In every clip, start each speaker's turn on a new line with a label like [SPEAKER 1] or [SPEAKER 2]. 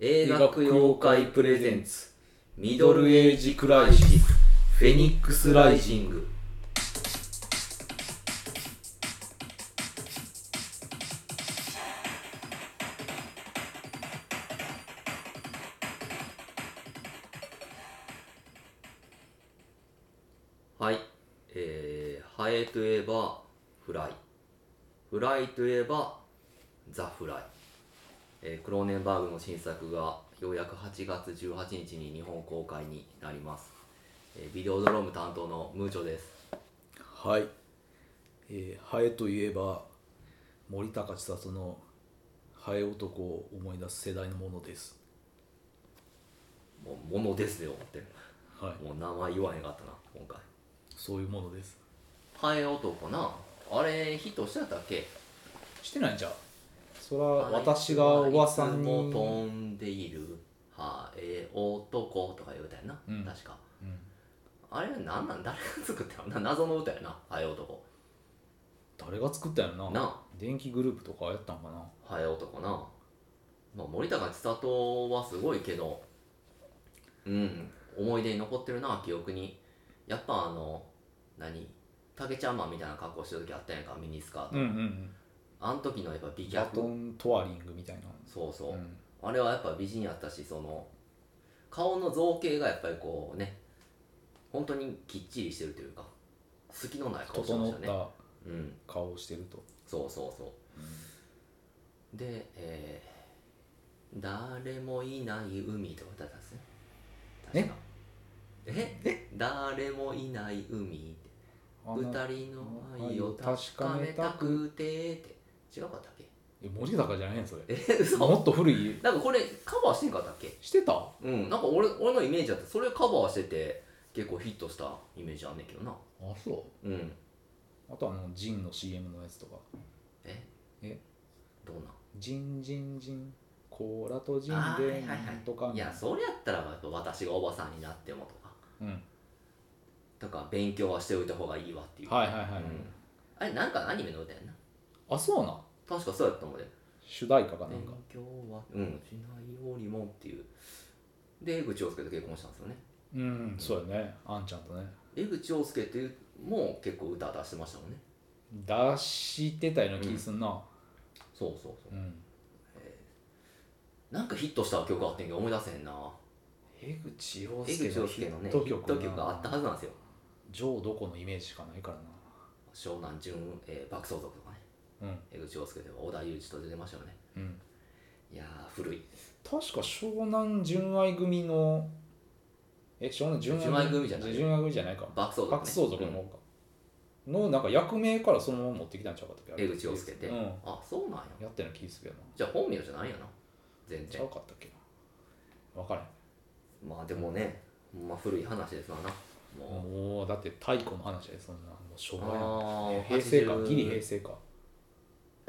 [SPEAKER 1] 映学妖怪プレゼンツミ
[SPEAKER 2] ミ
[SPEAKER 1] ド
[SPEAKER 2] ド
[SPEAKER 1] ル
[SPEAKER 2] ル
[SPEAKER 1] エ
[SPEAKER 2] エ
[SPEAKER 1] イ
[SPEAKER 2] イ
[SPEAKER 1] ジ
[SPEAKER 2] ジ
[SPEAKER 1] ク
[SPEAKER 2] ク
[SPEAKER 1] ラ
[SPEAKER 2] ラ
[SPEAKER 1] イ
[SPEAKER 2] イ
[SPEAKER 1] シ
[SPEAKER 2] シ
[SPEAKER 1] ス
[SPEAKER 2] ス
[SPEAKER 1] フェニックスライジングはいえー、ハエといえばフライフライといえばザ・フライえークローネンバーグの新作がようやく8月18日に日本公開になります、えービデオドローム担当のムーチョです
[SPEAKER 2] はい、えーハエといえば森高千里のハエ男を思い出す世代のものです
[SPEAKER 1] もうものですよって
[SPEAKER 2] はい
[SPEAKER 1] もう名前言わへんかったな今回
[SPEAKER 2] そういうものです
[SPEAKER 1] ハエ男なあれヒットしてたっけ
[SPEAKER 2] してないんじゃうそら私がおばさ
[SPEAKER 1] あ
[SPEAKER 2] んに
[SPEAKER 1] いつも飛んでいるハエ男とかいう歌やな、
[SPEAKER 2] うん
[SPEAKER 1] 確か
[SPEAKER 2] うん
[SPEAKER 1] あれなんなん誰が作ったのな謎の歌やなハエ男
[SPEAKER 2] 誰が作ったんやろな
[SPEAKER 1] な
[SPEAKER 2] 電気グループとかやったんかな
[SPEAKER 1] ハエ男な、まあ、森高千里はすごいけどうん思い出に残ってるな記憶にやっぱあの何竹ちゃんマンみたいな格好してる時あったやんかミニスカート、
[SPEAKER 2] うんうんうん
[SPEAKER 1] あん時のやっぱ美
[SPEAKER 2] バト
[SPEAKER 1] 脚
[SPEAKER 2] ントアリングみたいな
[SPEAKER 1] そうそう、
[SPEAKER 2] ん、
[SPEAKER 1] あれはやっぱ美人やったしその顔の造形がやっぱりこうね本当にきっちりしてるというか隙のない顔してま
[SPEAKER 2] 整
[SPEAKER 1] し
[SPEAKER 2] った
[SPEAKER 1] ね
[SPEAKER 2] た
[SPEAKER 1] うん
[SPEAKER 2] 顔をしてると、
[SPEAKER 1] そうそうそうで、えー誰もいない海とか歌ったんですね。
[SPEAKER 2] え
[SPEAKER 1] 確かええ誰もいない海って
[SPEAKER 2] あ
[SPEAKER 1] 二
[SPEAKER 2] んな
[SPEAKER 1] 人の愛を確かめたくてって違うかったっけ
[SPEAKER 2] え森高じゃないんそれ
[SPEAKER 1] え嘘
[SPEAKER 2] もっと古い
[SPEAKER 1] なんかこれカバーしてんかったっけ
[SPEAKER 2] してた
[SPEAKER 1] うんなんか俺俺のイメージだったそれカバーしてて結構ヒットしたイメージあんねんけどな
[SPEAKER 2] あそ
[SPEAKER 1] うん
[SPEAKER 2] うあとあのジンの CM のやつとか
[SPEAKER 1] え
[SPEAKER 2] え
[SPEAKER 1] どうなん
[SPEAKER 2] ジンジンジンコーラとジン
[SPEAKER 1] あーはい
[SPEAKER 2] で
[SPEAKER 1] はい
[SPEAKER 2] なんとか
[SPEAKER 1] はいいやそれやったらやっぱ私がおばさんになってもとか
[SPEAKER 2] うん
[SPEAKER 1] とか勉強はしておいた方がいいわっていう
[SPEAKER 2] はいはいはい、
[SPEAKER 1] うんあれなんかアニメの歌やんな
[SPEAKER 2] あそうな
[SPEAKER 1] 確かそうやったもんね
[SPEAKER 2] 主題歌かなん
[SPEAKER 1] 勉
[SPEAKER 2] か
[SPEAKER 1] 強はうんしないよりもっていうで江口洋介と結婚したんですよね
[SPEAKER 2] うんそうやねあんちゃんとね
[SPEAKER 1] 江口洋介っていうもう結構歌出してましたもんね
[SPEAKER 2] 出してたような気すんな
[SPEAKER 1] そうそうそう
[SPEAKER 2] うん、
[SPEAKER 1] なんかヒットした曲あってんけど思い出せへんな
[SPEAKER 2] 江口洋
[SPEAKER 1] 江
[SPEAKER 2] 介
[SPEAKER 1] 口
[SPEAKER 2] の
[SPEAKER 1] 洋
[SPEAKER 2] ヒ
[SPEAKER 1] 介のね
[SPEAKER 2] ッ
[SPEAKER 1] ヒ
[SPEAKER 2] ト
[SPEAKER 1] ット
[SPEAKER 2] 曲
[SPEAKER 1] 曲があったはずなんですよ
[SPEAKER 2] ジョーどこのイメージしかないからな
[SPEAKER 1] 湘南純、えー、爆走族とかね江口洋介では織田裕二と出てましたよね
[SPEAKER 2] うんうん
[SPEAKER 1] いやー古い
[SPEAKER 2] 確か湘南純愛組のえ湘南純愛
[SPEAKER 1] 純愛組じゃない
[SPEAKER 2] 純愛組じゃないか
[SPEAKER 1] 爆走族、ね、
[SPEAKER 2] 白相族の
[SPEAKER 1] うん
[SPEAKER 2] 方か、のなんか役名からそのまま持ってきたんちゃうかったっけ
[SPEAKER 1] 江口洋介って、
[SPEAKER 2] うん、
[SPEAKER 1] あそうなんや
[SPEAKER 2] やってる気するけどな
[SPEAKER 1] じゃあ本名じゃないんやな全
[SPEAKER 2] ち
[SPEAKER 1] 然
[SPEAKER 2] ゃうかったっけな分からへん
[SPEAKER 1] まあでもね、まあ、古い話ですわな。も
[SPEAKER 2] もうだって太古の話やでそんなもう昭
[SPEAKER 1] う、
[SPEAKER 2] 和やん
[SPEAKER 1] あ
[SPEAKER 2] え
[SPEAKER 1] ー
[SPEAKER 2] 平成か
[SPEAKER 1] 80
[SPEAKER 2] ギリ平成か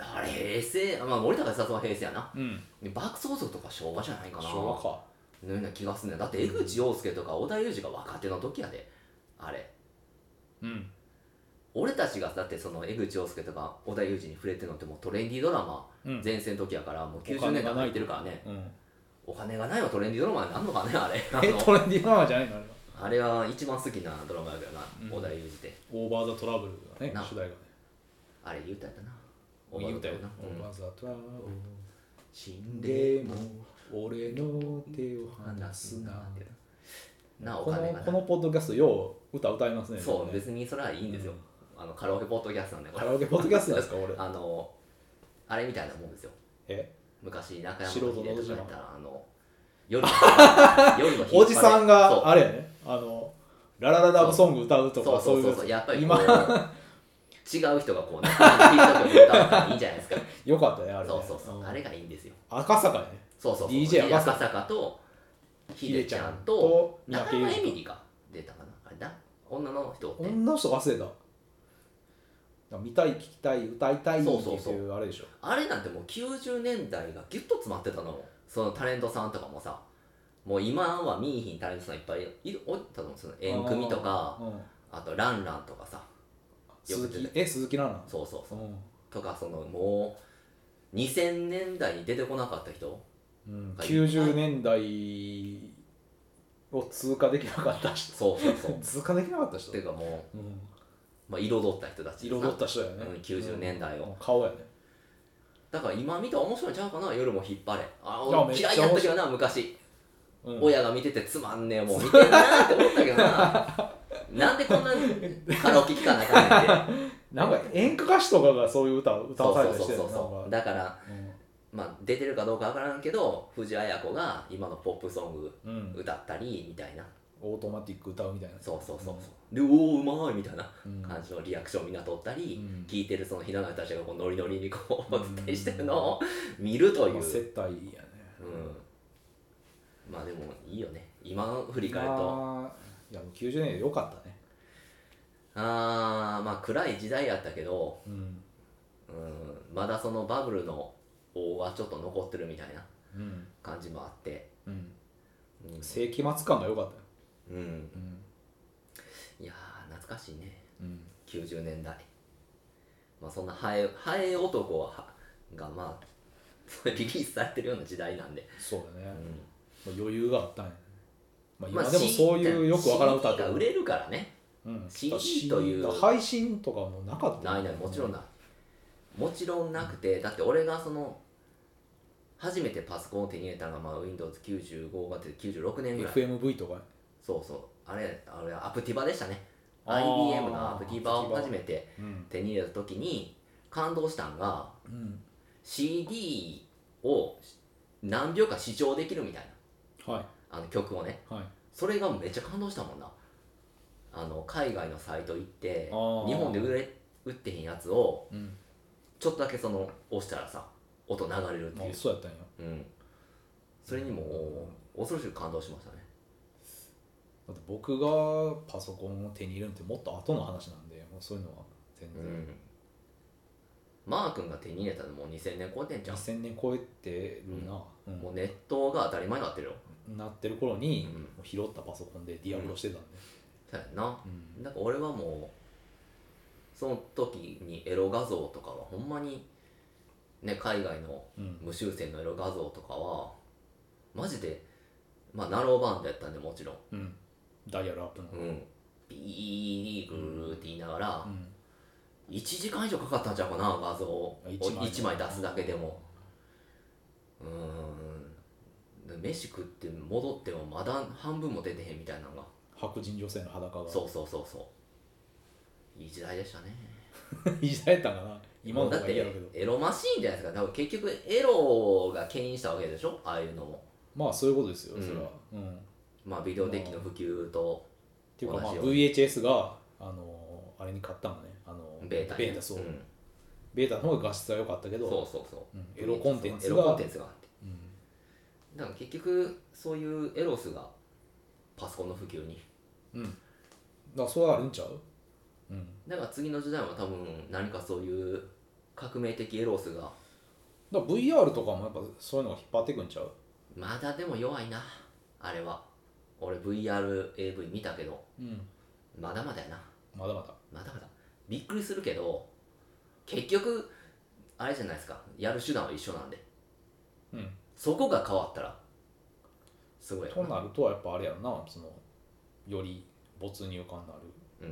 [SPEAKER 1] あれ、平成、あまあ、森高千里は平成やな。
[SPEAKER 2] うん
[SPEAKER 1] で爆走族とか昭和じゃないかな。
[SPEAKER 2] 昭和か
[SPEAKER 1] のような気がすんねんだって江口洋介とか織田裕二が若手の時やで、あれ。
[SPEAKER 2] うん
[SPEAKER 1] 俺たちがだってその江口洋介とか織田裕二に触れてるのってもうトレンディードラマ
[SPEAKER 2] うん
[SPEAKER 1] 前世の時やからもう
[SPEAKER 2] お
[SPEAKER 1] 90
[SPEAKER 2] 金
[SPEAKER 1] 年
[SPEAKER 2] が
[SPEAKER 1] 代
[SPEAKER 2] ない
[SPEAKER 1] 入ってるからね
[SPEAKER 2] うん、
[SPEAKER 1] お金がないわトレンディードラマになんのかねあれあ
[SPEAKER 2] え
[SPEAKER 1] の
[SPEAKER 2] トレンディードラマじゃないのあれは
[SPEAKER 1] あれは一番好きなドラマやけどな
[SPEAKER 2] うん
[SPEAKER 1] 織田裕二って
[SPEAKER 2] オーバー・ザ・トラブルがね
[SPEAKER 1] な
[SPEAKER 2] 主題がね
[SPEAKER 1] あれ言うたやったな
[SPEAKER 2] 言うたよ
[SPEAKER 1] な
[SPEAKER 2] オーバー・ザ・トラブ
[SPEAKER 1] 死
[SPEAKER 2] ル
[SPEAKER 1] ん
[SPEAKER 2] でも俺の手を離すな
[SPEAKER 1] なお
[SPEAKER 2] こ
[SPEAKER 1] 金
[SPEAKER 2] の
[SPEAKER 1] が
[SPEAKER 2] こ
[SPEAKER 1] ない
[SPEAKER 2] のポッドキャストよう歌歌いますね
[SPEAKER 1] そう
[SPEAKER 2] ね
[SPEAKER 1] 別にそれはいいんですよ、あのカラオケポッドキャストなんでこ
[SPEAKER 2] カ
[SPEAKER 1] れ
[SPEAKER 2] ラオケポッドキャストなんですか俺
[SPEAKER 1] あのあれみたいなもんですよ
[SPEAKER 2] え
[SPEAKER 1] 昔中山
[SPEAKER 2] 素人の
[SPEAKER 1] 秀人とかやったらあ の夜夜の
[SPEAKER 2] おじさんが
[SPEAKER 1] そう
[SPEAKER 2] あれやねあのララララブソング歌うとか
[SPEAKER 1] そそ
[SPEAKER 2] そう
[SPEAKER 1] うう
[SPEAKER 2] い
[SPEAKER 1] そううそうやっぱりこ
[SPEAKER 2] 今
[SPEAKER 1] う違う人がこうね聞いた曲歌うからいいんじゃないですか
[SPEAKER 2] よかったねあれね
[SPEAKER 1] そうそうそうあれ
[SPEAKER 2] ん
[SPEAKER 1] がいいんですよ
[SPEAKER 2] 赤坂やね
[SPEAKER 1] そうそうそう
[SPEAKER 2] DJ
[SPEAKER 1] で
[SPEAKER 2] 赤
[SPEAKER 1] 赤坂とひでちゃんと
[SPEAKER 2] と三
[SPEAKER 1] 中
[SPEAKER 2] 宅
[SPEAKER 1] 山
[SPEAKER 2] 裕
[SPEAKER 1] エミ
[SPEAKER 2] 司
[SPEAKER 1] リが出たかなあれな女の人って
[SPEAKER 2] 女の人忘れただから見たい聞きたい歌いたいって
[SPEAKER 1] そうそうそ
[SPEAKER 2] いううあれでしょ
[SPEAKER 1] あれなんてもう90年代がギュッと詰まってたのよそのタレントさんとかもさもう今は見いひんタレントさんいっぱいいるおったと思うんですよ縁組とか
[SPEAKER 2] うん
[SPEAKER 1] あとランランとかさ
[SPEAKER 2] 鈴木え鈴木奈々
[SPEAKER 1] そうそうそう
[SPEAKER 2] うん
[SPEAKER 1] とかそのもう2000年代に出てこなかった人
[SPEAKER 2] うん、
[SPEAKER 1] はい
[SPEAKER 2] 90年代を通過できなかった人
[SPEAKER 1] そうそうそう
[SPEAKER 2] 通過できなかった人
[SPEAKER 1] っていうかも
[SPEAKER 2] うん、
[SPEAKER 1] う、まあ、彩った人たち
[SPEAKER 2] 彩った人やね、
[SPEAKER 1] うん90年代を
[SPEAKER 2] うん顔やね
[SPEAKER 1] だから今見たら面白いんちゃうかな夜も引っ張れあ
[SPEAKER 2] いや
[SPEAKER 1] 俺
[SPEAKER 2] めっちゃ
[SPEAKER 1] 嫌いやったけどな昔、
[SPEAKER 2] うん
[SPEAKER 1] 親が見ててつまんねえもう見てんなって思ったけどななんでこんなカラオケ聞かなあかんねん って
[SPEAKER 2] なんか演歌歌手とかがそういう歌を歌
[SPEAKER 1] そう
[SPEAKER 2] わされ
[SPEAKER 1] そう
[SPEAKER 2] たりし
[SPEAKER 1] そ
[SPEAKER 2] て
[SPEAKER 1] う
[SPEAKER 2] る
[SPEAKER 1] そう
[SPEAKER 2] な
[SPEAKER 1] んそう
[SPEAKER 2] か
[SPEAKER 1] だから、まあ、出てるかどうかわからんけど藤あや子が今のポップソング
[SPEAKER 2] うんうん
[SPEAKER 1] 歌ったりみたいな
[SPEAKER 2] オートマティック歌うみたいな
[SPEAKER 1] そうそうそうそうで「おおうまい」みたいな
[SPEAKER 2] うん
[SPEAKER 1] 感じのリアクションみんな取ったり、
[SPEAKER 2] うん
[SPEAKER 1] 聞いてるそのひなの人たちがこうノリノリにこうお
[SPEAKER 2] うん
[SPEAKER 1] 伝えしてるのを見るという、
[SPEAKER 2] まあ
[SPEAKER 1] う
[SPEAKER 2] 接待やね
[SPEAKER 1] ん、まあでもいいよね今振り返ると
[SPEAKER 2] まあいや90年代良かったね
[SPEAKER 1] ああまあ暗い時代やったけど、
[SPEAKER 2] うん
[SPEAKER 1] うん、まだそのバブルの王はちょっと残ってるみたいな
[SPEAKER 2] うん
[SPEAKER 1] 感じもあって、
[SPEAKER 2] うん
[SPEAKER 1] うん
[SPEAKER 2] 世紀末感が良かったよ
[SPEAKER 1] うん、
[SPEAKER 2] うん
[SPEAKER 1] いやー懐かしいね
[SPEAKER 2] うん
[SPEAKER 1] 90年代まあそんなハエハエ男はがまあ リリースされてるような時代なんで、
[SPEAKER 2] そうだ
[SPEAKER 1] う
[SPEAKER 2] ね
[SPEAKER 1] ん
[SPEAKER 2] まあ余裕があったんやねまあ
[SPEAKER 1] まあ
[SPEAKER 2] 今でもそういうよくわからん歌
[SPEAKER 1] CD が売れるからね
[SPEAKER 2] うん、
[SPEAKER 1] CD
[SPEAKER 2] だし
[SPEAKER 1] という
[SPEAKER 2] だから配信とかもなかった
[SPEAKER 1] な
[SPEAKER 2] よ
[SPEAKER 1] い
[SPEAKER 2] ね
[SPEAKER 1] ないもちろんないもちろんなくてだって俺がその初めてパソコンを手に入れたのが、まあ、Windows95 が出て96年ぐらい
[SPEAKER 2] FMV とかね
[SPEAKER 1] そうそうあれあれアプティバでしたね
[SPEAKER 2] あー
[SPEAKER 1] IBM のアプティバ
[SPEAKER 2] ア
[SPEAKER 1] を
[SPEAKER 2] プティバ
[SPEAKER 1] 初めて
[SPEAKER 2] うん
[SPEAKER 1] 手に入れた時に感動したんが
[SPEAKER 2] うん
[SPEAKER 1] CD を何秒か視聴できるみたい
[SPEAKER 2] はい
[SPEAKER 1] なあの曲をね
[SPEAKER 2] はい
[SPEAKER 1] それがめっちゃ感動したもんなあの海外のサイト行って日
[SPEAKER 2] あー
[SPEAKER 1] 本で売れ売ってへんやつを
[SPEAKER 2] うん
[SPEAKER 1] ちょっとだけその押したらさ音流れるって
[SPEAKER 2] ま
[SPEAKER 1] い
[SPEAKER 2] あ
[SPEAKER 1] う、
[SPEAKER 2] そうやったんや
[SPEAKER 1] うん、それにも恐ろしく感動しましたね
[SPEAKER 2] だって僕がパソコンを手に入れるのってもっと後の話なんでもうそういうのは全
[SPEAKER 1] う
[SPEAKER 2] 然、
[SPEAKER 1] んマー君が手に入れたのも2000年超えてんじゃん
[SPEAKER 2] 2000年超えてるな、うん
[SPEAKER 1] もうネットが当たり前になってるよ
[SPEAKER 2] なってる頃に、
[SPEAKER 1] うん
[SPEAKER 2] もう拾ったパソコンでディアブロしてたんで、
[SPEAKER 1] そうやんな
[SPEAKER 2] うん
[SPEAKER 1] なんか俺はもうその時にエロ画像とかはほんまにね海外の
[SPEAKER 2] うん
[SPEAKER 1] 無修正のエロ画像とかはマジでまあナローバンドやったんでもちろん、
[SPEAKER 2] うんダイヤルアップの、
[SPEAKER 1] うん、ビーグルーって言いながら、
[SPEAKER 2] うん
[SPEAKER 1] 1時間以上かかったんちゃうかな画像を
[SPEAKER 2] 一枚
[SPEAKER 1] 1枚出すだけでもうーん飯食って戻ってもまだ半分も出てへんみたいなのが
[SPEAKER 2] 白人女性の裸が
[SPEAKER 1] そうそうそうそういい時代でしたね
[SPEAKER 2] いじられたんかな今の
[SPEAKER 1] だ
[SPEAKER 2] 方
[SPEAKER 1] っ
[SPEAKER 2] がいいや
[SPEAKER 1] て
[SPEAKER 2] ろうけど
[SPEAKER 1] エロマシーンじゃないですか多分結局エロが牽引したわけでしょああいうのも
[SPEAKER 2] まあそういうことですよ、
[SPEAKER 1] うん
[SPEAKER 2] それは、うん、っ
[SPEAKER 1] まあビデオデッキの普及と
[SPEAKER 2] ていうか、まあ、
[SPEAKER 1] 同じよう
[SPEAKER 2] VHS があのーあれに買ったのねあの
[SPEAKER 1] ベータね
[SPEAKER 2] ベータそう、
[SPEAKER 1] ん
[SPEAKER 2] ベータの方が画質は良かったけ
[SPEAKER 1] そ
[SPEAKER 2] ど
[SPEAKER 1] うそうそううん
[SPEAKER 2] エロコンテンツ
[SPEAKER 1] エロコン
[SPEAKER 2] が
[SPEAKER 1] テンツがあって
[SPEAKER 2] うん
[SPEAKER 1] だから結局そういうエロスがパソコンの普及に
[SPEAKER 2] うん。だからそれはあるんちゃううん。
[SPEAKER 1] だから次の時代は多分何かそういう革命的エロスが
[SPEAKER 2] だから VR とかもやっぱそういうのが引っ張ってくんちゃう
[SPEAKER 1] まだでも弱いなあれは俺 VRAV 見たけど
[SPEAKER 2] うん。
[SPEAKER 1] まだまだやな
[SPEAKER 2] まだまだ。
[SPEAKER 1] まだまだびっくりするけど結局あれじゃないですかやる手段は一緒なんで
[SPEAKER 2] うん。
[SPEAKER 1] そこが変わったらすごいよ
[SPEAKER 2] となるとやっぱあれやんな、その、より没入感のある、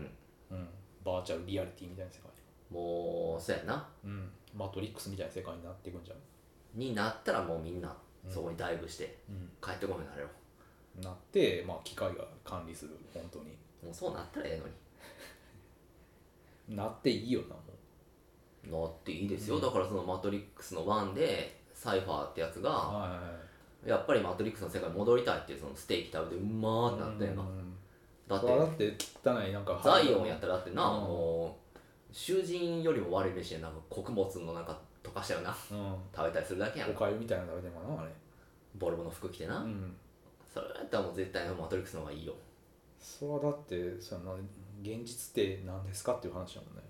[SPEAKER 1] うん
[SPEAKER 2] うん、バーチャルリアリティみたいな世界。
[SPEAKER 1] もうそうやな
[SPEAKER 2] うん。マトリックスみたいな世界になっていくんちゃう
[SPEAKER 1] になったらもうみんなそこにダイブして
[SPEAKER 2] う
[SPEAKER 1] 帰ってこないなれよ
[SPEAKER 2] ん。なって、まあ機械が管理する、本当に。
[SPEAKER 1] もうそうなったらええのに
[SPEAKER 2] なっていいよな、もう。
[SPEAKER 1] なっていいですよ、だからその「マトリックス」の1でサイファーってやつが
[SPEAKER 2] はいはいはい。
[SPEAKER 1] やっぱり「マトリックス」の世界に戻りたいっていうそのステーキ食べてうまーってなったやんか、
[SPEAKER 2] うん
[SPEAKER 1] だ
[SPEAKER 2] それはだ
[SPEAKER 1] って
[SPEAKER 2] って汚い、なんか、
[SPEAKER 1] ザイオンやったらだってな、
[SPEAKER 2] うん
[SPEAKER 1] もう囚人よりも悪い飯でなんか穀物のなんか溶かしたよな
[SPEAKER 2] うん。
[SPEAKER 1] 食べたりするだけやん
[SPEAKER 2] お
[SPEAKER 1] か
[SPEAKER 2] かゆみたいなの食べてんかな、あれ。
[SPEAKER 1] ボロボロの服着てな、
[SPEAKER 2] うん。
[SPEAKER 1] それやったらもう絶対「マトリックス」の方がいいよ、
[SPEAKER 2] それはだってその現実って何ですかっていう話だもんね、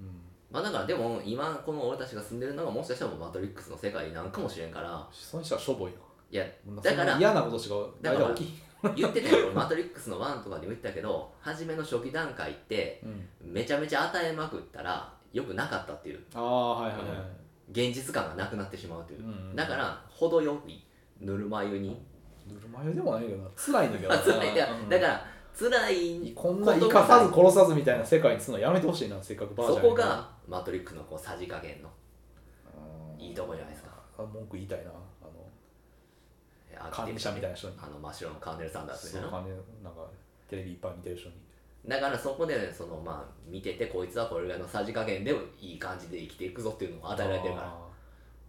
[SPEAKER 1] うん、
[SPEAKER 2] うん、
[SPEAKER 1] まあだからでも今この俺たちが住んでるのがもしかしたらもうマトリックスの世界なんかもしれんから
[SPEAKER 2] その人はしょぼい
[SPEAKER 1] いやだ
[SPEAKER 2] な
[SPEAKER 1] か
[SPEAKER 2] そんな
[SPEAKER 1] ら
[SPEAKER 2] 嫌なことしか
[SPEAKER 1] だから
[SPEAKER 2] 大体起き
[SPEAKER 1] 言ってたよ俺マトリックスの1とかでも言ったけど初めの初期段階って
[SPEAKER 2] うん、
[SPEAKER 1] めちゃめちゃ与えまくったら良くなかったっていう
[SPEAKER 2] ああはいはいはい、
[SPEAKER 1] 現実感がなくなってしまうという、
[SPEAKER 2] うん
[SPEAKER 1] だから程よいぬるま湯に
[SPEAKER 2] ぬるま湯でもないけどな辛いんだけど
[SPEAKER 1] あ 辛いだだから辛
[SPEAKER 2] うん
[SPEAKER 1] い
[SPEAKER 2] こんな生かさず殺さずみたいな世界にするのやめてほしいなせっかくバージ
[SPEAKER 1] そ
[SPEAKER 2] ョンや
[SPEAKER 1] こ
[SPEAKER 2] から
[SPEAKER 1] がマトリックスのこうさじ加減の
[SPEAKER 2] うん
[SPEAKER 1] いいとこじゃないですか
[SPEAKER 2] あ文句言いたいなあの
[SPEAKER 1] あ
[SPEAKER 2] 管理者みたいな人に
[SPEAKER 1] あの真っ白のカーネル・サンダースみた
[SPEAKER 2] そ
[SPEAKER 1] いうな
[SPEAKER 2] かねなんかテレビいっぱい見てる人に
[SPEAKER 1] だからそこでそのまあ見ててこいつはこれぐらいのさじ加減でいい感じで生きていくぞっていうのを与えられてるから
[SPEAKER 2] あ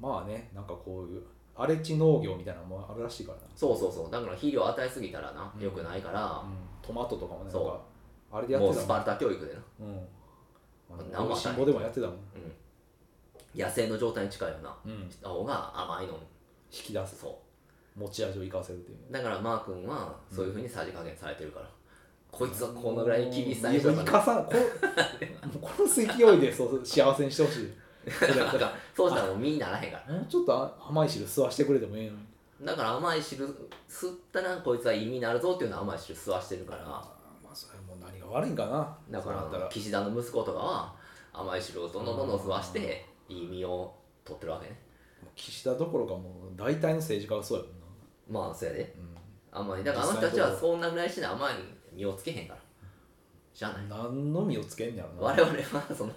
[SPEAKER 2] ーまあねなんかこういう荒れ地農業みたいなのもあるらしいからな、
[SPEAKER 1] そうそうそうだから肥料与えすぎたらな
[SPEAKER 2] うん
[SPEAKER 1] 良くないから
[SPEAKER 2] うん、トマトとかもねなん
[SPEAKER 1] そう
[SPEAKER 2] かあれでやっ
[SPEAKER 1] もう
[SPEAKER 2] て
[SPEAKER 1] ス
[SPEAKER 2] たもん
[SPEAKER 1] パルタ教育でな
[SPEAKER 2] うんあ
[SPEAKER 1] 何
[SPEAKER 2] の
[SPEAKER 1] も
[SPEAKER 2] 美味しんぼでもやってたもん、
[SPEAKER 1] うん野生の状態に近いよな
[SPEAKER 2] うん、引
[SPEAKER 1] 青が甘いの
[SPEAKER 2] き出す
[SPEAKER 1] そ
[SPEAKER 2] 持ち味を生かせるっていう
[SPEAKER 1] うだからマー君はそういうふうにさじ加減されてるから、こいつはこの
[SPEAKER 2] の
[SPEAKER 1] ぐらい厳しさにしと
[SPEAKER 2] 生
[SPEAKER 1] かな
[SPEAKER 2] かさこもうこの勢いでそう幸せにしてほしい
[SPEAKER 1] なんかそうしたらもう身にならへんから
[SPEAKER 2] もうちょっと甘い汁吸わしてくれてもいいのに
[SPEAKER 1] だから甘い汁吸ったらこいつは胃になるぞっていうのは甘い汁吸わしてるから
[SPEAKER 2] まあそれもう何が悪いんかな
[SPEAKER 1] だか
[SPEAKER 2] そうなった
[SPEAKER 1] ら
[SPEAKER 2] ら
[SPEAKER 1] 岸田の息子とかは甘い汁をどんどんどんどん吸わしていい身を取ってるわけね
[SPEAKER 2] 岸田どころかもう大体の政治家がそうやもんな、
[SPEAKER 1] まあそうやで
[SPEAKER 2] うん
[SPEAKER 1] 甘いだからあの人たちはそんなぐらいしな甘い身をつけへんからじゃあない
[SPEAKER 2] 何の身をつけんねやろな
[SPEAKER 1] 我々はその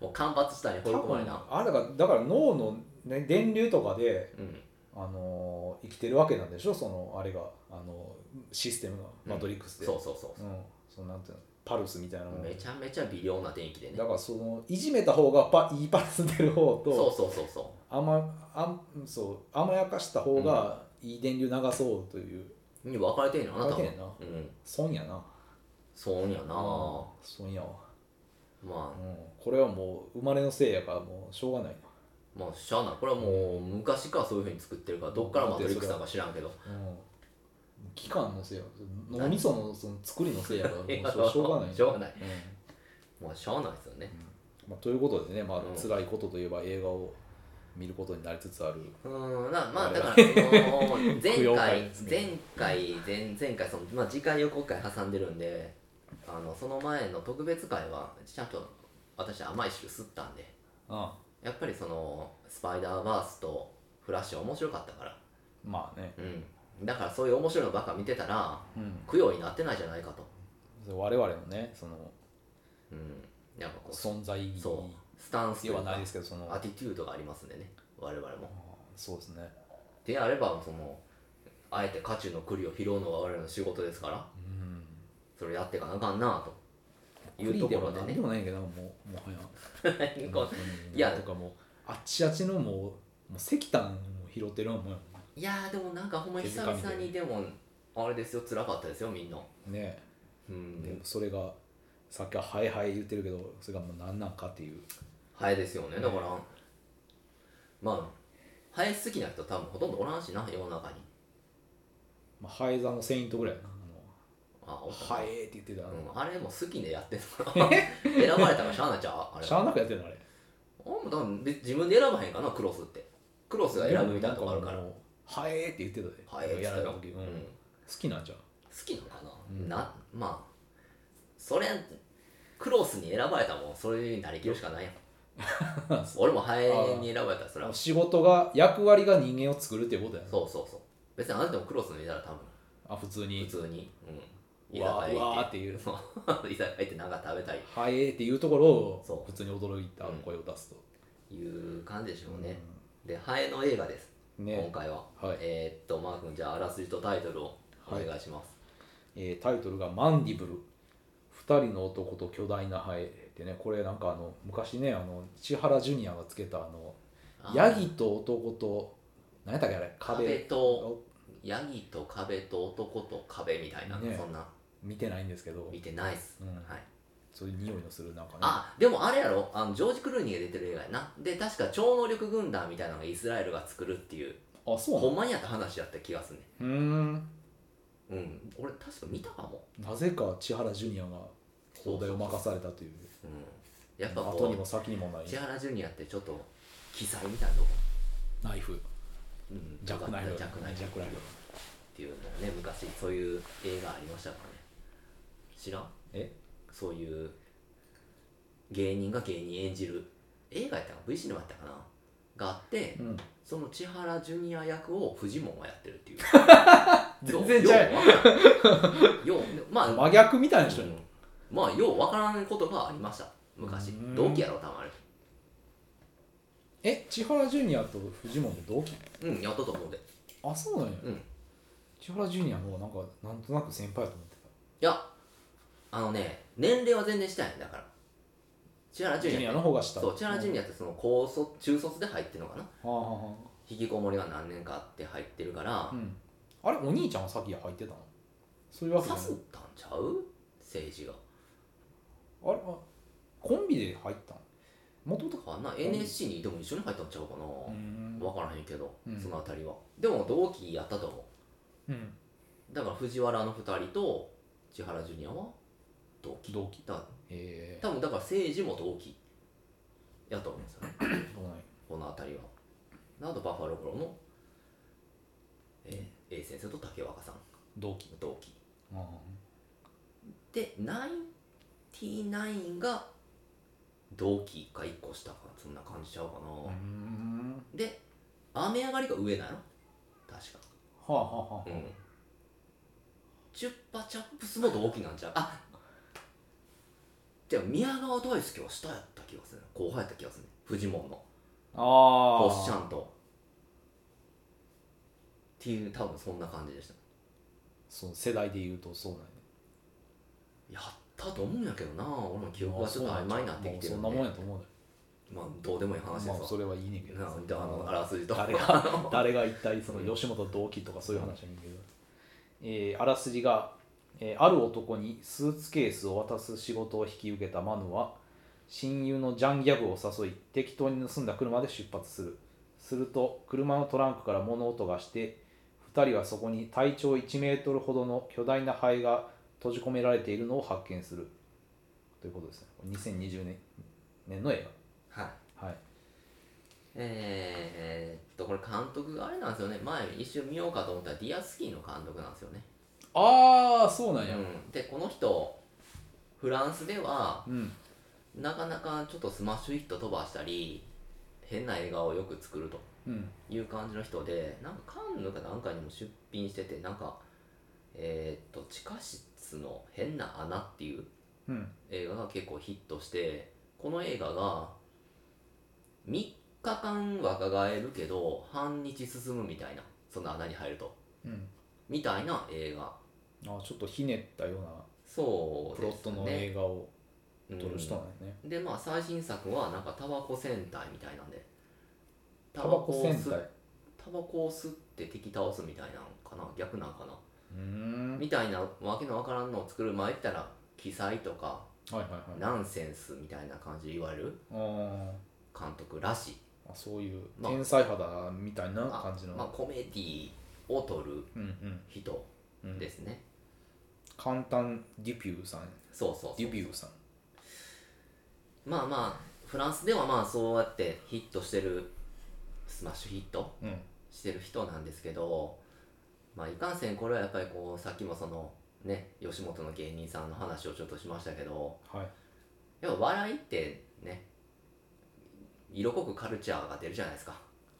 [SPEAKER 1] もう間髪したり掘り
[SPEAKER 2] 多
[SPEAKER 1] 込まれ
[SPEAKER 2] 分
[SPEAKER 1] な
[SPEAKER 2] あれだからだから脳の、ね、電流とかで、
[SPEAKER 1] うん
[SPEAKER 2] あのー生きてるわけなんでしょそのあれが、あのーシステムがマトリックスで、
[SPEAKER 1] そうそうそう
[SPEAKER 2] うんそのなんていうのパルスみたいなもん
[SPEAKER 1] めちゃめちゃ微量な電気でね
[SPEAKER 2] だからそのいじめた方がパいいパルス出る
[SPEAKER 1] そ
[SPEAKER 2] 方
[SPEAKER 1] う
[SPEAKER 2] と
[SPEAKER 1] そうそうそ
[SPEAKER 2] 甘あんそう甘やかした方がいい電流流そうという、
[SPEAKER 1] うに分かれてんのあなたは
[SPEAKER 2] 分かれてんの
[SPEAKER 1] うん
[SPEAKER 2] 損やな
[SPEAKER 1] そうやな
[SPEAKER 2] 損やわ、
[SPEAKER 1] ま
[SPEAKER 2] うん、これはもう生まれのせいやからもうしょうがない
[SPEAKER 1] あまあしゃあないこれはもう昔からそういうふうに作ってるからどっからマトリックスなんか知らんけど
[SPEAKER 2] な、うん、期間のせいや脳みそのその作りのせいやからもうし
[SPEAKER 1] いや
[SPEAKER 2] ょしょうがない
[SPEAKER 1] しょうがない
[SPEAKER 2] うん
[SPEAKER 1] まあしゃあないですよね
[SPEAKER 2] まあ、ということでね、まあ
[SPEAKER 1] うん
[SPEAKER 2] 辛いことといえば映画を見ることになりつつある、
[SPEAKER 1] うんなまあ
[SPEAKER 2] あ
[SPEAKER 1] だ
[SPEAKER 2] れ
[SPEAKER 1] から
[SPEAKER 2] だ
[SPEAKER 1] その 前
[SPEAKER 2] 供養
[SPEAKER 1] 回
[SPEAKER 2] 会です
[SPEAKER 1] 前
[SPEAKER 2] ね
[SPEAKER 1] 回前前回そのまあ次回予告会挟んでるんであのその前の特別会はちゃんと私甘い汁吸ったんで
[SPEAKER 2] あ
[SPEAKER 1] やっぱりそのスパイダーバースとフラッシュ面白かったから
[SPEAKER 2] あまあね、
[SPEAKER 1] うんだからそういう面白いのばっか見てたら
[SPEAKER 2] うん、
[SPEAKER 1] 供養になってないじゃないかと
[SPEAKER 2] 我々のねその
[SPEAKER 1] うんやっぱこう
[SPEAKER 2] 存在意義
[SPEAKER 1] そうスタンス
[SPEAKER 2] で
[SPEAKER 1] と
[SPEAKER 2] は
[SPEAKER 1] か
[SPEAKER 2] ないですけどその
[SPEAKER 1] アティチュードがありますんでね我々も
[SPEAKER 2] そうですね
[SPEAKER 1] であればそのあえて渦中の栗を拾うのが我々の仕事ですから
[SPEAKER 2] うん
[SPEAKER 1] それやってかなあかんなあとい
[SPEAKER 2] フ
[SPEAKER 1] う
[SPEAKER 2] リ
[SPEAKER 1] と
[SPEAKER 2] ー
[SPEAKER 1] こ
[SPEAKER 2] で
[SPEAKER 1] ろ
[SPEAKER 2] も
[SPEAKER 1] で
[SPEAKER 2] 何
[SPEAKER 1] ね
[SPEAKER 2] でもないけどもうもはや
[SPEAKER 1] こ
[SPEAKER 2] 本当に
[SPEAKER 1] いや
[SPEAKER 2] とかもうあっちあっちのもうもう石炭を拾ってるのもん
[SPEAKER 1] ういやーでもなんかほんま久々
[SPEAKER 2] 手づかみ
[SPEAKER 1] にでもあれですよ辛かったですよみんな
[SPEAKER 2] ね、
[SPEAKER 1] う
[SPEAKER 2] で
[SPEAKER 1] ん
[SPEAKER 2] それがさっきは「はいはい」言ってるけどそれがもう何なんかっていう
[SPEAKER 1] ハエですよねだからまあハエ好きな人多分ほとんどおらんしな世の中に
[SPEAKER 2] まあハエ座のセイントぐらいやなあ
[SPEAKER 1] あお
[SPEAKER 2] の「
[SPEAKER 1] ったな
[SPEAKER 2] ハエ」って言ってたあの
[SPEAKER 1] うん、あれも好きでやってる から選ばれたからしゃあないちゃうあれ
[SPEAKER 2] しゃあなくやってるのあれ
[SPEAKER 1] あんま多分別自分で選ばへんかなクロスってクロスが選ぶみたいなとこあるから
[SPEAKER 2] もうはえーって言ってたで
[SPEAKER 1] ハエって言
[SPEAKER 2] や
[SPEAKER 1] った
[SPEAKER 2] られ
[SPEAKER 1] ら、
[SPEAKER 2] た
[SPEAKER 1] うん、好
[SPEAKER 2] 時、うん好きなんじゃん
[SPEAKER 1] きなのかな、
[SPEAKER 2] うん
[SPEAKER 1] なまあそれクロスに選ばれたもんそれになりきるしかないやん俺もハエに選ばれたらそれは
[SPEAKER 2] 仕事が役割が人間を作るっていうことやな
[SPEAKER 1] そうそうそう別にあなたもクロスにいたら多分
[SPEAKER 2] あ普通
[SPEAKER 1] 普
[SPEAKER 2] に
[SPEAKER 1] 通に、うん、居
[SPEAKER 2] うわ
[SPEAKER 1] 酒
[SPEAKER 2] ーうわ
[SPEAKER 1] 屋行
[SPEAKER 2] ー
[SPEAKER 1] っ
[SPEAKER 2] ってい う
[SPEAKER 1] て居酒屋行って何か食べたい
[SPEAKER 2] はえーっていうところ
[SPEAKER 1] そ
[SPEAKER 2] を
[SPEAKER 1] う
[SPEAKER 2] 普通に驚いた声を出すと、
[SPEAKER 1] いう感じでしょうね、
[SPEAKER 2] う
[SPEAKER 1] でハエの映画です
[SPEAKER 2] ん
[SPEAKER 1] 今
[SPEAKER 2] ね
[SPEAKER 1] 回は、
[SPEAKER 2] はい
[SPEAKER 1] えーっとマー君じゃああらすじとタイトルをお願いします、
[SPEAKER 2] えータイトルが「マンディブル2人の男と巨大なハエ」でねこれなんかあの昔ねあの千原ジュニアがつけたあの
[SPEAKER 1] あー
[SPEAKER 2] ヤギと男と何やったっけあれ
[SPEAKER 1] 壁
[SPEAKER 2] 壁
[SPEAKER 1] とヤギと壁と男と壁みたいな、
[SPEAKER 2] ね
[SPEAKER 1] そんな
[SPEAKER 2] 見てないんですけど
[SPEAKER 1] 見てないっす、
[SPEAKER 2] うん
[SPEAKER 1] はい、
[SPEAKER 2] そういう匂いのするなんかね
[SPEAKER 1] あでもあれやろあのジョージ・クルーニーが出てる映画やなで確か超能力軍団みたいなのがイスラエルが作るっていう
[SPEAKER 2] あそうな
[SPEAKER 1] ほ
[SPEAKER 2] の
[SPEAKER 1] んまにやった話やった気がするね
[SPEAKER 2] うーん
[SPEAKER 1] うん俺確か見たかも、
[SPEAKER 2] なぜか千原ジュニアが放題を任されたという
[SPEAKER 1] うん、やっぱ
[SPEAKER 2] 後にも
[SPEAKER 1] こ
[SPEAKER 2] 先にもないう
[SPEAKER 1] 千原ジュニアってちょっと奇才みたいなとこ、
[SPEAKER 2] ナイフ
[SPEAKER 1] うん、
[SPEAKER 2] ジャックナイフ
[SPEAKER 1] ジャックナイフ
[SPEAKER 2] ジャックナイフ
[SPEAKER 1] っていうのをね昔そういう映画ありましたからね知らん
[SPEAKER 2] え
[SPEAKER 1] そういう芸人が芸人演じる映画やったか V シネマやったかながあって、
[SPEAKER 2] うん
[SPEAKER 1] その千原ジュニア役をフジモンはやってる っていう
[SPEAKER 2] 全然ちゃう
[SPEAKER 1] うようわからんようまあ
[SPEAKER 2] 真逆みたいな人
[SPEAKER 1] う
[SPEAKER 2] に
[SPEAKER 1] んまあようわからないことがありました昔
[SPEAKER 2] うん
[SPEAKER 1] 同期やろたま
[SPEAKER 2] え千原ジュニアとフジモンで同期
[SPEAKER 1] にうんやったと思うでい
[SPEAKER 2] あそうなんや、
[SPEAKER 1] うん
[SPEAKER 2] 千原ジュニアの方がなんかなんとなく先輩やと思って
[SPEAKER 1] やあのね年齢は全然下やんだから千原
[SPEAKER 2] た
[SPEAKER 1] ジ
[SPEAKER 2] ジュ
[SPEAKER 1] ュニ
[SPEAKER 2] ニ
[SPEAKER 1] ア
[SPEAKER 2] アの方が下
[SPEAKER 1] そう千原ジュ
[SPEAKER 2] ニ
[SPEAKER 1] ニアってその高卒中卒で入ってるのかな
[SPEAKER 2] ア、はあはあは
[SPEAKER 1] 引きこもりが何年かあって入ってるから、
[SPEAKER 2] あうん、あれお兄ちゃんはさっき入ってたのそういうわけじゃ
[SPEAKER 1] 刺
[SPEAKER 2] ない
[SPEAKER 1] すったんちゃう政治が
[SPEAKER 2] あれあコンビで入ったのもともと
[SPEAKER 1] かな NSC にでも一緒に入ったんちゃうかな、
[SPEAKER 2] うん
[SPEAKER 1] 分からへんけど、
[SPEAKER 2] うん
[SPEAKER 1] その辺りはでも同期やったと思
[SPEAKER 2] うん
[SPEAKER 1] うだから藤原の2人と千原ジュニアは同期
[SPEAKER 2] 同期
[SPEAKER 1] だから
[SPEAKER 2] え
[SPEAKER 1] 多分だから政治も同期やと思うんですよね
[SPEAKER 2] ー、どうなんや
[SPEAKER 1] この辺りはあとバッファロー頃の、えー A 先生と竹若さん
[SPEAKER 2] 同期
[SPEAKER 1] 同期
[SPEAKER 2] ああ
[SPEAKER 1] で99が同期か1個下かなそんな感じちゃうかな、
[SPEAKER 2] うん
[SPEAKER 1] で雨上がりが上なの確か
[SPEAKER 2] はあはあはあ
[SPEAKER 1] うんチュッパチャップスも同期なんちゃうあでも宮川大輔は下やった気がするな後輩やった気がするねフジモンの
[SPEAKER 2] あ
[SPEAKER 1] お
[SPEAKER 2] あ
[SPEAKER 1] っしゃんとっていう多分そんな感じでした
[SPEAKER 2] そう世代で言うとそうなんや
[SPEAKER 1] やったと思うんやけどな俺の記憶がちょっと曖昧になってきてる
[SPEAKER 2] そ
[SPEAKER 1] ん
[SPEAKER 2] ん
[SPEAKER 1] で
[SPEAKER 2] なもんやと思うね
[SPEAKER 1] まあどうでもいい話で
[SPEAKER 2] ますあ
[SPEAKER 1] わ
[SPEAKER 2] それはいいねんけど
[SPEAKER 1] なんであのあらすじとか
[SPEAKER 2] 誰 が誰が一体その吉本同期とかそういう話やねんけど、えーあらすじが、えーある男にスーツケースを渡す仕事を引き受けたマヌは親友のジャン・ギャブを誘い適当に盗んだ車で出発するすると車のトランクから物音がして2人はそこに体長1メートルほどの巨大な灰が閉じ込められているのを発見するということですねこれ2020年年の映
[SPEAKER 1] はい
[SPEAKER 2] 画はい
[SPEAKER 1] えー、っとこれ監督があれなんですよね前一瞬見ようかと思ったらディアスキーの監督なんですよね、
[SPEAKER 2] ああそうなんや
[SPEAKER 1] うん、でこの人フランスでは
[SPEAKER 2] うん
[SPEAKER 1] なかなかちょっとスマッシュヒット飛ばしたり変な映画をよく作ると
[SPEAKER 2] うん
[SPEAKER 1] いう感じの人でなんかカンヌかなんかにも出品しててなんかえー、っと地下室の変な穴っていう
[SPEAKER 2] うん
[SPEAKER 1] 映画が結構ヒットしてこの映画が3日間若返るけど半日進むみたいなその穴に入ると
[SPEAKER 2] うん
[SPEAKER 1] みたいな映画
[SPEAKER 2] あちょっとひねったような
[SPEAKER 1] そう
[SPEAKER 2] プロ
[SPEAKER 1] で
[SPEAKER 2] ッ
[SPEAKER 1] す
[SPEAKER 2] トの
[SPEAKER 1] ね
[SPEAKER 2] 映画を
[SPEAKER 1] う
[SPEAKER 2] 撮
[SPEAKER 1] ん
[SPEAKER 2] る人なんやね、
[SPEAKER 1] でまあ最新作はなんかタバコ戦隊みたいなんでタ
[SPEAKER 2] タバコ戦
[SPEAKER 1] 吸
[SPEAKER 2] 隊
[SPEAKER 1] タバコを吸って敵倒すみたいなのかな逆なんかな
[SPEAKER 2] うーん
[SPEAKER 1] みたいなわけのわからんのを作る前言ったら奇才とか
[SPEAKER 2] はいはいはい
[SPEAKER 1] ナンセンスみたいな感じで言われる
[SPEAKER 2] あー
[SPEAKER 1] 監督らしい
[SPEAKER 2] あそういう
[SPEAKER 1] まあ
[SPEAKER 2] 天才肌みたいな
[SPEAKER 1] まあ
[SPEAKER 2] 感じの、
[SPEAKER 1] まあ、コメディを撮る
[SPEAKER 2] うん
[SPEAKER 1] 人
[SPEAKER 2] うんうん
[SPEAKER 1] ですね、
[SPEAKER 2] 簡単デュピューさん
[SPEAKER 1] そうそう
[SPEAKER 2] デ
[SPEAKER 1] そう
[SPEAKER 2] ュピューさん
[SPEAKER 1] まあまあフランスではまあそうやってヒットしてるスマッシュヒット
[SPEAKER 2] うん
[SPEAKER 1] してる人なんですけどまあいかんせんこれはやっぱりこうさっきもそのね吉本の芸人さんの話をちょっとしましたけど
[SPEAKER 2] はい
[SPEAKER 1] やっぱ笑いってね色濃くカルチャーが出るじゃないですか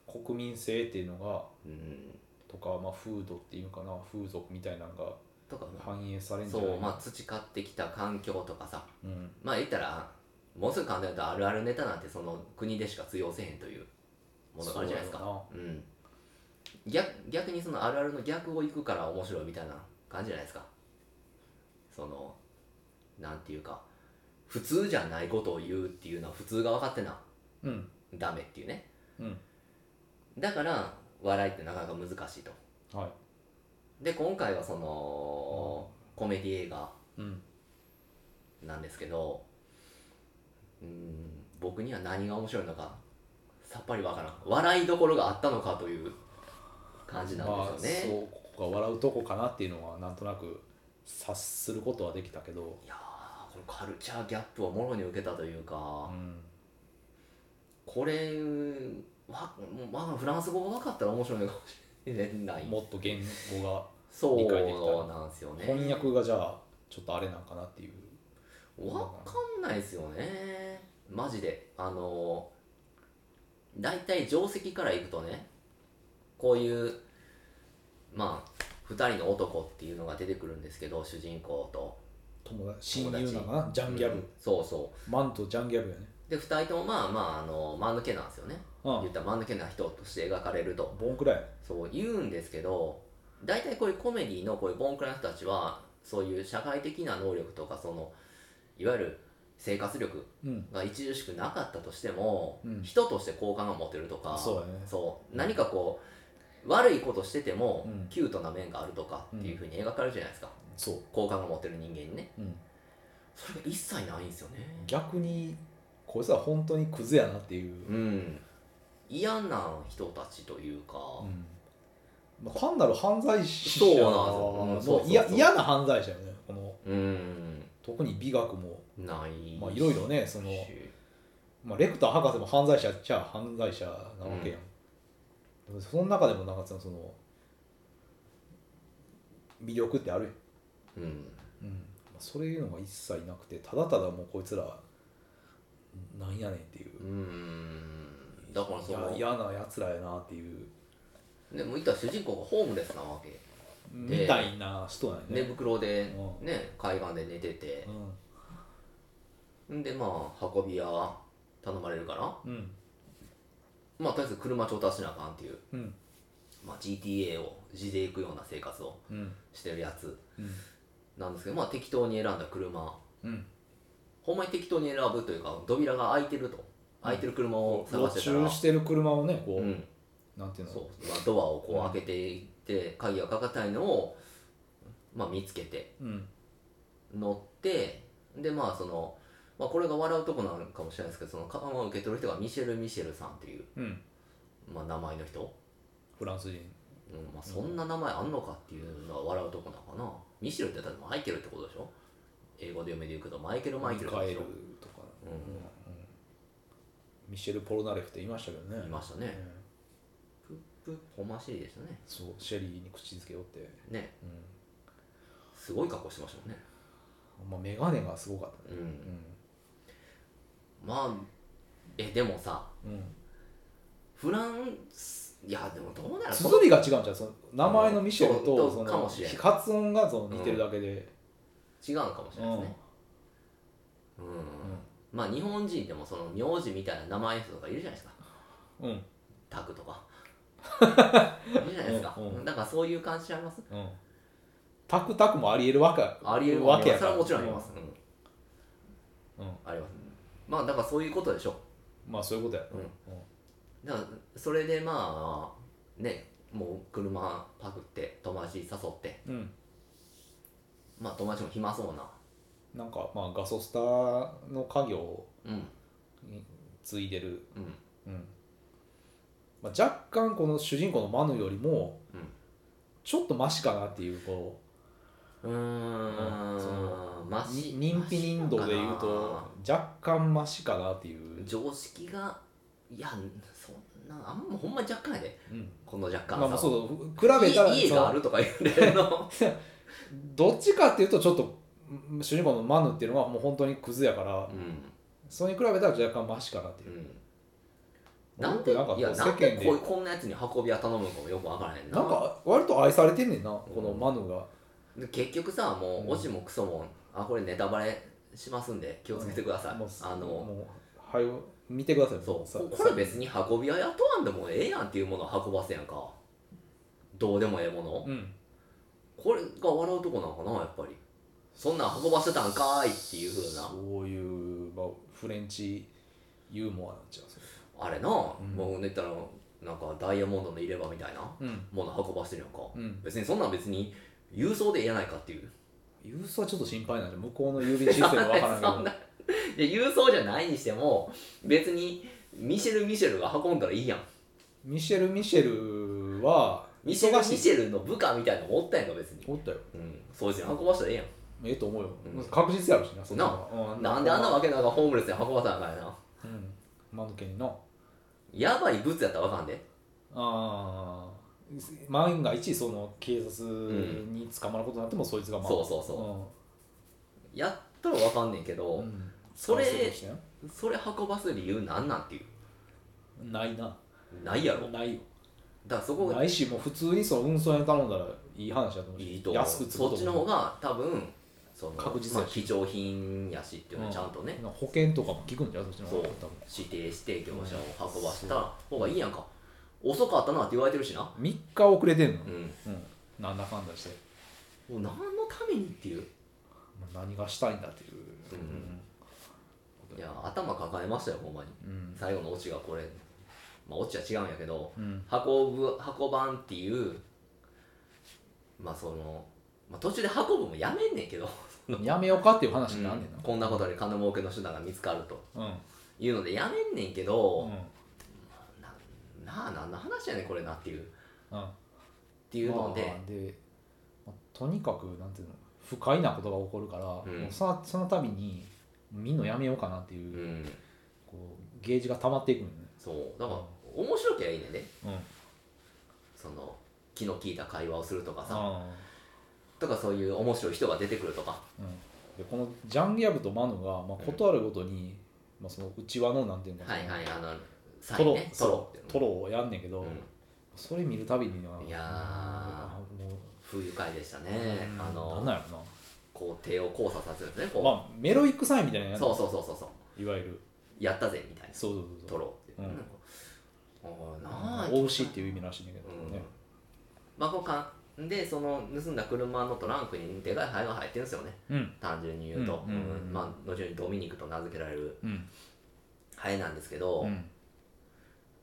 [SPEAKER 2] 国民性っていうのが
[SPEAKER 1] うん
[SPEAKER 2] とか、まあ、風土っていうかな風俗みたいなのが
[SPEAKER 1] とかまあ
[SPEAKER 2] 反映されるんじ
[SPEAKER 1] そ
[SPEAKER 2] ゃないう
[SPEAKER 1] まあ培ってきた環境とかさ
[SPEAKER 2] うん、
[SPEAKER 1] まあ言ったらもうすぐ簡単に言うとあるあるネタなんてその国でしか通用せへんというものがあるじゃないです
[SPEAKER 2] そ
[SPEAKER 1] か
[SPEAKER 2] うやろ
[SPEAKER 1] う、ん、逆逆にそのあるあるの逆を行くから面白いみたいな感じじゃないですかそのなんていうか普通じゃないことを言うっていうのは普通が分かってな
[SPEAKER 2] うなうん
[SPEAKER 1] ダメっていうね
[SPEAKER 2] うん
[SPEAKER 1] だから笑いってなかなか難しいと
[SPEAKER 2] はい
[SPEAKER 1] で今回はそのコメディ映画
[SPEAKER 2] うん
[SPEAKER 1] なんですけどうん僕には何が面白いのかさっぱりわからん笑いどころがあったのかという感じなんですよね、
[SPEAKER 2] まあ、そうここが笑うとこかなっていうのはなんとなく察することはできたけど、
[SPEAKER 1] いやーこのカルチャーギャップをもろに受けたという
[SPEAKER 2] う
[SPEAKER 1] か、
[SPEAKER 2] ん、
[SPEAKER 1] これわもうまあフランス語が分かったら面白いのかもしれない
[SPEAKER 2] もっと言語
[SPEAKER 1] そ
[SPEAKER 2] 理解できたら
[SPEAKER 1] うなんですよ
[SPEAKER 2] が
[SPEAKER 1] ね
[SPEAKER 2] 翻訳がじゃあちょっとあれなんかなっていう
[SPEAKER 1] わかんないですよねマジであのー大体定石からいくとねこういうまあ2人の男っていうのが出てくるんですけど主人公と
[SPEAKER 2] 友達親友なのかなジャンギャブ、
[SPEAKER 1] うんそうそ
[SPEAKER 2] マンとジャンギャブやね
[SPEAKER 1] うで2人ともまあまああの間抜けなんですよね
[SPEAKER 2] うん
[SPEAKER 1] 言ったら間抜けな人として描かれると
[SPEAKER 2] ボンくらいやね
[SPEAKER 1] そう言うんですけど大体こういうコメディのこういうボンクラの人たちはそういう社会的な能力とかそのいわゆる生活力
[SPEAKER 2] うん
[SPEAKER 1] が著しくなかったとしても、
[SPEAKER 2] うん
[SPEAKER 1] 人として好感が持てるとか
[SPEAKER 2] そうやね
[SPEAKER 1] そう何かこう悪いことしてても、
[SPEAKER 2] うん
[SPEAKER 1] キュートな面があるとかっていうふうに描かれるじゃないですか、
[SPEAKER 2] そう、
[SPEAKER 1] 好感が持てる人間にね
[SPEAKER 2] うん、
[SPEAKER 1] それが一切ないんですよね
[SPEAKER 2] 逆にこいつは本当にクズやなっていう、
[SPEAKER 1] うん嫌な人たちというか、
[SPEAKER 2] うんまあ、単なる犯罪者
[SPEAKER 1] そう
[SPEAKER 2] や
[SPEAKER 1] なんですようんそうそうそう
[SPEAKER 2] いや嫌な犯罪者よねこの
[SPEAKER 1] うん
[SPEAKER 2] 特に美学も、
[SPEAKER 1] ない
[SPEAKER 2] まあ、いろいろねその、まあ、レクター博士も犯罪者っちゃ犯罪者なわけやん、でもその中でもなんかそのその魅力ってあるやん
[SPEAKER 1] うん
[SPEAKER 2] うんまあそういうのが一切なくてただただもうこいつらなんやねんっていう
[SPEAKER 1] うーんだからそ
[SPEAKER 2] い
[SPEAKER 1] の
[SPEAKER 2] や嫌なやつらやなっていう
[SPEAKER 1] でもいたら主人公がホームレスなわけで
[SPEAKER 2] みたいな人なんや
[SPEAKER 1] 寝
[SPEAKER 2] ね、
[SPEAKER 1] 袋で
[SPEAKER 2] うん
[SPEAKER 1] ね海岸で寝てて
[SPEAKER 2] うん
[SPEAKER 1] んでまあ運び屋頼まれるから
[SPEAKER 2] うん
[SPEAKER 1] まあとりあえず車調達しなあかんっていう、
[SPEAKER 2] うん
[SPEAKER 1] まあ、GTA を地で行くような生活を
[SPEAKER 2] うん
[SPEAKER 1] してるやつ
[SPEAKER 2] うん
[SPEAKER 1] なんですけどまあ適当に選んだ車
[SPEAKER 2] うん
[SPEAKER 1] ほんまに適当に選ぶというか扉が開いてると開いてる車を探
[SPEAKER 2] 路
[SPEAKER 1] してたら、
[SPEAKER 2] 中してる車をねこう、
[SPEAKER 1] うん、
[SPEAKER 2] なんていうの
[SPEAKER 1] そう、まあ、ドアをこう開けていって鍵がかかったいのを、まあ、見つけて
[SPEAKER 2] うん
[SPEAKER 1] 乗ってでまあその、まあ、これが笑うとこなのかもしれないですけどそのカバンを受け取る人がミシェル・ミシェルさんっていう、
[SPEAKER 2] うん
[SPEAKER 1] まあ、名前の人、
[SPEAKER 2] フランス人
[SPEAKER 1] うんまあ、そんな名前あんのかっていうのは笑うとこなのかな、ミシェルってだってマイケルってことでしょ英語で読めていくとマイケル・マイケルってこと
[SPEAKER 2] ミ
[SPEAKER 1] で
[SPEAKER 2] カエ
[SPEAKER 1] しょ
[SPEAKER 2] ルとか、
[SPEAKER 1] うん
[SPEAKER 2] ミシェル・ポロナレフって言いましたけどね
[SPEAKER 1] いました
[SPEAKER 2] う
[SPEAKER 1] ね
[SPEAKER 2] ん
[SPEAKER 1] プップッほましいですね
[SPEAKER 2] そうシェリーに口づけよって、
[SPEAKER 1] ね
[SPEAKER 2] うん
[SPEAKER 1] すごい格好してましたもんね
[SPEAKER 2] まあ、メガネがすごかったね
[SPEAKER 1] うんまあえでもさ
[SPEAKER 2] うん、うん
[SPEAKER 1] フランスいやでもどうなる
[SPEAKER 2] 綴りが違うんじゃうその名前のミシェル
[SPEAKER 1] うん
[SPEAKER 2] と
[SPEAKER 1] と
[SPEAKER 2] そ
[SPEAKER 1] かも
[SPEAKER 2] の
[SPEAKER 1] しれん
[SPEAKER 2] 発音がその似てるだけで、
[SPEAKER 1] 違うのかもしれないですねうん、まあ日本人でもその名字みたいな名前の人とかいるじゃないですか
[SPEAKER 2] うんうん
[SPEAKER 1] タク とかいるじゃないですか、
[SPEAKER 2] うんうん
[SPEAKER 1] だからそういう感じちゃいます
[SPEAKER 2] タクタクもありえるわけ
[SPEAKER 1] ありえる
[SPEAKER 2] わ
[SPEAKER 1] わ
[SPEAKER 2] け
[SPEAKER 1] け
[SPEAKER 2] や
[SPEAKER 1] やそ
[SPEAKER 2] から
[SPEAKER 1] れはもちろんあります、うん
[SPEAKER 2] うん
[SPEAKER 1] ありますまあだからそういうことでしょ
[SPEAKER 2] まあそういうことや、
[SPEAKER 1] うん
[SPEAKER 2] うん
[SPEAKER 1] だからそれでまあねもう車パクって友達誘って
[SPEAKER 2] うん、
[SPEAKER 1] まあ友達も暇そうな
[SPEAKER 2] なんかまあガソスタの家業を
[SPEAKER 1] うん
[SPEAKER 2] 継いでる、
[SPEAKER 1] うん
[SPEAKER 2] うんまあ、若干この主人公のマヌよりも
[SPEAKER 1] うん
[SPEAKER 2] ちょっとマシかなっていうこ
[SPEAKER 1] うーん、
[SPEAKER 2] その
[SPEAKER 1] マ
[SPEAKER 2] う
[SPEAKER 1] シ
[SPEAKER 2] に人気人度でいうと若干マシかなっていう、
[SPEAKER 1] 常識がいやそんなあんまほんま若干やで
[SPEAKER 2] うん、
[SPEAKER 1] この若干さ
[SPEAKER 2] まあまあそう比べたら
[SPEAKER 1] 家家
[SPEAKER 2] その
[SPEAKER 1] があるとか言うレベルの
[SPEAKER 2] どっちかっていうとちょっとうん主人公のマヌっていうのはもう本当にクズやから
[SPEAKER 1] う
[SPEAKER 2] それに比べたら若干マシかなってい
[SPEAKER 1] ん、う、
[SPEAKER 2] うん
[SPEAKER 1] なんで
[SPEAKER 2] なんかこう
[SPEAKER 1] いや
[SPEAKER 2] 世
[SPEAKER 1] なん
[SPEAKER 2] 間
[SPEAKER 1] で
[SPEAKER 2] で
[SPEAKER 1] こうこんなやつに運び屋頼むのかもよくわからへんな
[SPEAKER 2] なんか割と愛されてんねんなこのマヌが
[SPEAKER 1] で結局さも
[SPEAKER 2] うん
[SPEAKER 1] うオチもクソもあこれネタバレしますんで気をつけてください、
[SPEAKER 2] もう
[SPEAKER 1] あの
[SPEAKER 2] もうはい見てください
[SPEAKER 1] そう
[SPEAKER 2] さ
[SPEAKER 1] ここれ別に運び屋雇わんでもええやんっていうものを運ばせやんかどうでもええもの
[SPEAKER 2] うん
[SPEAKER 1] これが笑うとこなのかなやっぱりそんなん運ばせたんかーいっていうふうな
[SPEAKER 2] そういう、まあ、フレンチユーモアなんちゃうそれ
[SPEAKER 1] あれな、
[SPEAKER 2] うん
[SPEAKER 1] もう言ったらなんかダイヤモンドの入れ歯みたいな
[SPEAKER 2] うん
[SPEAKER 1] もの運ばせてるやんか、
[SPEAKER 2] うん
[SPEAKER 1] 別にそんなん別に郵送でええやないかっていう
[SPEAKER 2] 郵送はちょっと心配なんじゃう向こうの郵便システムわからんけ
[SPEAKER 1] そん
[SPEAKER 2] ど
[SPEAKER 1] なで郵送じゃないにしても別にミシェル・ミシェルが運んだらいいやん
[SPEAKER 2] ミシェル・ミシェルは
[SPEAKER 1] ミシェル・ミ
[SPEAKER 2] 忙しい
[SPEAKER 1] シェルの部下みたいなのおったやんか別に、
[SPEAKER 2] おったよ
[SPEAKER 1] うん、そうですよ運ばしたらええ
[SPEAKER 2] ええと思うよ、
[SPEAKER 1] うん
[SPEAKER 2] 確実やろしなそんな
[SPEAKER 1] や
[SPEAKER 2] の
[SPEAKER 1] んなんであんなわけなんかホームレスに運ばせたんかいな
[SPEAKER 2] うん間抜けにな
[SPEAKER 1] やばいブツやったらわかんで
[SPEAKER 2] あー万が一その警察に捕まることになっても、そいつがまあ
[SPEAKER 1] そうそうやったらわかんねんけど、
[SPEAKER 2] うんうん
[SPEAKER 1] それ
[SPEAKER 2] そういうことしてな
[SPEAKER 1] それ運ばす理由なんなんっていう
[SPEAKER 2] ないな
[SPEAKER 1] ないやろ
[SPEAKER 2] ないよ
[SPEAKER 1] だからそこが
[SPEAKER 2] ないしもう普通にその運送屋に頼んだらいい話だと思うし
[SPEAKER 1] いいと思う
[SPEAKER 2] 安くつくと
[SPEAKER 1] そっちの方が多分その
[SPEAKER 2] 確実だし
[SPEAKER 1] まあ、貴重品やしっていうのをちゃんとね、
[SPEAKER 2] うん保険とかも聞くんじゃんそっちの
[SPEAKER 1] そ
[SPEAKER 2] 方
[SPEAKER 1] う
[SPEAKER 2] が多分
[SPEAKER 1] 指定して業者を運ばした方がいいやんか遅かったなって言われてるしな
[SPEAKER 2] 3日遅れてんの、
[SPEAKER 1] うん
[SPEAKER 2] うんなんだかんだして、
[SPEAKER 1] もう何のためにっていう
[SPEAKER 2] まあ何がしたいんだっていう、
[SPEAKER 1] いや頭抱えましたよほんまに
[SPEAKER 2] うん
[SPEAKER 1] 最後のオチがこれまあオチは違うんやけど
[SPEAKER 2] うん
[SPEAKER 1] 運ぶ運ばんっていうまあその、まあ、途中で運ぶもやめんねんけど、
[SPEAKER 2] やめようかっていう話になんねん
[SPEAKER 1] こんなことで金儲けの手段が見つかると
[SPEAKER 2] な、うん
[SPEAKER 1] いうのでやめんねんけど、
[SPEAKER 2] うん
[SPEAKER 1] ななあ何の話やねんこれなっていうっ
[SPEAKER 2] うん、って
[SPEAKER 1] いうので、
[SPEAKER 2] で、まあとにかくなんていうの不快なことが起こるから、
[SPEAKER 1] うん
[SPEAKER 2] もうそのその度にみんなやめようかなっていうう,、
[SPEAKER 1] ん
[SPEAKER 2] こうゲージが溜まっていくんよね、
[SPEAKER 1] そうだから面白きゃいいねんね
[SPEAKER 2] うん、
[SPEAKER 1] その気の利いた会話をするとかさ
[SPEAKER 2] あ
[SPEAKER 1] とかそういう面白い人が出てくるとか
[SPEAKER 2] ーうんでこのジャンギャブとマヌが、まあ、ことあるごとに、まあ、そのうちわのなんていうのか
[SPEAKER 1] は
[SPEAKER 2] ない
[SPEAKER 1] はいあのサ
[SPEAKER 2] ト
[SPEAKER 1] イン
[SPEAKER 2] ロ
[SPEAKER 1] ね
[SPEAKER 2] そ
[SPEAKER 1] トロ
[SPEAKER 2] う
[SPEAKER 1] って
[SPEAKER 2] ト
[SPEAKER 1] いうの
[SPEAKER 2] ロをやんねんけど、
[SPEAKER 1] うん
[SPEAKER 2] それ見るたびにはい
[SPEAKER 1] やー
[SPEAKER 2] もう
[SPEAKER 1] 不愉快でしたねあ
[SPEAKER 2] なん
[SPEAKER 1] の
[SPEAKER 2] なんやろ
[SPEAKER 1] こう手を交差させるんですね
[SPEAKER 2] な、
[SPEAKER 1] こ
[SPEAKER 2] まあ、メロイックサインみたいなの
[SPEAKER 1] う
[SPEAKER 2] やん
[SPEAKER 1] そうそうそうそうそう
[SPEAKER 2] いわゆる
[SPEAKER 1] やったぜみたいな
[SPEAKER 2] そうそうそ
[SPEAKER 1] ト
[SPEAKER 2] う
[SPEAKER 1] ロって
[SPEAKER 2] うん
[SPEAKER 1] おーなあ
[SPEAKER 2] そうお牛っていう意味らしいんだけど
[SPEAKER 1] うん
[SPEAKER 2] ね、
[SPEAKER 1] まあこうかでその盗んだ車のトランクにでかい灰が入ってるんですよね
[SPEAKER 2] うん
[SPEAKER 1] 単純に言うと、
[SPEAKER 2] うんうんうん
[SPEAKER 1] うんまあ後にドミニクと名付けられる
[SPEAKER 2] うん
[SPEAKER 1] ハエなんですけど、
[SPEAKER 2] うん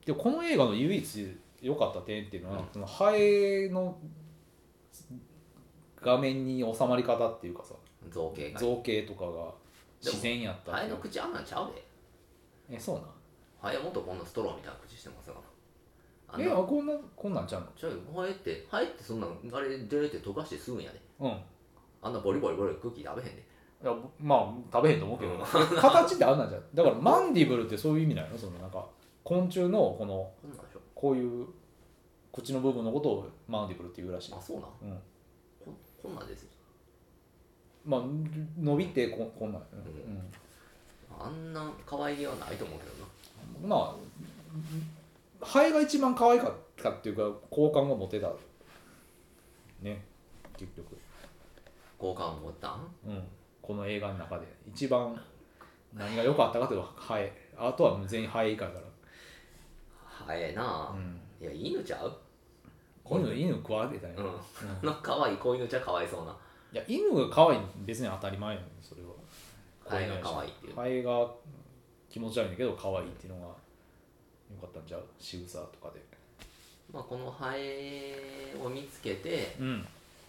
[SPEAKER 2] でこの映画の唯一良かった点っていうのは、
[SPEAKER 1] うん
[SPEAKER 2] そのハエの画面に収まり方っていうかさ
[SPEAKER 1] 造形が
[SPEAKER 2] 造形とかが自然やったっ
[SPEAKER 1] ハ
[SPEAKER 2] て
[SPEAKER 1] エ
[SPEAKER 2] いう
[SPEAKER 1] の口あんなんちゃうで
[SPEAKER 2] えそうなん
[SPEAKER 1] ハエはもっとこんなストローみたいな口してますからあん
[SPEAKER 2] え
[SPEAKER 1] な
[SPEAKER 2] あこんなこんなんちゃう
[SPEAKER 1] ちょいハエってハエってそんなんあれ出って溶かしてすぐんやで
[SPEAKER 2] のうんい
[SPEAKER 1] あんなボリボリボリクッキー食べへんで
[SPEAKER 2] やまあ食べへんと思うけど、
[SPEAKER 1] うん
[SPEAKER 2] 形ってあんなんじゃんだからマンディブルってそういう意味なのそのなんか昆虫のこの
[SPEAKER 1] こんなんでしょ
[SPEAKER 2] こういう口の部分のことをマンディブルっていうらしい
[SPEAKER 1] あ、そうなん
[SPEAKER 2] うん、
[SPEAKER 1] ここんなんですよ
[SPEAKER 2] まあ伸びてここんなんやね、
[SPEAKER 1] う
[SPEAKER 2] うん
[SPEAKER 1] あんな可愛げはないと思うけどな
[SPEAKER 2] まあハエが一番可愛かったっていうか好感が持てたね結局、
[SPEAKER 1] 好感を持ったん
[SPEAKER 2] うん、この映画の中で一番何が良かったかというとハエあとはもう全員ハエ以下やか
[SPEAKER 1] ハエな
[SPEAKER 2] ら、
[SPEAKER 1] あ、
[SPEAKER 2] うん、
[SPEAKER 1] いや犬ちゃう
[SPEAKER 2] 犬犬食われてたよ、
[SPEAKER 1] う
[SPEAKER 2] うんん、い
[SPEAKER 1] の 可愛い子犬ちゃかわいそうな
[SPEAKER 2] や犬が可愛いの別に当たり前やねんそれは
[SPEAKER 1] ハエが可愛いっていう
[SPEAKER 2] ハエが気持ち悪いんだけど可愛いっていうのが良かったんちゃう仕草とかで
[SPEAKER 1] まあこのハエを見つけて
[SPEAKER 2] うん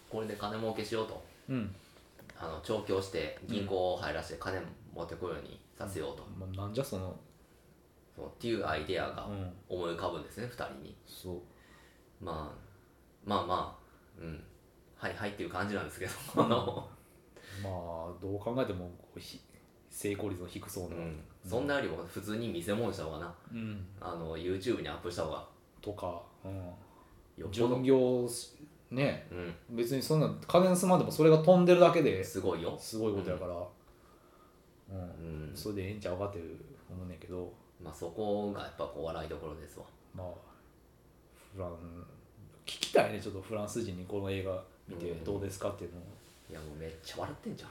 [SPEAKER 1] これで金儲けしようと
[SPEAKER 2] うん
[SPEAKER 1] あの調教して銀行を入らせて金持ってくるようにさせようと、
[SPEAKER 2] まあなんじゃその
[SPEAKER 1] そうっていうアイデアが
[SPEAKER 2] うん
[SPEAKER 1] 思い浮かぶんですね2人に
[SPEAKER 2] そう
[SPEAKER 1] まあまあまあうんはいはいっていう感じなんですけどあの、
[SPEAKER 2] まあどう考えてもこうひ成功率の低そう
[SPEAKER 1] う
[SPEAKER 2] な、
[SPEAKER 1] ん、そんなよりも普通に見せ物した方がな
[SPEAKER 2] うん
[SPEAKER 1] あの YouTube にアップした方が
[SPEAKER 2] とか、うん
[SPEAKER 1] よっぽど
[SPEAKER 2] 巡業しね
[SPEAKER 1] うん
[SPEAKER 2] 別にそんな金盗まんでもそれが飛んでるだけです
[SPEAKER 1] ごいよ
[SPEAKER 2] すごいことやから、うん
[SPEAKER 1] うん
[SPEAKER 2] それでええんちゃうかって思うねんけど
[SPEAKER 1] まあそこがやっぱこう笑いどころですわ
[SPEAKER 2] まあフラン聞きたいねちょっとフランス人にこの映画見て
[SPEAKER 1] うん
[SPEAKER 2] どうですかっていうのを、
[SPEAKER 1] いやもうめっちゃ笑ってんじゃん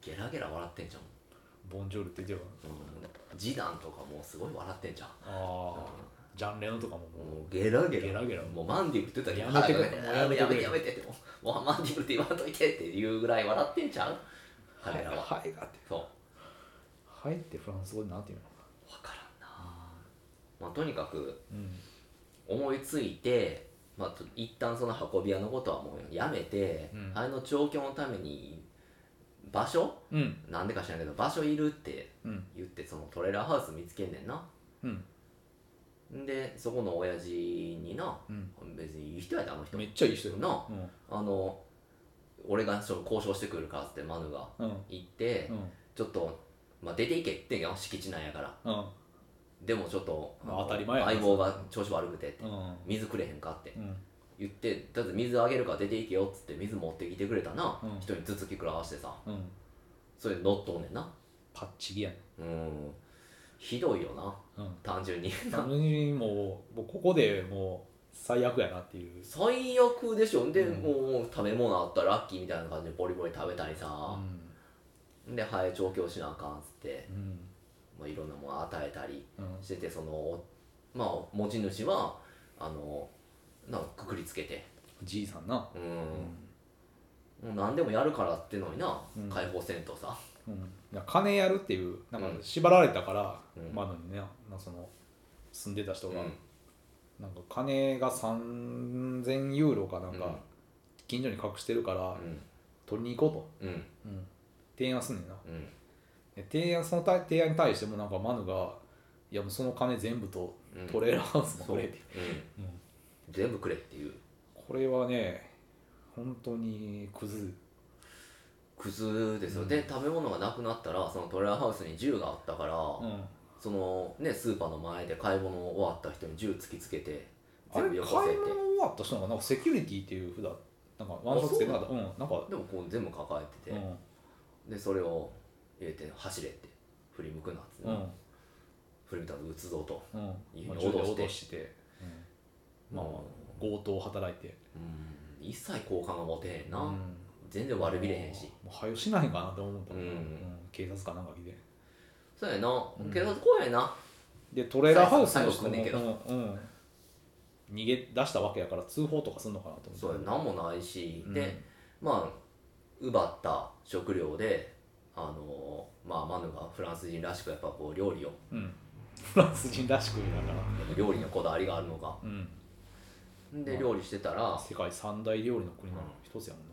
[SPEAKER 1] ゲラゲラ笑ってんじゃん
[SPEAKER 2] ボンジョルって言ってる
[SPEAKER 1] うんジダンとかもうすごい笑ってんじゃん
[SPEAKER 2] からああ、ジャンレノとかももう
[SPEAKER 1] もうゲラゲラ
[SPEAKER 2] ゲラゲラ
[SPEAKER 1] もうマンディブって言った
[SPEAKER 2] やめてくれ
[SPEAKER 1] やめてや
[SPEAKER 2] や
[SPEAKER 1] めて
[SPEAKER 2] めて
[SPEAKER 1] や
[SPEAKER 2] や
[SPEAKER 1] め
[SPEAKER 2] め
[SPEAKER 1] てってもうもうマンディブって言わんといてっていうぐらい笑ってんじゃん彼らは
[SPEAKER 2] ハエがって
[SPEAKER 1] そうわ
[SPEAKER 2] ハエってフランス語でなんていうの
[SPEAKER 1] からんなまあとにかく
[SPEAKER 2] うん
[SPEAKER 1] 思いついてまあと一旦その運び屋のことはもうやめて、
[SPEAKER 2] うん
[SPEAKER 1] あれの調教のために場所
[SPEAKER 2] うん
[SPEAKER 1] なんでか知らんけど場所いるって
[SPEAKER 2] うん
[SPEAKER 1] 言ってそのトレーラーハウス見つけんねんな
[SPEAKER 2] うん
[SPEAKER 1] んでそこの親父にな
[SPEAKER 2] うん
[SPEAKER 1] 別にいい人やであの人
[SPEAKER 2] めっちゃいい人よ
[SPEAKER 1] な
[SPEAKER 2] うん
[SPEAKER 1] あの俺がその交渉してくるからっつってマヌが
[SPEAKER 2] うん
[SPEAKER 1] 行って、
[SPEAKER 2] うん
[SPEAKER 1] ちょっと、まあ、出ていけって言うんやん敷地内やから
[SPEAKER 2] うん
[SPEAKER 1] でもちょっと、
[SPEAKER 2] まあ当たり前やな
[SPEAKER 1] 相棒が調子悪くてって、
[SPEAKER 2] うん
[SPEAKER 1] 水くれへんかって
[SPEAKER 2] うん
[SPEAKER 1] 言ってだって水あげるから出ていけよっつって水持ってきてくれたな、
[SPEAKER 2] うん
[SPEAKER 1] 一人ずつき食らわしてさ
[SPEAKER 2] うん
[SPEAKER 1] それで乗っとんねんな
[SPEAKER 2] パッチギやね
[SPEAKER 1] うんひどいよな
[SPEAKER 2] うん
[SPEAKER 1] 単純に
[SPEAKER 2] 単純にもうもうここでもう最悪やなってい う、
[SPEAKER 1] 最悪でしょで、
[SPEAKER 2] うん
[SPEAKER 1] もう食べ物あったらラッキーみたいな感じでボリボリ食べたり
[SPEAKER 2] う
[SPEAKER 1] さ、
[SPEAKER 2] ん
[SPEAKER 1] でハエ調教しなあかんっつって、
[SPEAKER 2] うん
[SPEAKER 1] まあ、いろんなもの与えたり
[SPEAKER 2] うん
[SPEAKER 1] しててそのまあ持ち主はあのなんかくくりつけて
[SPEAKER 2] じいさんな、
[SPEAKER 1] うん
[SPEAKER 2] う
[SPEAKER 1] もう何でもやるからってのにな、
[SPEAKER 2] うん
[SPEAKER 1] 解放せんとさ
[SPEAKER 2] んいや金やるっていうなんか
[SPEAKER 1] うん
[SPEAKER 2] 縛られたから、
[SPEAKER 1] うん
[SPEAKER 2] まあのにねなその住んでた人
[SPEAKER 1] う
[SPEAKER 2] が、なんか金が3000ユーロかなん
[SPEAKER 1] うん
[SPEAKER 2] か近所に隠してるから、
[SPEAKER 1] ん
[SPEAKER 2] 取りに行こ
[SPEAKER 1] うん
[SPEAKER 2] うと、うん提案すんねんな
[SPEAKER 1] うん
[SPEAKER 2] で提案そのた提案に対してもなんかマヌが「いやもうその金全部と
[SPEAKER 1] うん
[SPEAKER 2] トレーラーハウスも
[SPEAKER 1] そう
[SPEAKER 2] くれ」って、
[SPEAKER 1] うん
[SPEAKER 2] うん
[SPEAKER 1] 全部くれっていう
[SPEAKER 2] これはね本当にクズ
[SPEAKER 1] クズですよ、
[SPEAKER 2] うん
[SPEAKER 1] で食べ物がなくなったらそのトレーラーハウスに銃があったから、
[SPEAKER 2] うん
[SPEAKER 1] そのねスーパーの前で買い物終わった人に銃突きつけて
[SPEAKER 2] あれ
[SPEAKER 1] 全部
[SPEAKER 2] 買い
[SPEAKER 1] よ
[SPEAKER 2] 物
[SPEAKER 1] こせ
[SPEAKER 2] 終
[SPEAKER 1] って
[SPEAKER 2] わった人がなんかセキュリティっていう札なんかワンショットつけてなかったうんなんか、
[SPEAKER 1] でもこう全部抱えて
[SPEAKER 2] う
[SPEAKER 1] て、
[SPEAKER 2] ん
[SPEAKER 1] でそれを入れて走れって振り向くなっつって
[SPEAKER 2] う
[SPEAKER 1] な、
[SPEAKER 2] ん
[SPEAKER 1] 振り向いたら撃つぞと
[SPEAKER 2] うん
[SPEAKER 1] い
[SPEAKER 2] ま
[SPEAKER 1] う
[SPEAKER 2] あ
[SPEAKER 1] ふうに脅して
[SPEAKER 2] 脅して、うんまあ
[SPEAKER 1] うん
[SPEAKER 2] 強盗を働いて
[SPEAKER 1] うん一切好感が持てへんな、
[SPEAKER 2] うん
[SPEAKER 1] 全然悪びれへんし
[SPEAKER 2] もう早よしないかなと思ったもん、
[SPEAKER 1] うん
[SPEAKER 2] 警察かなんか来て
[SPEAKER 1] そうやな
[SPEAKER 2] うん
[SPEAKER 1] 警察怖いな
[SPEAKER 2] でトレーラーハウスの人も
[SPEAKER 1] 最後来んねんけど
[SPEAKER 2] うんうん逃げ出したわけやから通報とかすんのかなと思って
[SPEAKER 1] そうやなんもないし、
[SPEAKER 2] うん
[SPEAKER 1] でまあ奪った食料であのまあマヌがフランス人らしくやっぱこう料理を
[SPEAKER 2] うんフランス人らしくだから
[SPEAKER 1] 料理のこだわりがあるのか
[SPEAKER 2] うん
[SPEAKER 1] で
[SPEAKER 2] まあ
[SPEAKER 1] 料理してたら
[SPEAKER 2] 世界三大料理の国の一つやもんな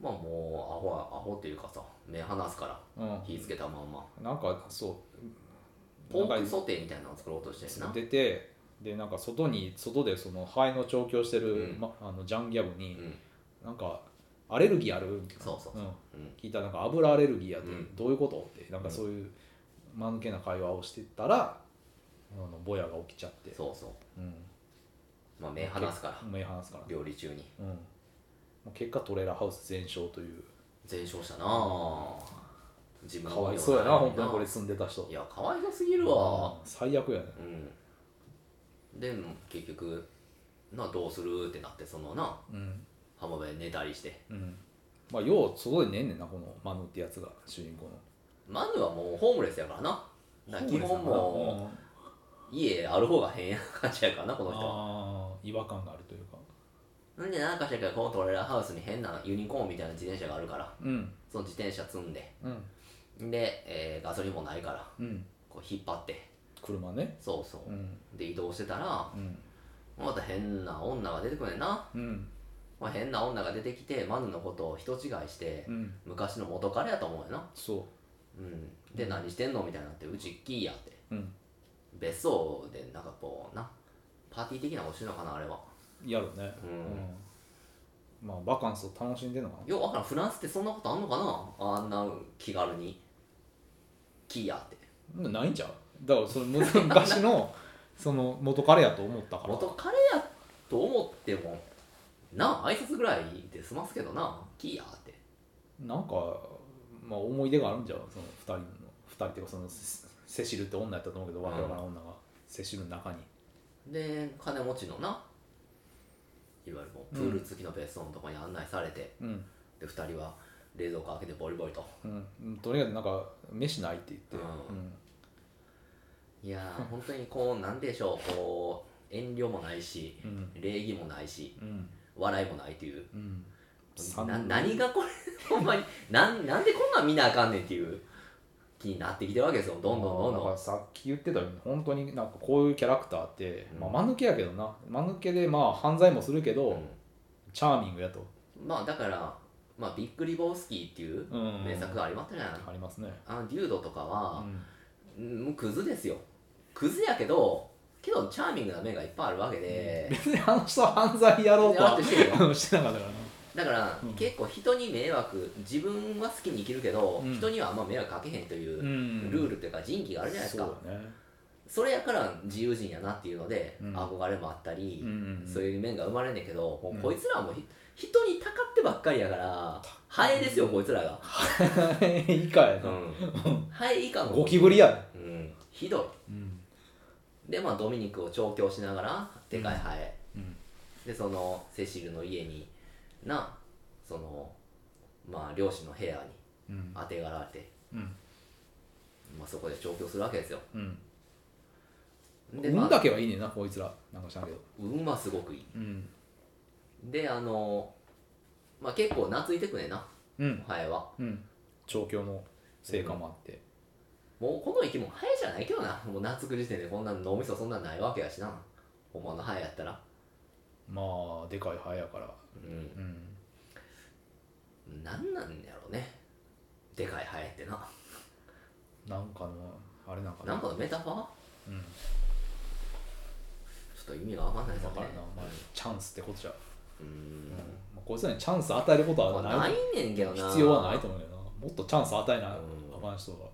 [SPEAKER 1] まあもうアホはアホっていうかさ目離すから
[SPEAKER 2] うん
[SPEAKER 1] 火つけたまんま
[SPEAKER 2] なんか
[SPEAKER 1] ポー
[SPEAKER 2] そうなん
[SPEAKER 1] ク
[SPEAKER 2] か
[SPEAKER 1] ソテーみたいなの作ろうとしてんな
[SPEAKER 2] 出てでなんか外に外でその肺の調教してる、
[SPEAKER 1] うん
[SPEAKER 2] ま、あのジャンギャブ
[SPEAKER 1] う
[SPEAKER 2] に、
[SPEAKER 1] ん
[SPEAKER 2] なんかアレルギーあるみたいな
[SPEAKER 1] そうそうそ
[SPEAKER 2] ん
[SPEAKER 1] うん
[SPEAKER 2] 聞いたらなんか油アレルギーやって、
[SPEAKER 1] うん
[SPEAKER 2] どういうことってなんかそういう間抜けな会話をしてたら、あのボヤが起きちゃって
[SPEAKER 1] そうそう
[SPEAKER 2] うん、
[SPEAKER 1] まあ目離すから
[SPEAKER 2] 目離すから、
[SPEAKER 1] 料理中に
[SPEAKER 2] うん、もう結果トレーラーハウス全焼という
[SPEAKER 1] 全焼したなあ自分
[SPEAKER 2] か
[SPEAKER 1] の
[SPEAKER 2] わいそうやな本当にこれ
[SPEAKER 1] い
[SPEAKER 2] 住んでた人
[SPEAKER 1] やかわいそうすぎるわ、
[SPEAKER 2] うん最悪やね
[SPEAKER 1] うん、でも結局などうするってなってそのな
[SPEAKER 2] うん
[SPEAKER 1] 浜辺で寝たりして
[SPEAKER 2] うんまあよう外で寝んねんなこのマヌってやつが主人公の
[SPEAKER 1] マヌはもうホームレスやからなだから基本も
[SPEAKER 2] う
[SPEAKER 1] う
[SPEAKER 2] ん
[SPEAKER 1] 家ある方が変な感じやからなこの人は
[SPEAKER 2] あー違和感があるというか
[SPEAKER 1] なんでなんかしらんけどこのトレーラーハウスに変なユニコーンみたいな自転車があるから
[SPEAKER 2] うん
[SPEAKER 1] その自転車積んで
[SPEAKER 2] うん
[SPEAKER 1] で、えーガソリンもないから
[SPEAKER 2] うん
[SPEAKER 1] こう引っ張って
[SPEAKER 2] 車ね
[SPEAKER 1] そうそうう、
[SPEAKER 2] ん
[SPEAKER 1] で移動してたら
[SPEAKER 2] うん
[SPEAKER 1] また変な女が出てくるねんな、
[SPEAKER 2] うん
[SPEAKER 1] まあ、変な女が出てきてマヌのことを人違いして
[SPEAKER 2] うん
[SPEAKER 1] 昔の元彼やと思うよな
[SPEAKER 2] そ
[SPEAKER 1] うん、で何してんのみたいになってうちっきーやって
[SPEAKER 2] ううん
[SPEAKER 1] 別荘でなんかこうなパーティー的なことしてんのかなあれは
[SPEAKER 2] やるね
[SPEAKER 1] うん
[SPEAKER 2] まあバカンスを楽しんでんのか
[SPEAKER 1] ようわからんフランスってそんなことあんのかなあんな気軽にキーやって
[SPEAKER 2] なないんちゃうだからそれむ昔のその元彼やと思ったから
[SPEAKER 1] 元彼やと思ってもなあ挨拶ぐらいで済ますけどなキーやって
[SPEAKER 2] なんかまあ思い出があるんじゃうその二人の二人っていうかそのセセシルって女やったと思うけどわけわからん女がセシルの中に
[SPEAKER 1] で金持ちのないわゆるこうプール付きの別荘のとこに案内されて、
[SPEAKER 2] うん
[SPEAKER 1] で2人は冷蔵庫開けてボリボリと
[SPEAKER 2] うん、とにかくなんか飯ないって言って、
[SPEAKER 1] うん
[SPEAKER 2] うん
[SPEAKER 1] いやー本当にこうなんでしょうこう遠慮もないし、
[SPEAKER 2] うん
[SPEAKER 1] 礼儀もないし
[SPEAKER 2] うん
[SPEAKER 1] 笑いもないという
[SPEAKER 2] うん
[SPEAKER 1] な何がこれ ほんまになんなんでこんなん見なあかんねんっていう気になってきてるわけですよどんどんどん
[SPEAKER 2] だか
[SPEAKER 1] ど
[SPEAKER 2] らさっき言ってたように本当になんかこういうキャラクターって、
[SPEAKER 1] うん
[SPEAKER 2] まあ、間抜けやけどな間抜けでまあ犯罪もするけど、
[SPEAKER 1] ん、
[SPEAKER 2] チャーミングやと、
[SPEAKER 1] うんまあだから、まあ、ビックリボウスキーっていう
[SPEAKER 2] うん
[SPEAKER 1] 名作がありましたじゃない、
[SPEAKER 2] ありますね、
[SPEAKER 1] あのデュードとか
[SPEAKER 2] う
[SPEAKER 1] は、
[SPEAKER 2] ん
[SPEAKER 1] うんもうクズですよクズやけどけどチャーミングな面がいっぱいあるわけで、
[SPEAKER 2] 別にあの人は犯罪やろうと
[SPEAKER 1] やろ
[SPEAKER 2] は
[SPEAKER 1] うとしてる
[SPEAKER 2] してなかったからな
[SPEAKER 1] だから、
[SPEAKER 2] うん
[SPEAKER 1] 結構人に迷惑自分は好きに生きるけど、
[SPEAKER 2] うん
[SPEAKER 1] 人にはあんま迷惑かけへんという、
[SPEAKER 2] ん
[SPEAKER 1] ルールというか仁義があるじゃないですか、
[SPEAKER 2] そうだね
[SPEAKER 1] それやから自由人やなっていうので、
[SPEAKER 2] うん
[SPEAKER 1] 憧れもあったり、
[SPEAKER 2] ん
[SPEAKER 1] そういう面が生まれんねんけど、もううんこいつらはもうひ人にたかってばっかりやからハエですよこいつらが、
[SPEAKER 2] 以下や
[SPEAKER 1] う
[SPEAKER 2] な、
[SPEAKER 1] ん、ハエ以下の
[SPEAKER 2] ゴキブリや
[SPEAKER 1] うん、ひど
[SPEAKER 2] うん
[SPEAKER 1] いでまあドミニクを調教しながらでかいハエ、
[SPEAKER 2] うん
[SPEAKER 1] でそのセシルの家になそのまあ漁師の部屋に
[SPEAKER 2] うん
[SPEAKER 1] あてがられて、
[SPEAKER 2] うん
[SPEAKER 1] まあ、そこで調教するわけですよ
[SPEAKER 2] うん
[SPEAKER 1] でま
[SPEAKER 2] 運
[SPEAKER 1] あ
[SPEAKER 2] だけはいいねんなこいつらなんかしらんけど
[SPEAKER 1] 運はすごくいい
[SPEAKER 2] うん
[SPEAKER 1] であのまあ結構懐いてくねんな
[SPEAKER 2] うん
[SPEAKER 1] ハエは
[SPEAKER 2] うん調教の成果もあって
[SPEAKER 1] もうこの生き物ハエじゃないけどなもう懐く時点でこんな脳みそそんなんないわけやしなほんまのハエやったら
[SPEAKER 2] まあでかいハエやから
[SPEAKER 1] う
[SPEAKER 2] うん
[SPEAKER 1] んなんなんやろうねでかいハエってな
[SPEAKER 2] なんかのあれなんか
[SPEAKER 1] なん
[SPEAKER 2] な
[SPEAKER 1] かのメタファー
[SPEAKER 2] うん
[SPEAKER 1] ちょっと意味がわかんないです
[SPEAKER 2] だ
[SPEAKER 1] よ
[SPEAKER 2] か
[SPEAKER 1] ね
[SPEAKER 2] らなまあチャンスってことじゃ
[SPEAKER 1] う
[SPEAKER 2] う
[SPEAKER 1] ん
[SPEAKER 2] んまあこいつらにチャンス与えることは
[SPEAKER 1] まあな
[SPEAKER 2] ない
[SPEAKER 1] いねんけどな
[SPEAKER 2] 必要はないと思うよなもっとチャンス与えな
[SPEAKER 1] うん
[SPEAKER 2] あかん人が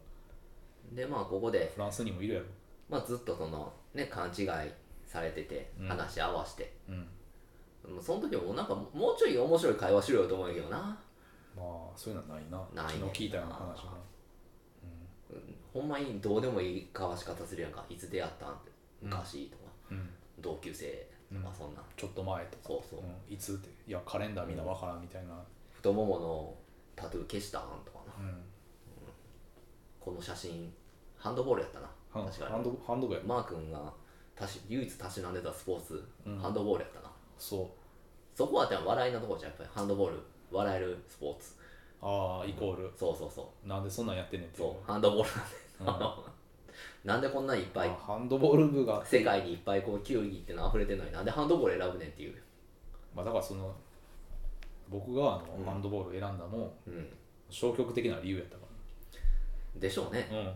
[SPEAKER 1] でまあここで、
[SPEAKER 2] フランスにもいるやろ
[SPEAKER 1] まあ、ずっとそのね勘違いされてて
[SPEAKER 2] うん
[SPEAKER 1] 話合わせて、
[SPEAKER 2] うん
[SPEAKER 1] もうその時はもうなんかもうちょい面白い会話しろよと思うんやけどな、
[SPEAKER 2] まあそういうのはない
[SPEAKER 1] な
[SPEAKER 2] な
[SPEAKER 1] いね
[SPEAKER 2] 昨日聞いたような話はな
[SPEAKER 1] うんほんまにどうでもいい交わし方するやんかいつ出会ったんって
[SPEAKER 2] うん
[SPEAKER 1] 昔とか、
[SPEAKER 2] うん
[SPEAKER 1] 同級生とか
[SPEAKER 2] うん
[SPEAKER 1] そんなん、
[SPEAKER 2] ちょっと前とか
[SPEAKER 1] そうそう、
[SPEAKER 2] うんいつっていやカレンダーみんなわからんみたいな
[SPEAKER 1] 太もものタトゥー消したんとかな
[SPEAKER 2] うん
[SPEAKER 1] この写真ハンドボールやったな
[SPEAKER 2] ハン
[SPEAKER 1] 確か
[SPEAKER 2] ハンドハンド部や
[SPEAKER 1] にマー君がたし唯一たしなんでたスポーツ、
[SPEAKER 2] うん
[SPEAKER 1] ハンドボールやったな
[SPEAKER 2] そ
[SPEAKER 1] そこはでも笑いのとこじゃんやっぱりハンドボール笑えるスポーツ
[SPEAKER 2] うああイコール
[SPEAKER 1] そうそうそう
[SPEAKER 2] なんでそんなんやってんねんっていう
[SPEAKER 1] そう、ハンドボール
[SPEAKER 2] う
[SPEAKER 1] なん
[SPEAKER 2] ん
[SPEAKER 1] で。 なんでこんなにいっぱい
[SPEAKER 2] ま、あハンドボール部が、
[SPEAKER 1] 世界にいっぱいこう、球技っての溢れてるのになんでハンドボール選ぶねんっていう。
[SPEAKER 2] まあ、だからその僕があの、
[SPEAKER 1] うん
[SPEAKER 2] ハンドボールを選んだのも
[SPEAKER 1] うん。
[SPEAKER 2] 消極的な理由やったか
[SPEAKER 1] でしょうね。
[SPEAKER 2] ら、うん、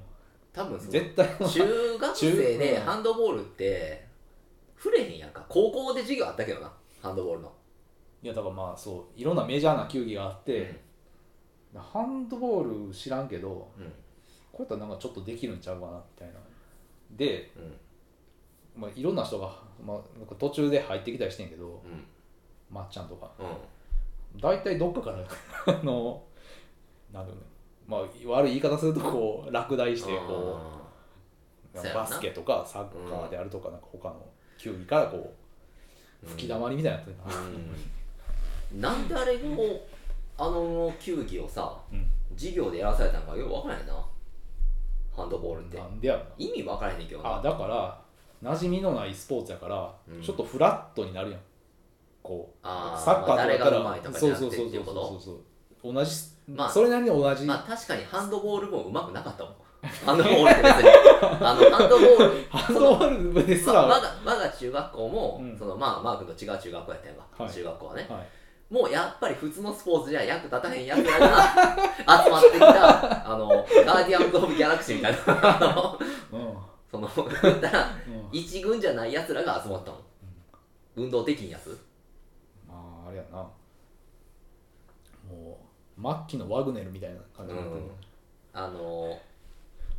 [SPEAKER 1] 多分その、
[SPEAKER 2] 絶対
[SPEAKER 1] 中学生
[SPEAKER 2] 中
[SPEAKER 1] で
[SPEAKER 2] うん
[SPEAKER 1] ハンドボールって、触れへんやんか。高校で授業あったけどな、ハンドボールの。
[SPEAKER 2] いやだからまあそういろんなメジャーな球技があって、ハンドボール知らんけど
[SPEAKER 1] うん。
[SPEAKER 2] こうやったらなんかちょっとできるんちゃうかなみたいなで、
[SPEAKER 1] うん。
[SPEAKER 2] まあ、いろんな人が、まあ、なんか途中で入ってきたりしてんけど
[SPEAKER 1] うん。
[SPEAKER 2] まっちゃんとか
[SPEAKER 1] うん。
[SPEAKER 2] 大体どっかから あのなんだろうねまあ悪い言い方するとこう落第してこう
[SPEAKER 1] うんそうやな
[SPEAKER 2] バスケとかサッカーであるとかなんか他の球技からこう吹きだまりみたいになってるな
[SPEAKER 1] うん。なんであれを、あの球技をさ、
[SPEAKER 2] うん
[SPEAKER 1] 授業でやらされたのかよくわからへんな。ハンドボールって
[SPEAKER 2] な。んでやろな
[SPEAKER 1] 意味わからへんねんけどな。
[SPEAKER 2] あだから馴染みのないスポーツやから、
[SPEAKER 1] うん
[SPEAKER 2] ちょっとフラットになるやんこう
[SPEAKER 1] あー
[SPEAKER 2] サッカーとかやったら
[SPEAKER 1] まあ誰が上手いとかじ
[SPEAKER 2] そ
[SPEAKER 1] ゃ
[SPEAKER 2] う
[SPEAKER 1] な
[SPEAKER 2] そ
[SPEAKER 1] く
[SPEAKER 2] うそ
[SPEAKER 1] てって
[SPEAKER 2] うそ
[SPEAKER 1] いううこ
[SPEAKER 2] そう
[SPEAKER 1] と
[SPEAKER 2] そう同じ、
[SPEAKER 1] まあ
[SPEAKER 2] それなりに同じ、
[SPEAKER 1] まあ確かにハンドボールもうまくなかったもんハンドボールって別 にあのハンドボール
[SPEAKER 2] ハンドボール部です
[SPEAKER 1] ま
[SPEAKER 2] ら、
[SPEAKER 1] あ我が我が中学校も、
[SPEAKER 2] うん
[SPEAKER 1] そのまあマー君と違う中学校やったやんか、
[SPEAKER 2] はい
[SPEAKER 1] 中学校はね
[SPEAKER 2] はい、
[SPEAKER 1] もうやっぱり普通のスポーツじゃ役立たへんやつらが集まってきたあのガーディアンズ・オブ・ギャラクシーみたいな あの
[SPEAKER 2] うんうん
[SPEAKER 1] その言ったら一軍じゃないやつらが集まったもん運動できんやつ
[SPEAKER 2] まああれやなもう末期のワグネルみたいな感じになってる、
[SPEAKER 1] うん
[SPEAKER 2] も
[SPEAKER 1] あの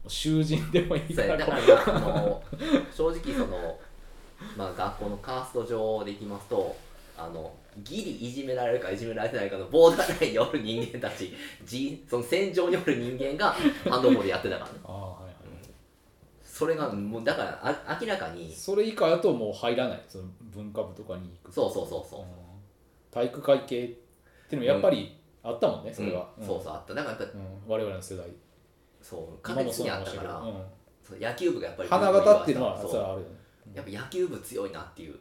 [SPEAKER 2] う囚人でもいい
[SPEAKER 1] そう
[SPEAKER 2] か
[SPEAKER 1] や
[SPEAKER 2] ら
[SPEAKER 1] だからまああの 正直その、まあ、学校のカースト上でいきますとあのギリいじめられるかいじめられてないかのボーダーラインにおる人間たちじその戦場におる人間がハンドボールやってたからね
[SPEAKER 2] あーはいはい
[SPEAKER 1] それがもうだからあ明らかに
[SPEAKER 2] それ以下やともう入らないその文化部とかに行く
[SPEAKER 1] そうそうそうそう
[SPEAKER 2] うん体育会系っていうのはやっぱりあったもんね、それは、
[SPEAKER 1] うん
[SPEAKER 2] ん
[SPEAKER 1] そうそうあっただからやっぱ
[SPEAKER 2] うん我々の世代
[SPEAKER 1] そう
[SPEAKER 2] 今
[SPEAKER 1] 確
[SPEAKER 2] も
[SPEAKER 1] 実
[SPEAKER 2] そう
[SPEAKER 1] に
[SPEAKER 2] な
[SPEAKER 1] あ
[SPEAKER 2] の
[SPEAKER 1] った
[SPEAKER 2] かもしれ
[SPEAKER 1] か
[SPEAKER 2] んけ
[SPEAKER 1] ら
[SPEAKER 2] ど、うん
[SPEAKER 1] そう野球部がやっぱり
[SPEAKER 2] 花形っていうのは
[SPEAKER 1] そう
[SPEAKER 2] それはあるよね
[SPEAKER 1] やっぱ野球部強いなっていう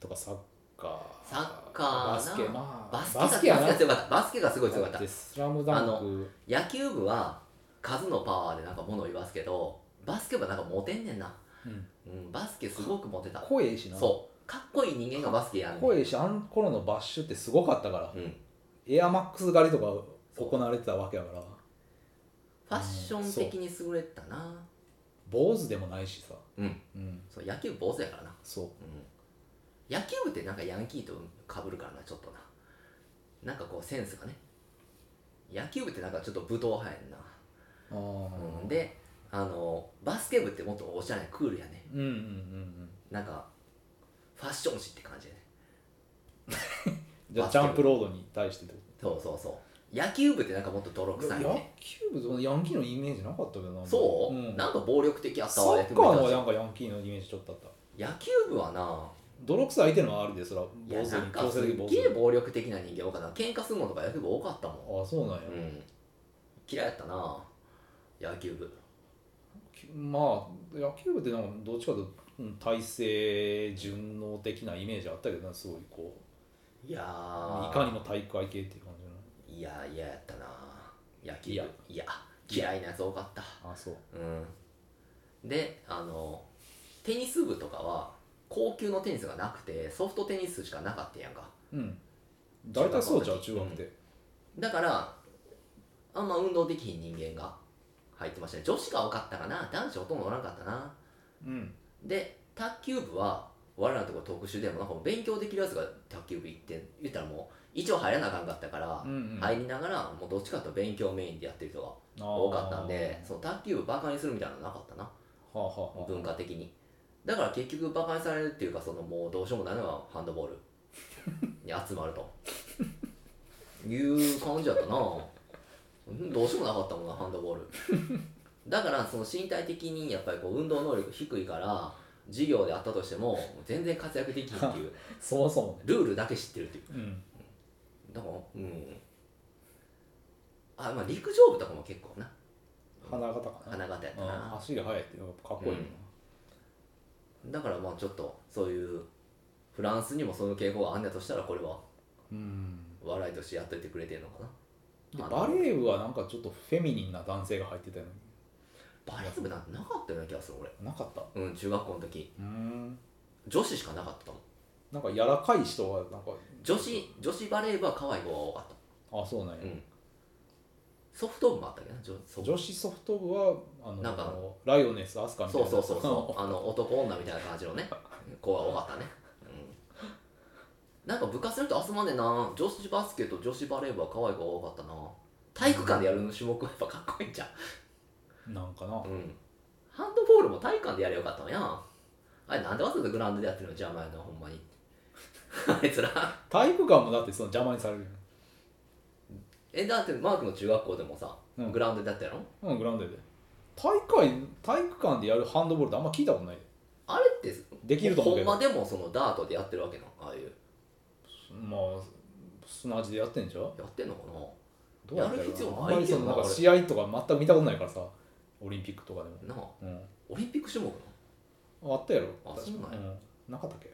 [SPEAKER 2] とかサッカー
[SPEAKER 1] サッカーな
[SPEAKER 2] バスケまあ
[SPEAKER 1] バスケがバスケ
[SPEAKER 2] や
[SPEAKER 1] が
[SPEAKER 2] な
[SPEAKER 1] 強かったバスケがすごい強かった
[SPEAKER 2] だてスラムダン
[SPEAKER 1] あ
[SPEAKER 2] ク
[SPEAKER 1] 野球部は数のパワーでなんか物を言わすけどバスケ部はなんかモテんねんな、
[SPEAKER 2] うん
[SPEAKER 1] うん、バスケすごくモテた
[SPEAKER 2] 声ええしな
[SPEAKER 1] そうかっこいい人間がバスケやんねん
[SPEAKER 2] 声ええしあの頃のバッシュってすごかったから、
[SPEAKER 1] うん、フ
[SPEAKER 2] エアマックス狩りとか行われてたわけやから
[SPEAKER 1] ァッション的に優れてたな
[SPEAKER 2] 坊主でもないしさ、
[SPEAKER 1] うん
[SPEAKER 2] うん、
[SPEAKER 1] そう野球部坊主やからな、
[SPEAKER 2] そう
[SPEAKER 1] うん、野球部ってなんかヤンキーとかぶるからなちょっとななんかこうセンスがね野球部ってなんかちょっと武闘派やんな、
[SPEAKER 2] あー
[SPEAKER 1] うん、であのバスケ部ってもっとおしゃれなクールやね
[SPEAKER 2] うんうんうんうん
[SPEAKER 1] なんかファッション誌って感じやね
[SPEAKER 2] じゃあジャンプロードに対してってこ
[SPEAKER 1] そうそうそう野球部ってなんかもっと泥臭い
[SPEAKER 2] 野
[SPEAKER 1] ね
[SPEAKER 2] 球部とヤンキーのイメージなかったけどな
[SPEAKER 1] そう、
[SPEAKER 2] ん、
[SPEAKER 1] なんか暴力的やった
[SPEAKER 2] サ
[SPEAKER 1] わ
[SPEAKER 2] ッカーのは
[SPEAKER 1] 野球部
[SPEAKER 2] なんかヤンキーのイメージちょっとあった
[SPEAKER 1] 野球部はな
[SPEAKER 2] 泥臭い相手のはあるでそら
[SPEAKER 1] いや
[SPEAKER 2] 坊主
[SPEAKER 1] な
[SPEAKER 2] に
[SPEAKER 1] んか
[SPEAKER 2] 強
[SPEAKER 1] す
[SPEAKER 2] 制
[SPEAKER 1] っ
[SPEAKER 2] 的に坊主
[SPEAKER 1] げえ
[SPEAKER 2] に
[SPEAKER 1] 暴力的な人間多かった喧嘩するのとか野球部多かったもん
[SPEAKER 2] ああそうなんや、
[SPEAKER 1] うん嫌いやったな野球部
[SPEAKER 2] きまあ野球部ってなんかどっちかというとうん体制順応的なイメージあったけどなすごいこう
[SPEAKER 1] いや
[SPEAKER 2] い
[SPEAKER 1] ー
[SPEAKER 2] かにも体育会系っていう感じの
[SPEAKER 1] いや嫌やったな野球部
[SPEAKER 2] いや
[SPEAKER 1] いや嫌いなやつ多かった
[SPEAKER 2] あそう
[SPEAKER 1] うんであのテニス部とかは高級のテニスがなくてソフトテニスしかなかったやんか
[SPEAKER 2] うん大体そうじゃん中学って、
[SPEAKER 1] だからあんま運動できひん人間が入ってましたね女子が多かったかな男子ほとんどおらんかったな
[SPEAKER 2] うん
[SPEAKER 1] で卓球部は我らのところ特殊でもなんかもう勉強できるやつが卓球部行って言ったらもう一応入らなあかんかったから、
[SPEAKER 2] うんうん
[SPEAKER 1] 入りながらもうどっちかというと勉強メインでやってる人が
[SPEAKER 2] あー
[SPEAKER 1] 多かったんでその卓球部バカにするみたいなのなかったな
[SPEAKER 2] はあはあはあ
[SPEAKER 1] 文化的にだから結局バカにされるっていうかそのもうどうしようもないのがハンドボールに集まるという感じだったなうんどうしようもなかったもんなハンドボールだからその身体的にやっぱりこう運動能力低いから授業であったとしても全然活躍できひんっていう
[SPEAKER 2] そもそもね
[SPEAKER 1] ルールだけ知ってるっていう
[SPEAKER 2] うん
[SPEAKER 1] だからうんあまあ陸上部とかも結構な
[SPEAKER 2] 花形かな
[SPEAKER 1] 花形やった
[SPEAKER 2] あ
[SPEAKER 1] な
[SPEAKER 2] ー足が速いってやっぱかっこいいな、
[SPEAKER 1] うんだからまあちょっとそういうフランスにもその傾向があんねやとしたらこれは
[SPEAKER 2] うん
[SPEAKER 1] 笑いとしてやっといてくれてるのかな
[SPEAKER 2] で
[SPEAKER 1] あの
[SPEAKER 2] バレー部はなんかちょっとフェミニンな男性が入ってたよね
[SPEAKER 1] バレー部なんてなかったような気がする
[SPEAKER 2] なかった
[SPEAKER 1] 俺うん中学校の時
[SPEAKER 2] うん
[SPEAKER 1] 女子しかなかったもん
[SPEAKER 2] なんか柔らかい人がなんか
[SPEAKER 1] 女子女子バレー部は可愛い子が多かった
[SPEAKER 2] あそうなんや、
[SPEAKER 1] うんソフト部もあったけどな女ソフ
[SPEAKER 2] 女子ソフト部はあの
[SPEAKER 1] なんか
[SPEAKER 2] ライオネスアスカみたい
[SPEAKER 1] そ
[SPEAKER 2] な
[SPEAKER 1] うそうそうそうあの男女みたいな感じのね子が多かったねうんなんか部活の人集まんねんな女子バスケと女子バレー部は可愛い子が多かったな体育館でやる種目はやっぱかっこいいんじゃん
[SPEAKER 2] なんか
[SPEAKER 1] う
[SPEAKER 2] な
[SPEAKER 1] ん、ハンドボールも体育館でやればよかったのやあれなんでわざわざグラウンドでやってるの邪魔やなほんまに あいつら
[SPEAKER 2] 体育館もだってその邪魔にされるよ
[SPEAKER 1] えだってマークの中学校でもさ、
[SPEAKER 2] うん
[SPEAKER 1] グラウンドでやったやろ
[SPEAKER 2] うんグラウンドで大会体育館でやるハンドボールってあんま聞いたことないで
[SPEAKER 1] あれって
[SPEAKER 2] できると思う
[SPEAKER 1] ほ
[SPEAKER 2] け
[SPEAKER 1] ん
[SPEAKER 2] ど
[SPEAKER 1] までもそのダートでやってるわけなああいう
[SPEAKER 2] まあ砂地でやってんじゃん
[SPEAKER 1] やってんのかな
[SPEAKER 2] どうやって
[SPEAKER 1] やる必要ない
[SPEAKER 2] あんまりその
[SPEAKER 1] けどな
[SPEAKER 2] なんか
[SPEAKER 1] これ
[SPEAKER 2] 試合とか全く見たことないからさオリンピックとかでも、
[SPEAKER 1] なあ
[SPEAKER 2] うん、
[SPEAKER 1] オリンピック種目な
[SPEAKER 2] あったやろ
[SPEAKER 1] あそうなんや
[SPEAKER 2] んなかったっけ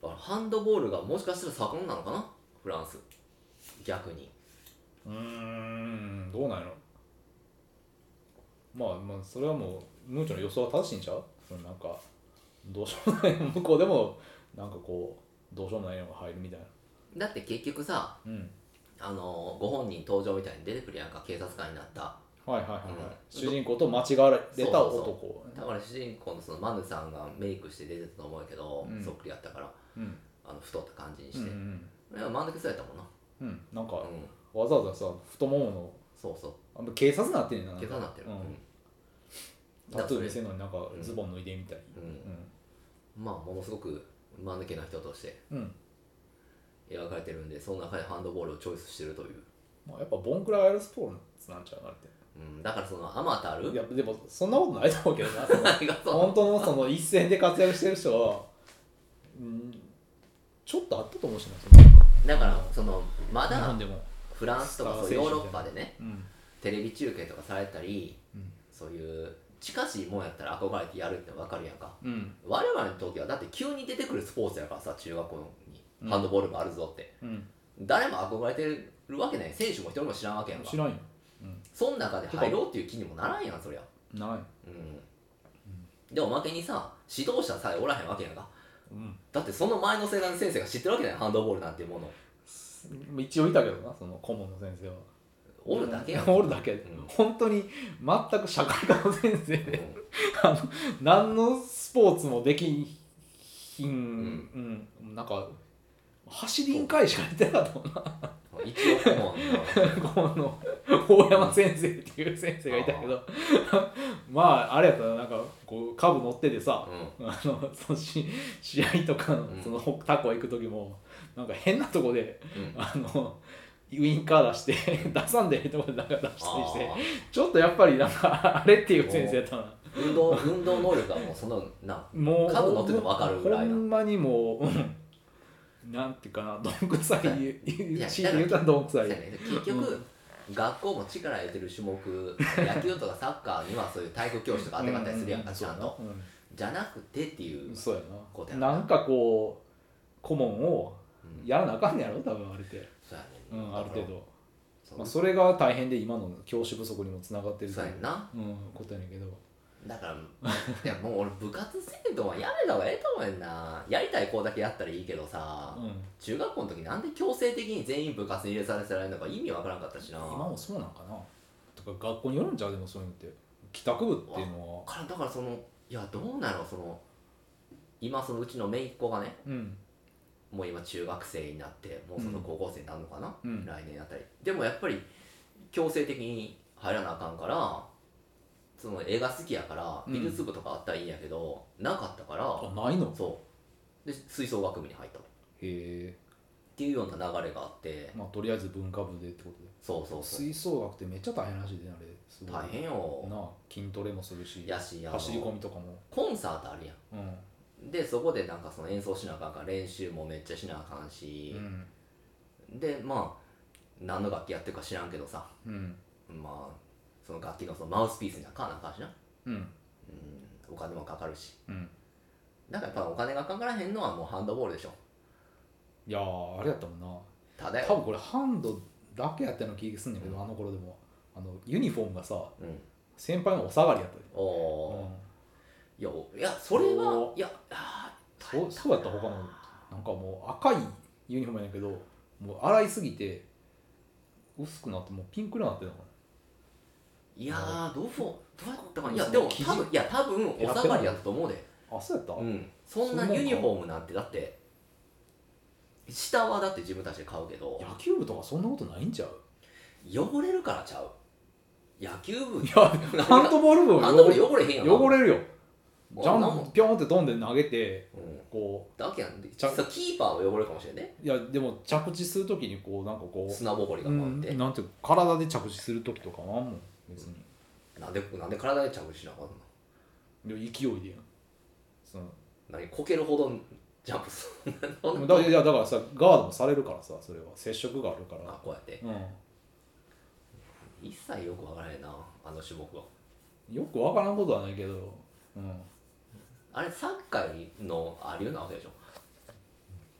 [SPEAKER 1] だからハンドボールがもしかしたら盛んなのかなフランス逆に
[SPEAKER 2] うーんどうなんやろまあまあそれはもうムーチョの予想は正しいんちゃうそのなんかどうしようもない 向こうでもなんかこうどうしようもないのが入るみたいな
[SPEAKER 1] だって結局さ
[SPEAKER 2] うん
[SPEAKER 1] あのご本人登場みたいに出てくるやんか警察官になった
[SPEAKER 2] はいはいはいはい、
[SPEAKER 1] うん
[SPEAKER 2] 主人公と間違われた
[SPEAKER 1] そう
[SPEAKER 2] 男
[SPEAKER 1] そうだから主人公のそのマヌさんがメイクして出てたと思うけど、
[SPEAKER 2] うん
[SPEAKER 1] そっくりやったから
[SPEAKER 2] うん
[SPEAKER 1] あの太った感じに
[SPEAKER 2] う
[SPEAKER 1] して、
[SPEAKER 2] ん
[SPEAKER 1] いや真ん中そうやったもんな、
[SPEAKER 2] うんうんなんか
[SPEAKER 1] うん、
[SPEAKER 2] わざわざさ太ももの
[SPEAKER 1] そうそう
[SPEAKER 2] あんま警察になってんねんななん
[SPEAKER 1] 怪
[SPEAKER 2] か
[SPEAKER 1] 我になってる、
[SPEAKER 2] うん
[SPEAKER 1] うん、
[SPEAKER 2] タ
[SPEAKER 1] だ
[SPEAKER 2] ト
[SPEAKER 1] そ
[SPEAKER 2] ゥー
[SPEAKER 1] れ
[SPEAKER 2] 見せるのになんか
[SPEAKER 1] ん
[SPEAKER 2] ズボン脱いでみたい
[SPEAKER 1] うん
[SPEAKER 2] う
[SPEAKER 1] まあものすごく間抜けな人として
[SPEAKER 2] ん、うん
[SPEAKER 1] 描かれてるんでその中でハンドボールをチョイスしてるという、
[SPEAKER 2] まあ、やっぱボンクラアイルスポーツなんちゃうなって
[SPEAKER 1] うん、だからそのあまたある
[SPEAKER 2] いやでもそんなことないと思うけど なその
[SPEAKER 1] あり がと
[SPEAKER 2] 本当のその一戦で活躍してる人は、うん、ちょっとあったと思うしな、その
[SPEAKER 1] うだからそのま
[SPEAKER 2] 日
[SPEAKER 1] だ
[SPEAKER 2] 本でも。
[SPEAKER 1] フランスとかそういうヨーロッパでね
[SPEAKER 2] うん。
[SPEAKER 1] テレビ中継とかされたり
[SPEAKER 2] うん。
[SPEAKER 1] そういう近しいもんやったら憧れてやるって分かるやんか
[SPEAKER 2] うん。
[SPEAKER 1] 我々の時はだって急に出てくるスポーツやからさ中学校
[SPEAKER 2] うん
[SPEAKER 1] にハンドボールもあるぞって、
[SPEAKER 2] うん。
[SPEAKER 1] 誰も憧れてるわけない選手も一人も知らんわけやんか
[SPEAKER 2] 知らんよ。うん。
[SPEAKER 1] その中で入ろうっていう気にもならんやんそりゃ
[SPEAKER 2] な
[SPEAKER 1] う
[SPEAKER 2] い。
[SPEAKER 1] ん、でおまけにさ指導者さえおらへんわけやんか
[SPEAKER 2] うん。
[SPEAKER 1] だってその前の世代の先生が知ってるわけないハンドボールなんていうもの
[SPEAKER 2] 一応いたけどな、その顧問の先生は。
[SPEAKER 1] おるだけやん
[SPEAKER 2] おるだけ。
[SPEAKER 1] うん
[SPEAKER 2] 本当に全く社会科の先生
[SPEAKER 1] うん
[SPEAKER 2] で、あの、何のスポーツもできひん、うん。なんか、走りん会しかやってなかったもんな。
[SPEAKER 1] 一応顧問の
[SPEAKER 2] この大山先生っていう先生がいたけど まああれやったらなんかこう株乗っててさ、
[SPEAKER 1] う
[SPEAKER 2] あのそのし試合とかの
[SPEAKER 1] うん
[SPEAKER 2] その他校行く時もなんか変なとこで
[SPEAKER 1] ん、うん、
[SPEAKER 2] あのウインカー出して 出さんでええとこでなんか出したりして
[SPEAKER 1] あ
[SPEAKER 2] ちょっとやっぱりなんかあれっていう先生やったな
[SPEAKER 1] ー運動運動能力はもうそのな
[SPEAKER 2] もう
[SPEAKER 1] 角乗ってても分かるぐらいな
[SPEAKER 2] ほんまにもう、うん、なんていうかなどんくさい
[SPEAKER 1] いや
[SPEAKER 2] チーム言うたらどんくさ
[SPEAKER 1] そう
[SPEAKER 2] い
[SPEAKER 1] やね結局、学校も力入れてる種目 野球とかサッカーにはそういう体育教師とか当てがったりするやんか、
[SPEAKER 2] う
[SPEAKER 1] ちゃんと、
[SPEAKER 2] そうやなうん
[SPEAKER 1] じゃなくてっていう
[SPEAKER 2] そうや
[SPEAKER 1] ことや
[SPEAKER 2] な
[SPEAKER 1] な
[SPEAKER 2] なんかこう顧問を
[SPEAKER 1] うん
[SPEAKER 2] やらなあかんねやろ多分あれって、
[SPEAKER 1] そうやね
[SPEAKER 2] うん、ある程度、
[SPEAKER 1] そう
[SPEAKER 2] まあ、それが大変で今の教師不足にもつながってると
[SPEAKER 1] そう
[SPEAKER 2] い
[SPEAKER 1] や
[SPEAKER 2] う、
[SPEAKER 1] んな
[SPEAKER 2] うん、ことやねんけど
[SPEAKER 1] だからい やもう俺部活せんとはやめた方がええと思うねんなやりたい子だけやったらいいけどさ、
[SPEAKER 2] うん
[SPEAKER 1] 中学校の時なんで強制的に全員部活に入れさせられるのか意味わからんかったしな
[SPEAKER 2] 今もそうなんかなとか学校によるんちゃうでもそういうのって帰宅部っていうのは
[SPEAKER 1] からだからそのいやどうなのその今そのうちの姪っ子がね
[SPEAKER 2] うん
[SPEAKER 1] もう今中学生になってもうその高校生になるのかな、
[SPEAKER 2] うん
[SPEAKER 1] 来年あたりでもやっぱり強制的に入らなあかんからその映画好きやから
[SPEAKER 2] うん
[SPEAKER 1] 美術部とかあったらいいんやけど、なかったから
[SPEAKER 2] あないの
[SPEAKER 1] そうで吹奏楽部に入ったっ
[SPEAKER 2] へ
[SPEAKER 1] ていうような流れがあって
[SPEAKER 2] えまあとりあえず文化部でってことで
[SPEAKER 1] そうそうそう
[SPEAKER 2] 吹奏楽ってめっちゃ大変らしいであれすごい
[SPEAKER 1] 大変よ
[SPEAKER 2] なあ筋トレもするし
[SPEAKER 1] やしあの
[SPEAKER 2] 走り込みとかも
[SPEAKER 1] コンサートあるや
[SPEAKER 2] うん
[SPEAKER 1] んでそこでなんかその演奏しなあかんから練習もめっちゃしなあかんし
[SPEAKER 2] う、ん
[SPEAKER 1] でまあ何の楽器やってるか知らんけどさ
[SPEAKER 2] うん
[SPEAKER 1] まあその楽器のそのマウスピースになかなあかんしな、
[SPEAKER 2] うん
[SPEAKER 1] うん、お金もかかるし
[SPEAKER 2] うん
[SPEAKER 1] だからやっぱお金がかからへんのはもうハンドボールでしょ
[SPEAKER 2] いやーあれやったもんな
[SPEAKER 1] ただ
[SPEAKER 2] 多
[SPEAKER 1] よ、
[SPEAKER 2] 分これハンドだけやったような気がすんだけど、あの頃でもあのユニフォームがさ
[SPEAKER 1] うん、
[SPEAKER 2] 先輩のお下がりやったで、
[SPEAKER 1] おお
[SPEAKER 2] う
[SPEAKER 1] ー、いやいやそれは
[SPEAKER 2] おー
[SPEAKER 1] いやあ
[SPEAKER 2] ん、そうそうやった他のなんかもう赤いユニフォームやねんけどもう洗いすぎて薄くなってもうピンク色になってるのか
[SPEAKER 1] ーいやーどうどうやったかない
[SPEAKER 2] いや
[SPEAKER 1] やでも
[SPEAKER 2] 生地
[SPEAKER 1] 多分いや多分お下がりやったと思うで
[SPEAKER 2] なあそうやった、
[SPEAKER 1] うん、そんな
[SPEAKER 2] そんなんか
[SPEAKER 1] ユニフォームなんてだって下はだって自分たちで買うけど
[SPEAKER 2] 野球部とかそんなことないんちゃう
[SPEAKER 1] 汚れるからちゃう野球部
[SPEAKER 2] いやハンドボール部
[SPEAKER 1] ハンドボール
[SPEAKER 2] は
[SPEAKER 1] 汚れへんよな
[SPEAKER 2] 汚れるよ
[SPEAKER 1] もう
[SPEAKER 2] ジャ
[SPEAKER 1] あんなも
[SPEAKER 2] ン
[SPEAKER 1] ん
[SPEAKER 2] ピョンって飛んで投げて
[SPEAKER 1] うん、
[SPEAKER 2] こ
[SPEAKER 1] だけなんで
[SPEAKER 2] ちゃう
[SPEAKER 1] 実はキーパーは汚れるかもしれんね
[SPEAKER 2] ういやでも着地するときにこうなんかこう
[SPEAKER 1] 砂ぼこりが
[SPEAKER 2] う
[SPEAKER 1] 回っ
[SPEAKER 2] ん
[SPEAKER 1] て、
[SPEAKER 2] なんていうか体で着地する時とかはもう別に、
[SPEAKER 1] なんでなんで体で着地しなあかんの
[SPEAKER 2] で勢いでやんその
[SPEAKER 1] 何こけるほどジャンプするそんな
[SPEAKER 2] だいやだからさガードもされるからさそれは接触があるから
[SPEAKER 1] あこうやって
[SPEAKER 2] う
[SPEAKER 1] 一切よくわからへんなあの種目は
[SPEAKER 2] んよくわからんことはないけどうん
[SPEAKER 1] あれサッカーのありうなわけでしょ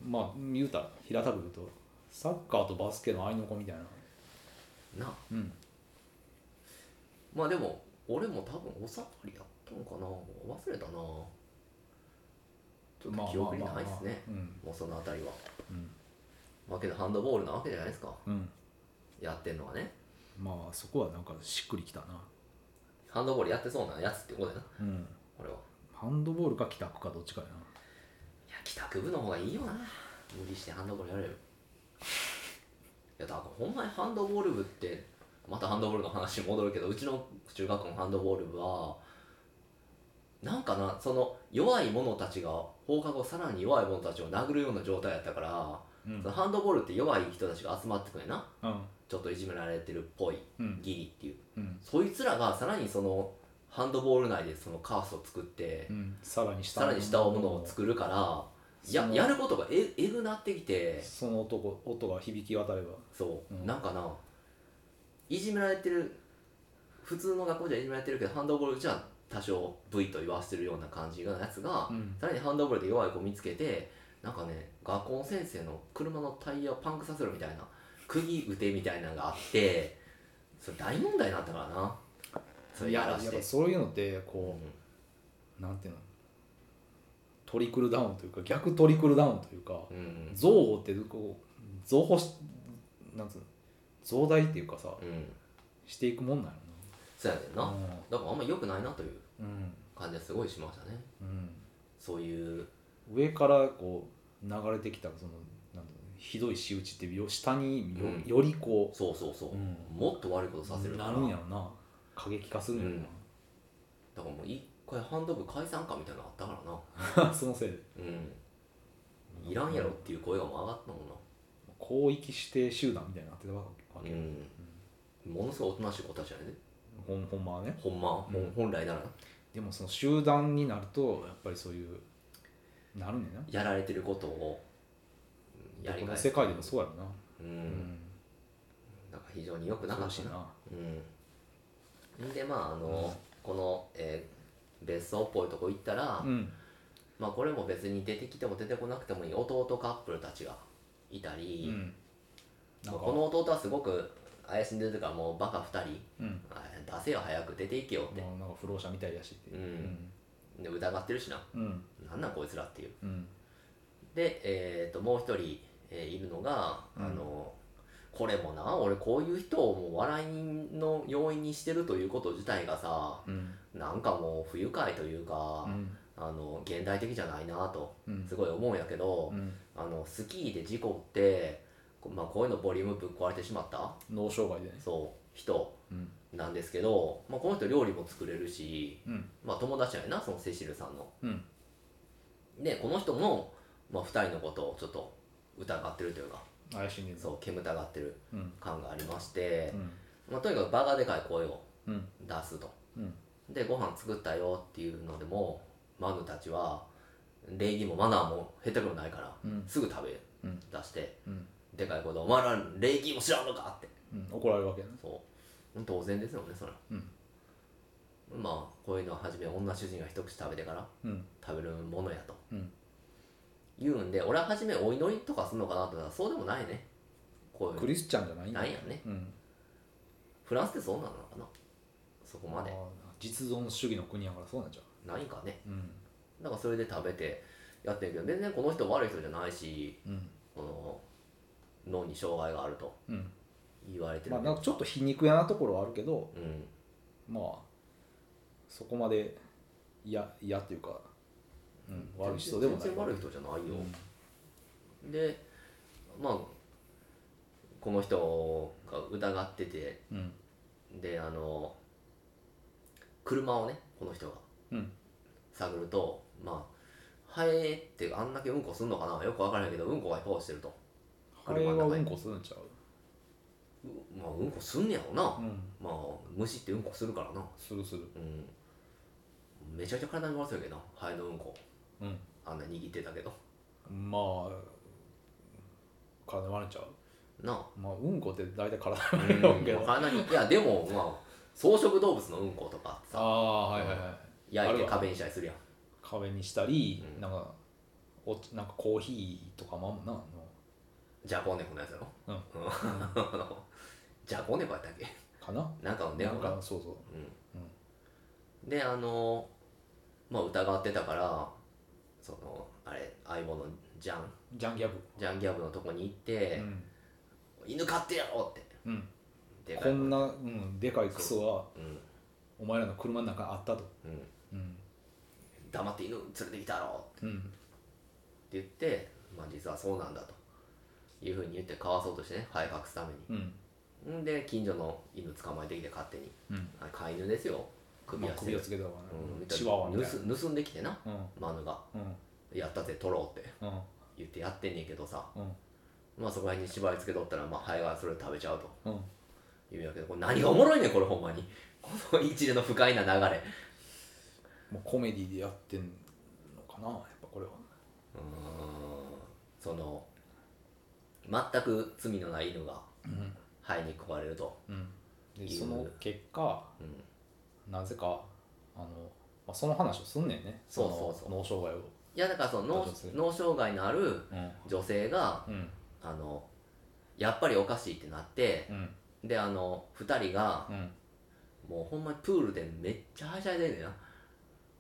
[SPEAKER 2] まあ言うたら平たく言うとサッカーとバスケの合いの子みたいな
[SPEAKER 1] なあ
[SPEAKER 2] うん
[SPEAKER 1] まあでも俺も多分おさわりやったのかな忘れたなちょっと記憶にないですね
[SPEAKER 2] うん
[SPEAKER 1] もうその辺りは
[SPEAKER 2] うん
[SPEAKER 1] まあけどハンドボールなわけじゃないですか
[SPEAKER 2] うん
[SPEAKER 1] やってんのはね
[SPEAKER 2] まあそこはなんかしっくりきたな
[SPEAKER 1] ハンドボールやってそうなやつってことやな
[SPEAKER 2] うん
[SPEAKER 1] 俺は
[SPEAKER 2] ハンドボールか帰宅かどっちかやない
[SPEAKER 1] や帰宅部の方がいいよな無理してハンドボールやれる いやだからほんまにハンドボール部ってまたハンドボールの話に戻るけどうちの中学校のハンドボール部はなんかなその弱い者たちが放課後さらに弱い者たちを殴るような状態やったから、
[SPEAKER 2] うん
[SPEAKER 1] そのハンドボールって弱い人たちが集まってくるな
[SPEAKER 2] うん
[SPEAKER 1] ちょっといじめられてるっぽい
[SPEAKER 2] うん
[SPEAKER 1] ギリっていう
[SPEAKER 2] うん
[SPEAKER 1] そいつらがさらにそのハンドボール内でそのカースを作って、
[SPEAKER 2] うんさらに下
[SPEAKER 1] さらに下をものを作るからや
[SPEAKER 2] その
[SPEAKER 1] やることがええぐなってきて
[SPEAKER 2] その音が音が響き渡れば
[SPEAKER 1] そう、
[SPEAKER 2] うん
[SPEAKER 1] なんかないじめられてる普通の学校じゃいじめられてるけどハンドボールじゃ多少 V と言わせてるような感じのやつが、
[SPEAKER 2] うん
[SPEAKER 1] さらにハンドボールで弱い子見つけてなんかね学校の先生の車のタイヤをパンクさせるみたいな釘打てみたいなのがあってそれ大問題になったからなそれやらし
[SPEAKER 2] い
[SPEAKER 1] て
[SPEAKER 2] やそういうのって
[SPEAKER 1] う
[SPEAKER 2] こ
[SPEAKER 1] ん
[SPEAKER 2] う、なんていうのトリクルダウンというか逆トリクルダウンというか
[SPEAKER 1] うん
[SPEAKER 2] 憎悪ってこう増補しなんつうの増大っていうかさ
[SPEAKER 1] うん
[SPEAKER 2] していくもんなんや
[SPEAKER 1] そうやねん
[SPEAKER 2] ろ
[SPEAKER 1] な、
[SPEAKER 2] な
[SPEAKER 1] だからあんま良くないなという
[SPEAKER 2] うん、
[SPEAKER 1] 感じはすごいしましたね
[SPEAKER 2] うん
[SPEAKER 1] そういう
[SPEAKER 2] うん、上からこう流れてきたそのなんていうのひどい仕打ちってよ下によ,、
[SPEAKER 1] うん
[SPEAKER 2] よりこ
[SPEAKER 1] そうそうそう、
[SPEAKER 2] うん
[SPEAKER 1] もっと悪いこと
[SPEAKER 2] う
[SPEAKER 1] させるから
[SPEAKER 2] な
[SPEAKER 1] だ
[SPEAKER 2] る
[SPEAKER 1] か
[SPEAKER 2] んやろな過激化するんや
[SPEAKER 1] らもう一回ハンド部解散かみたいなのあったからな
[SPEAKER 2] ろな、そのせいで
[SPEAKER 1] うんいらんやろっていう声がもう上がったもんな
[SPEAKER 2] 高広域指定集団みたいになってたわけよ、
[SPEAKER 1] うん、ものすごいおとなしい子たちやね
[SPEAKER 2] ほんほんまはね
[SPEAKER 1] ほんま、ほん本来ならな
[SPEAKER 2] でもその集団になるとやっぱりそういうなるねんな
[SPEAKER 1] やられてることをうんやり
[SPEAKER 2] こ
[SPEAKER 1] 返
[SPEAKER 2] の
[SPEAKER 1] す
[SPEAKER 2] 世界でもそうやろな
[SPEAKER 1] う、
[SPEAKER 2] うん
[SPEAKER 1] なんか非常によくなか
[SPEAKER 2] そう
[SPEAKER 1] っ
[SPEAKER 2] した
[SPEAKER 1] な
[SPEAKER 2] な
[SPEAKER 1] うん、でまああの、この、えー別荘っぽいとこ行ったら、
[SPEAKER 2] うん
[SPEAKER 1] まあ、これも別に出てきても出てこなくてもいい弟カップルたちがいた
[SPEAKER 2] う
[SPEAKER 1] り、
[SPEAKER 2] んな
[SPEAKER 1] まあ
[SPEAKER 2] んか
[SPEAKER 1] この弟はすごく怪しんでるというかもうバカ2人
[SPEAKER 2] うん
[SPEAKER 1] あ出せよ早く出ていけよって
[SPEAKER 2] ま、あなんか不老者みたいやしって
[SPEAKER 1] う
[SPEAKER 2] うんん
[SPEAKER 1] で疑ってるしな
[SPEAKER 2] うん
[SPEAKER 1] なんなんこいつらっていう
[SPEAKER 2] うん
[SPEAKER 1] で、えー、ともう一人、えーいるのが、
[SPEAKER 2] うん
[SPEAKER 1] あのこれもな俺こういう人をもう笑いの要因にしてるということ自体がさ
[SPEAKER 2] うん
[SPEAKER 1] なんかもう不愉快というか、あの現代的じゃないなと
[SPEAKER 2] うん
[SPEAKER 1] すごい思うんやけど、
[SPEAKER 2] うん
[SPEAKER 1] あのスキーで事故って、こまあ、こういうのボリュームぶっ壊れてしまった
[SPEAKER 2] 脳障害でね
[SPEAKER 1] そう人
[SPEAKER 2] うん
[SPEAKER 1] なんですけど、まあ、この人料理も作れるし、
[SPEAKER 2] うん
[SPEAKER 1] まあ、友達やねんなそのセシルさんの。
[SPEAKER 2] うん
[SPEAKER 1] でこの人も、まあ、2人のことをちょっと疑ってるというか
[SPEAKER 2] 怪しいねん
[SPEAKER 1] そう煙たがってる
[SPEAKER 2] うん
[SPEAKER 1] 感がありまして
[SPEAKER 2] う、ん
[SPEAKER 1] まあ、とにかく場がでかい声を
[SPEAKER 2] うん
[SPEAKER 1] 出すと。
[SPEAKER 2] うん
[SPEAKER 1] でご飯作ったよっていうのでもマヌたちは礼儀もマナーも下手くもないから
[SPEAKER 2] うん
[SPEAKER 1] すぐ食べ
[SPEAKER 2] うん
[SPEAKER 1] 出して、
[SPEAKER 2] うん
[SPEAKER 1] でかいこと「お前ら礼儀も知らんのか!」って
[SPEAKER 2] うん怒られるわけやな
[SPEAKER 1] そう当然ですよねそれは
[SPEAKER 2] うん
[SPEAKER 1] まあこういうのは初め女主人が一口食べてから
[SPEAKER 2] うん
[SPEAKER 1] 食べるものやと、
[SPEAKER 2] うん
[SPEAKER 1] 言うんで俺は初めお祈りとかするのかなと思ったらそうでもないねこう
[SPEAKER 2] ク
[SPEAKER 1] い
[SPEAKER 2] リスチャンじゃない
[SPEAKER 1] うんな
[SPEAKER 2] だ
[SPEAKER 1] いんやね
[SPEAKER 2] うん
[SPEAKER 1] フランスってそうなのかなそこまで
[SPEAKER 2] ああ実存主義の国やからそうなんじゃ
[SPEAKER 1] ないんかね
[SPEAKER 2] ううん
[SPEAKER 1] だからそれで食べてやってるけど全然この人悪い人じゃないし
[SPEAKER 2] うん
[SPEAKER 1] この脳に障害があると
[SPEAKER 2] うん
[SPEAKER 1] 言われてる
[SPEAKER 2] まあ
[SPEAKER 1] けど
[SPEAKER 2] なんかちょっと皮肉やなところはあるけど
[SPEAKER 1] うん
[SPEAKER 2] まあそこまで嫌嫌っていうか、うん、悪い人でもない
[SPEAKER 1] 全然悪い人じゃないよ、
[SPEAKER 2] うん
[SPEAKER 1] でまあこの人が疑ってて
[SPEAKER 2] うん
[SPEAKER 1] であの車をねこの人が
[SPEAKER 2] うん
[SPEAKER 1] 探るとまあハエってあんだけうんこすんのかなよくわからないけどうんこがこうしてると
[SPEAKER 2] ハエ
[SPEAKER 1] 車
[SPEAKER 2] は
[SPEAKER 1] の中
[SPEAKER 2] う
[SPEAKER 1] に
[SPEAKER 2] んこするんちゃう
[SPEAKER 1] うまあうんこすんねやろな、
[SPEAKER 2] うん
[SPEAKER 1] まあ虫ってうんこするからな
[SPEAKER 2] するする
[SPEAKER 1] うんめちゃくちゃ体に悪そうやけどなハエのうんこ
[SPEAKER 2] う
[SPEAKER 1] あんな握ってたけど
[SPEAKER 2] んまあ体割れちゃう
[SPEAKER 1] なあ
[SPEAKER 2] まあうんこって大体体
[SPEAKER 1] う
[SPEAKER 2] 割れるわけ
[SPEAKER 1] ん
[SPEAKER 2] や
[SPEAKER 1] もう体にいやでもまあ草食動物のうんことか
[SPEAKER 2] あ
[SPEAKER 1] さ
[SPEAKER 2] あはいはいはい
[SPEAKER 1] 焼い
[SPEAKER 2] あ
[SPEAKER 1] て
[SPEAKER 2] るわ
[SPEAKER 1] 壁にしたりするやん
[SPEAKER 2] 壁にしたり、
[SPEAKER 1] うん
[SPEAKER 2] なんかおなんかコーヒーとかもあんもんな
[SPEAKER 1] じゃこ猫のやつやろ
[SPEAKER 2] うん
[SPEAKER 1] じゃこ猫やったっけ
[SPEAKER 2] あのかな
[SPEAKER 1] なんかの
[SPEAKER 2] な
[SPEAKER 1] 猫
[SPEAKER 2] ん
[SPEAKER 1] な
[SPEAKER 2] かそうそう
[SPEAKER 1] うんであのまあ疑ってたからそのあれ相棒のジャン
[SPEAKER 2] ジャンギャブ
[SPEAKER 1] ジャンギャブのとこに行っ
[SPEAKER 2] う
[SPEAKER 1] て
[SPEAKER 2] ん、
[SPEAKER 1] 「犬飼ってやろ!」って
[SPEAKER 2] うん、
[SPEAKER 1] でか
[SPEAKER 2] こ
[SPEAKER 1] いうん
[SPEAKER 2] んな、うん、でかいクソは
[SPEAKER 1] うん
[SPEAKER 2] お前らの車の中にあったとうん
[SPEAKER 1] 黙って犬連れてきたろ
[SPEAKER 2] うん
[SPEAKER 1] って言って、まあ、実はそうなんだというふうに言ってかわそうとしてね生え隠すため
[SPEAKER 2] うん
[SPEAKER 1] にんで近所の犬捕まえてきて勝手に
[SPEAKER 2] うん
[SPEAKER 1] あ飼い犬ですよ首
[SPEAKER 2] まあ
[SPEAKER 1] 輪して
[SPEAKER 2] 首
[SPEAKER 1] る、
[SPEAKER 2] をつけたわね
[SPEAKER 1] うん、
[SPEAKER 2] チワワみたい
[SPEAKER 1] 盗盗んできてな
[SPEAKER 2] な
[SPEAKER 1] マヌが
[SPEAKER 2] うんうん
[SPEAKER 1] 「やったぜ取ろう」って
[SPEAKER 2] うん
[SPEAKER 1] 言ってやってんねんけどさ
[SPEAKER 2] うん
[SPEAKER 1] まあそこら辺に縛り付けとったらまあハエがそれを食べちゃうと
[SPEAKER 2] うん
[SPEAKER 1] いうわけでこれ何がおもろいねんこれほんまにこの一連の不快な流れ
[SPEAKER 2] もうコメディでやってんのかなやっぱこれは
[SPEAKER 1] うーんその全く罪のない犬が
[SPEAKER 2] うん
[SPEAKER 1] ハエに食われると
[SPEAKER 2] うんで
[SPEAKER 1] いう
[SPEAKER 2] その結果
[SPEAKER 1] うん
[SPEAKER 2] なぜかあの、まあ、その話をすんねんね
[SPEAKER 1] そう
[SPEAKER 2] の
[SPEAKER 1] そうそう
[SPEAKER 2] 脳障害を
[SPEAKER 1] いやだからその
[SPEAKER 2] どうする
[SPEAKER 1] 脳脳障害のある
[SPEAKER 2] うん
[SPEAKER 1] 女性が
[SPEAKER 2] うん
[SPEAKER 1] あのやっぱりおかしいってなって
[SPEAKER 2] うん
[SPEAKER 1] であの2人が
[SPEAKER 2] うん
[SPEAKER 1] もうほんまにプールでめっちゃはしゃいでんねんな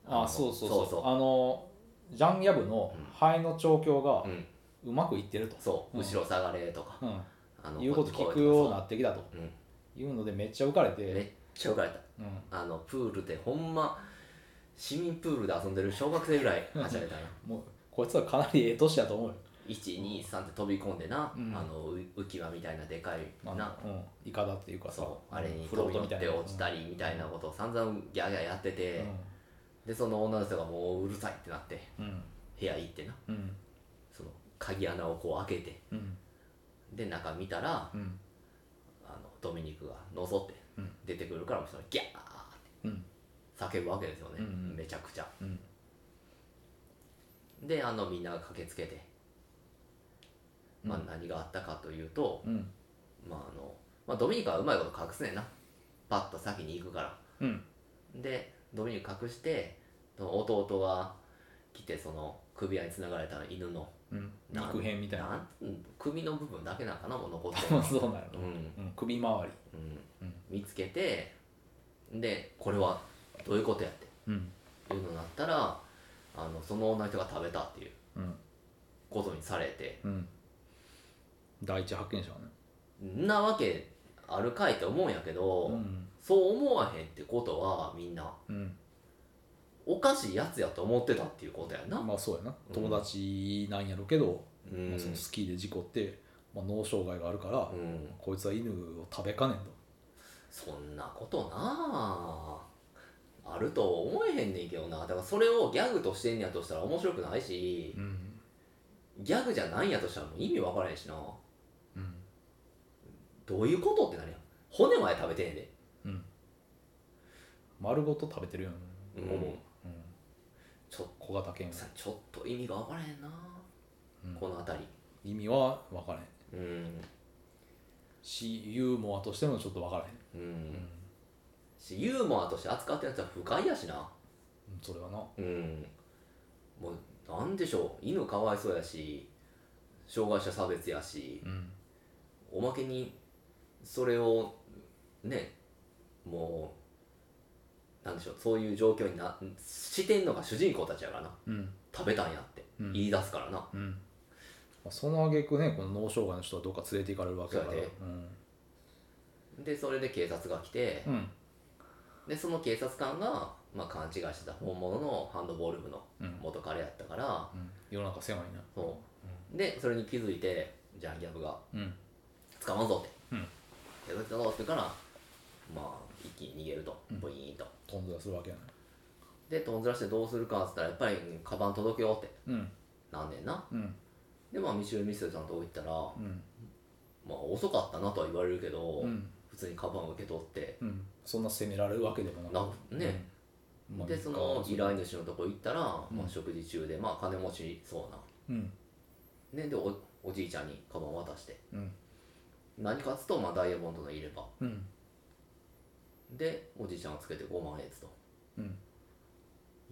[SPEAKER 2] あそうそうそう
[SPEAKER 1] そうそう
[SPEAKER 2] あのジャン・ヤブの
[SPEAKER 1] うん
[SPEAKER 2] 肺の調教が
[SPEAKER 1] うん
[SPEAKER 2] うまくいってると、
[SPEAKER 1] そう
[SPEAKER 2] うん
[SPEAKER 1] 後ろ下がれとか、
[SPEAKER 2] うん
[SPEAKER 1] あの
[SPEAKER 2] いうこと聞
[SPEAKER 1] こっ
[SPEAKER 2] くよう
[SPEAKER 1] ち来いと
[SPEAKER 2] に
[SPEAKER 1] か
[SPEAKER 2] なってきたと
[SPEAKER 1] さうん
[SPEAKER 2] いうのでめっちゃ浮かれ、
[SPEAKER 1] めってちゃ浮かれた
[SPEAKER 2] うん、
[SPEAKER 1] あのプールでほんま市民プールで遊んでる小学生ぐらいはしゃいでた な
[SPEAKER 2] もうこいつはかなりええ年やと思うよ
[SPEAKER 1] 123って飛び込んでな、
[SPEAKER 2] うん
[SPEAKER 1] あのう浮き輪みたいなでかい
[SPEAKER 2] あ
[SPEAKER 1] な
[SPEAKER 2] のうん、イカだっていうかさ
[SPEAKER 1] そうあれに
[SPEAKER 2] フロ
[SPEAKER 1] 飛
[SPEAKER 2] ー
[SPEAKER 1] び乗っ
[SPEAKER 2] トみ
[SPEAKER 1] た
[SPEAKER 2] い
[SPEAKER 1] て
[SPEAKER 2] な
[SPEAKER 1] 落ちたりみたいなことを散々ギャーギャーやってて、でその女の人がもううるさいってなって
[SPEAKER 2] うんうん
[SPEAKER 1] 部屋行ってな
[SPEAKER 2] うん
[SPEAKER 1] その鍵穴をこう開けて
[SPEAKER 2] うん
[SPEAKER 1] で中見たら
[SPEAKER 2] うん
[SPEAKER 1] あのドミニクがのぞって
[SPEAKER 2] うん
[SPEAKER 1] 出てくるからもうそれギャーっ
[SPEAKER 2] うん
[SPEAKER 1] て叫ぶわけですよね、
[SPEAKER 2] うんうん
[SPEAKER 1] めちゃくちゃ
[SPEAKER 2] うん
[SPEAKER 1] であのみんなが駆けつけて、まあ
[SPEAKER 2] う、ん
[SPEAKER 1] 何があったかというと、
[SPEAKER 2] うん
[SPEAKER 1] まああのまあ、ドミニクはうまいこと隠すねんなパッと先に行くから
[SPEAKER 2] うん
[SPEAKER 1] でドミニク隠してその弟が来てその首輪に繋がれた犬の
[SPEAKER 2] うん
[SPEAKER 1] なん
[SPEAKER 2] 肉片みたいな
[SPEAKER 1] なんうん首の部分だけなんかなもう残ってる
[SPEAKER 2] 多分 そうなの
[SPEAKER 1] うん、うん
[SPEAKER 2] うん首周り
[SPEAKER 1] 見つけてでこれはどういうことやって
[SPEAKER 2] うん
[SPEAKER 1] いうのになったらあのその女の人が食べたっていう
[SPEAKER 2] うん
[SPEAKER 1] ことにされて
[SPEAKER 2] うん第一発見者はね
[SPEAKER 1] んなわけあるかいと思うんやけど、
[SPEAKER 2] うん
[SPEAKER 1] そう思わへんってことはみんな
[SPEAKER 2] うん
[SPEAKER 1] おかしいやつやと思ってたっていうことやな、
[SPEAKER 2] まあそうやな友達なんやろうけど
[SPEAKER 1] うん
[SPEAKER 2] まあそのスキーで事故ってまあ脳障害があるから
[SPEAKER 1] うん
[SPEAKER 2] こいつは犬を食べかねんと
[SPEAKER 1] そんなことなああると思えへんねんけどなだからそれをギャグとしてんやとしたら面白くないし
[SPEAKER 2] うん
[SPEAKER 1] ギャグじゃないんやとしたらもう意味わからへんしな
[SPEAKER 2] うん
[SPEAKER 1] どういうことってなるやん骨まで食べてんねんで
[SPEAKER 2] うん丸ごと食べてるよね
[SPEAKER 1] うん
[SPEAKER 2] ほぼうん
[SPEAKER 1] ちょ
[SPEAKER 2] 小型犬
[SPEAKER 1] さちょっと意味がわからへんな、
[SPEAKER 2] うん
[SPEAKER 1] この辺り
[SPEAKER 2] 意味は分からへん
[SPEAKER 1] うん
[SPEAKER 2] しユーモアとしてもちょっと分からへん
[SPEAKER 1] うん、しユーモアとして扱ってるやつは不快やしな
[SPEAKER 2] うんそれはな
[SPEAKER 1] うんもうなんでしょう犬かわいそうやし障害者差別やし
[SPEAKER 2] うん
[SPEAKER 1] おまけにそれをねもうなんでしょうそういう状況になしてんのが主人公たちやからな
[SPEAKER 2] うん
[SPEAKER 1] 食べたんやって
[SPEAKER 2] うん
[SPEAKER 1] 言い出すからな、
[SPEAKER 2] うんまあその挙句ねこの脳障害の人はどっか連れて行かれるわけだから
[SPEAKER 1] そうやででそれで警察が来て
[SPEAKER 2] うんうん
[SPEAKER 1] でその警察官が、まあ、勘違いしてた本物のハンドボール部の
[SPEAKER 2] うん
[SPEAKER 1] 元彼やったから、
[SPEAKER 2] うん世の中狭いな
[SPEAKER 1] そうでそれに気づいてじゃあギャブが
[SPEAKER 2] うん
[SPEAKER 1] 捕まんぞって、
[SPEAKER 2] うん
[SPEAKER 1] やったぞって言うからまあ一気に逃げると
[SPEAKER 2] うん
[SPEAKER 1] ブイーンと、
[SPEAKER 2] とんずらするわけやな
[SPEAKER 1] でとんずらしてどうするかっつったらやっぱりカバン届けようって
[SPEAKER 2] うん
[SPEAKER 1] なんねんな
[SPEAKER 2] うん
[SPEAKER 1] でまあミシュル・ミスルさんと置いたら、ま
[SPEAKER 2] うん
[SPEAKER 1] あ遅かったなとは言われるけど、
[SPEAKER 2] うん
[SPEAKER 1] 普通にカバンを受け取って
[SPEAKER 2] うんそんな責められるわけでもな
[SPEAKER 1] な
[SPEAKER 2] く
[SPEAKER 1] ね、
[SPEAKER 2] うんまあ
[SPEAKER 1] でその依頼主のとこ行ったら、
[SPEAKER 2] うん
[SPEAKER 1] まあ、食事中でまあ金持ちそうな
[SPEAKER 2] うん
[SPEAKER 1] ね、でおおじいちゃんにカバン渡して
[SPEAKER 2] うん
[SPEAKER 1] 何かっつうと、まあ、ダイヤモンドの入れ歯
[SPEAKER 2] うん
[SPEAKER 1] でおじいちゃんがつけて5万円ずつと
[SPEAKER 2] うん